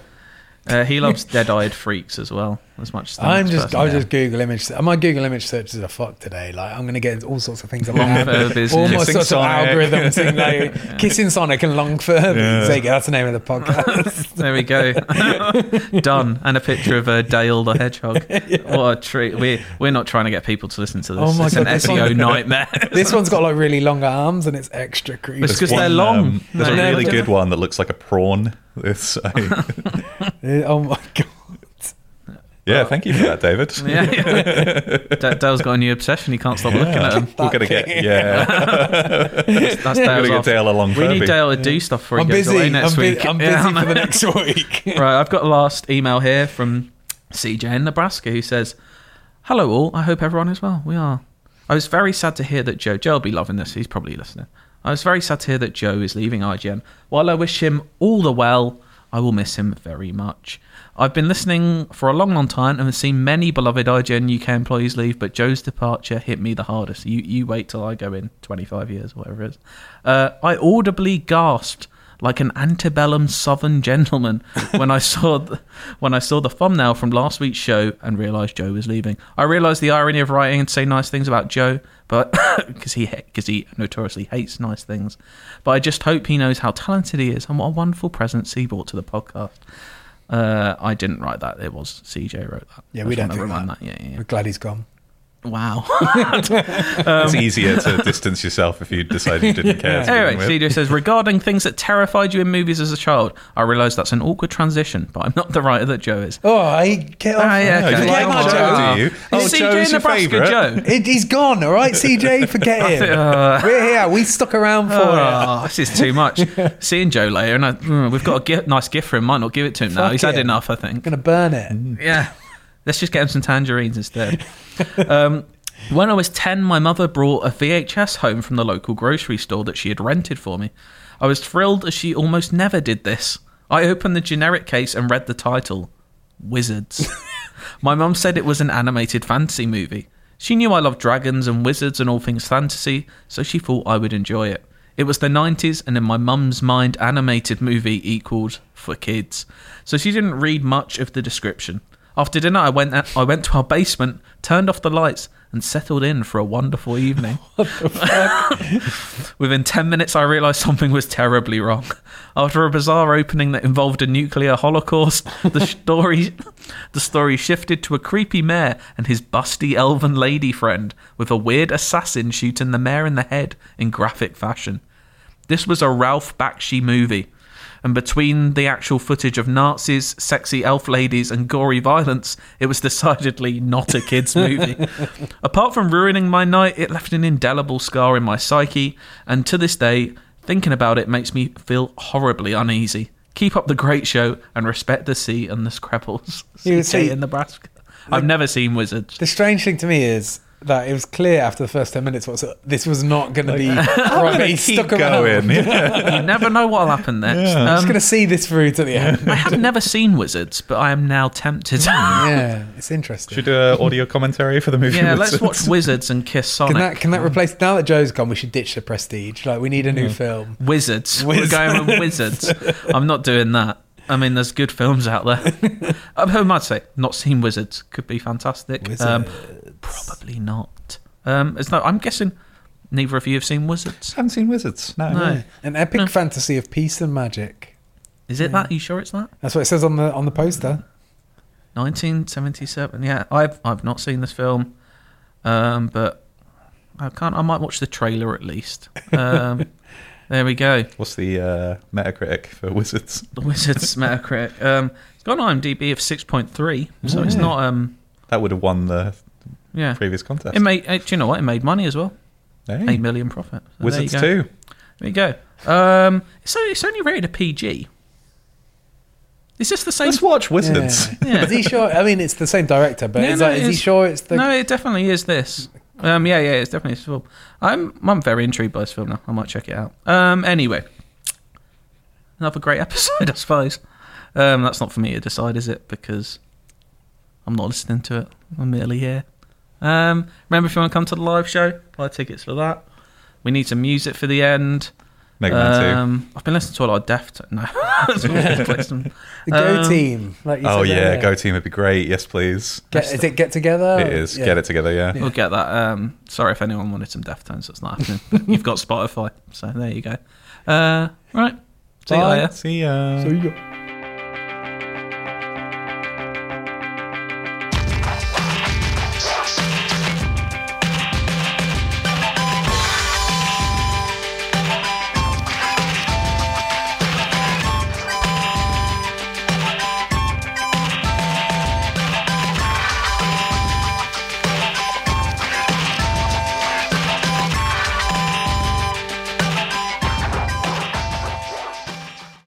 [SPEAKER 1] Uh, he loves dead-eyed freaks as well, as much as the
[SPEAKER 2] I'm
[SPEAKER 1] next
[SPEAKER 2] just,
[SPEAKER 1] person.
[SPEAKER 2] I was just Google image. My Google image searches are fucked today. Like, I'm going to get into all sorts of things. Long
[SPEAKER 1] Furbies,
[SPEAKER 2] all
[SPEAKER 1] Kissing
[SPEAKER 2] sorts
[SPEAKER 3] Sonic.
[SPEAKER 2] of algorithms. in
[SPEAKER 1] (laughs)
[SPEAKER 2] there. Kissing Sonic and Long Furbies. There you go. That's the name of the
[SPEAKER 1] (laughs)
[SPEAKER 2] podcast.
[SPEAKER 1] There we
[SPEAKER 2] (laughs)
[SPEAKER 1] go. Done. And a picture of uh, Dale the
[SPEAKER 2] (laughs)
[SPEAKER 1] Hedgehog. What a treat. We're, we're not trying to get people to listen to this.
[SPEAKER 2] Oh my
[SPEAKER 1] it's
[SPEAKER 2] God,
[SPEAKER 1] an
[SPEAKER 2] this
[SPEAKER 1] SEO
[SPEAKER 2] one- (laughs)
[SPEAKER 1] nightmare.
[SPEAKER 2] this one's got like really long arms and it's extra creepy.
[SPEAKER 1] It's 'cause
[SPEAKER 3] One, um,
[SPEAKER 1] they're long.
[SPEAKER 3] there's
[SPEAKER 1] They're
[SPEAKER 3] a really
[SPEAKER 1] long.
[SPEAKER 3] good one that looks like a prawn. (laughs)
[SPEAKER 1] (laughs)
[SPEAKER 3] It's, uh,
[SPEAKER 2] Uh, Oh my god.
[SPEAKER 3] yeah, thank you for that, David.
[SPEAKER 1] (laughs)
[SPEAKER 3] (laughs)
[SPEAKER 1] yeah, yeah. Da- Dale's got a new obsession. He can't stop looking at him.
[SPEAKER 3] We're gonna get
[SPEAKER 1] (laughs)
[SPEAKER 3] yeah,
[SPEAKER 1] That's
[SPEAKER 3] we're gonna
[SPEAKER 1] Dale's
[SPEAKER 3] get
[SPEAKER 1] off.
[SPEAKER 3] Dale along.
[SPEAKER 1] We need
[SPEAKER 3] Furby.
[SPEAKER 1] Dale to do stuff for he
[SPEAKER 2] I'm
[SPEAKER 1] goes
[SPEAKER 2] busy.
[SPEAKER 1] away
[SPEAKER 2] I'm,
[SPEAKER 1] next
[SPEAKER 2] bu-
[SPEAKER 1] week.
[SPEAKER 2] I'm busy
[SPEAKER 1] (laughs) Yeah, I know.
[SPEAKER 2] for the next week.
[SPEAKER 1] (laughs) Right, I've got a last email here from CJ in Nebraska who says, Hello, all. I hope everyone is well. We are. I was very sad to hear that Joe. Joe will be loving this. He's probably listening. I was very sad to hear that Joe is leaving IGN. While I wish him all the well, I will miss him very much. I've been listening for a long, long time and have seen many beloved IGN UK employees leave, but Joe's departure hit me the hardest. You, you wait till I go in 25 years, whatever it is. Uh, I audibly gasped like an antebellum southern
[SPEAKER 2] (laughs)
[SPEAKER 1] gentleman when I saw the, when I saw the thumbnail from last week's show and realized Joe was leaving. I realized the irony of writing and saying nice things about Joe, but (coughs) because he because he notoriously hates nice things. But I just hope he knows how talented he is and what a wonderful presence he brought to the podcast. Uh, I didn't write that; it was CJ wrote that.
[SPEAKER 2] Yeah,
[SPEAKER 1] I
[SPEAKER 2] we
[SPEAKER 1] just wanna
[SPEAKER 2] don't do
[SPEAKER 1] remind
[SPEAKER 2] that.
[SPEAKER 1] Yeah, yeah,
[SPEAKER 2] We're glad he's gone.
[SPEAKER 1] yeah.
[SPEAKER 2] (laughs)
[SPEAKER 1] Wow.
[SPEAKER 3] it's easier to distance yourself if you decide you didn't
[SPEAKER 1] (laughs)
[SPEAKER 3] care. to
[SPEAKER 1] Anyway,
[SPEAKER 3] begin with.
[SPEAKER 1] Cedar says, regarding things that terrified you in movies as a child, I realise that's an awkward transition, but I'm not the writer that Joe is.
[SPEAKER 2] Oh, I get off.
[SPEAKER 1] Ah, yeah,
[SPEAKER 3] Oh,
[SPEAKER 1] okay.
[SPEAKER 3] you like
[SPEAKER 1] Come
[SPEAKER 3] my
[SPEAKER 1] on.
[SPEAKER 3] Joe, do you?
[SPEAKER 1] Ah.
[SPEAKER 3] Oh,
[SPEAKER 1] Is CJ
[SPEAKER 3] Joe's your
[SPEAKER 1] Nebraska
[SPEAKER 3] favourite?
[SPEAKER 1] Joe.
[SPEAKER 2] It, he's gone, all right, CJ. Forget him. We're here. We stuck around for it.
[SPEAKER 1] Oh, this is too
[SPEAKER 3] (laughs)
[SPEAKER 1] much. Seeing Joe later, and I, mm, we've got a gi- nice gift for him. Might not give it to him now.
[SPEAKER 2] Fuck
[SPEAKER 1] He's had
[SPEAKER 2] it.
[SPEAKER 1] enough, I
[SPEAKER 2] I'm
[SPEAKER 1] think.
[SPEAKER 2] gonna burn it.
[SPEAKER 1] Yeah. Let's just get him some tangerines instead. Um, when I was 10, my mother brought a VHS home from the local grocery store that she had rented for me. I was thrilled as she almost never did this. I opened the generic case and read the title Wizards. (laughs) my mum said it was an animated fantasy movie. She knew I loved dragons and wizards and all things fantasy, so she thought I would enjoy it. It was the 90s, and in my mum's mind, animated movie equaled for kids. So she didn't read much of the description. After dinner, I went, I went to our basement, turned off the lights, and settled in for a wonderful evening. Within 10 minutes, I realised something was terribly wrong. After a bizarre opening that involved a nuclear holocaust, the story, the story shifted to a creepy mayor and his busty elven lady friend, with a weird assassin shooting the mayor in the head in graphic fashion. This was a Ralph Bakshi movie. And between the actual footage of Nazis, sexy elf ladies, and gory violence, it was (laughs) decidedly not a kids'
[SPEAKER 2] (laughs)
[SPEAKER 1] movie. Apart from ruining my night, it left an indelible scar in my psyche, and to this day, thinking about it makes me feel horribly uneasy. Keep up the great show and respect the sea and the Scrabbles. (laughs)
[SPEAKER 2] You would
[SPEAKER 1] CJ
[SPEAKER 2] see-
[SPEAKER 1] in Nebraska. I've never seen Wizards.
[SPEAKER 2] The strange thing to me is that it was clear after the first ten minutes what this was not gonna be. I'm
[SPEAKER 3] Gonna
[SPEAKER 1] (laughs)
[SPEAKER 3] keep going.
[SPEAKER 2] (laughs)
[SPEAKER 3] yeah.
[SPEAKER 1] You never know what'll happen next.
[SPEAKER 2] I'm
[SPEAKER 1] Um,
[SPEAKER 2] just gonna see this through to the
[SPEAKER 1] (laughs)
[SPEAKER 2] end.
[SPEAKER 1] I have never seen Wizards, but I am now
[SPEAKER 2] (laughs)
[SPEAKER 1] tempted.
[SPEAKER 2] yeah, it's interesting.
[SPEAKER 3] Should we do an audio commentary for the
[SPEAKER 1] (laughs)
[SPEAKER 3] movie?
[SPEAKER 1] Yeah, let's
[SPEAKER 3] (laughs) Wizards?
[SPEAKER 1] watch Wizards and kiss Sonic.
[SPEAKER 2] can that can that replace now that Joe's gone? We should ditch the prestige. Like we need a new film.
[SPEAKER 1] Wizards. We're going with
[SPEAKER 2] (laughs)
[SPEAKER 1] Wizards. I'm not doing that. I mean, there's good films out
[SPEAKER 2] (laughs)
[SPEAKER 1] there. Um, Who might say not seen Wizards could be fantastic. Um, probably not. Um, it's no. I'm guessing neither of you have seen Wizards.
[SPEAKER 3] haven't seen Wizards. No.
[SPEAKER 1] No.
[SPEAKER 2] An epic fantasy of peace and magic.
[SPEAKER 1] Is it that? You sure it's that?
[SPEAKER 2] That's what it says on the on the poster.
[SPEAKER 1] 1977. Yeah, I've I've not seen this film, um, but I can't. I might watch the trailer at least.
[SPEAKER 2] (laughs)
[SPEAKER 1] Um, there we go.
[SPEAKER 3] What's the uh, Metacritic for Wizards?
[SPEAKER 1] The Wizards Metacritic. Um, it's got an IMDb of 6.3, so it's not. Um,
[SPEAKER 3] That would have won the
[SPEAKER 1] yeah,
[SPEAKER 3] previous contest.
[SPEAKER 1] it made. uh, Do you know what? It made money as well.
[SPEAKER 3] Hey,
[SPEAKER 1] Eight million profit. So there you
[SPEAKER 3] Wizards
[SPEAKER 1] go.
[SPEAKER 3] too.
[SPEAKER 1] There you go. Um, so it's only rated a PG. Is this the same?
[SPEAKER 3] Let's
[SPEAKER 1] (laughs)
[SPEAKER 3] watch Wizards.
[SPEAKER 1] Yeah.
[SPEAKER 2] Is he sure? I mean, it's the same director, but
[SPEAKER 1] No,
[SPEAKER 2] it's
[SPEAKER 1] no,
[SPEAKER 2] like,
[SPEAKER 1] it
[SPEAKER 2] is he
[SPEAKER 1] is.
[SPEAKER 2] sure it's the?
[SPEAKER 1] No, it definitely is this. Um, yeah, yeah, it's definitely this film. I'm I'm very intrigued by this film now. I might check it out. Um, anyway, another great (laughs) episode, I suppose. Um, that's not for me to decide, is it? Because I'm not listening to it. I'm merely here. Um, remember, if you want to come to the live show, buy tickets for that. We need some music for the end.
[SPEAKER 3] Mega Man 2.
[SPEAKER 1] Um, I've been listening to a lot of Deft. (laughs) No, That's what we've played some-
[SPEAKER 2] The Go
[SPEAKER 1] Um,
[SPEAKER 2] team. Like you
[SPEAKER 3] Oh,
[SPEAKER 2] said
[SPEAKER 3] yeah.
[SPEAKER 2] earlier.
[SPEAKER 3] Go team would be great. Yes, please.
[SPEAKER 2] Get, is it get together?
[SPEAKER 3] It is.
[SPEAKER 2] Yeah.
[SPEAKER 3] Get it together, yeah.
[SPEAKER 1] We'll get that. Um, sorry if anyone wanted some Deftones, that's not happening. But You've got Spotify, so there you go. Uh, right. See you
[SPEAKER 2] Bye.
[SPEAKER 1] later.
[SPEAKER 3] See ya.
[SPEAKER 2] So you go.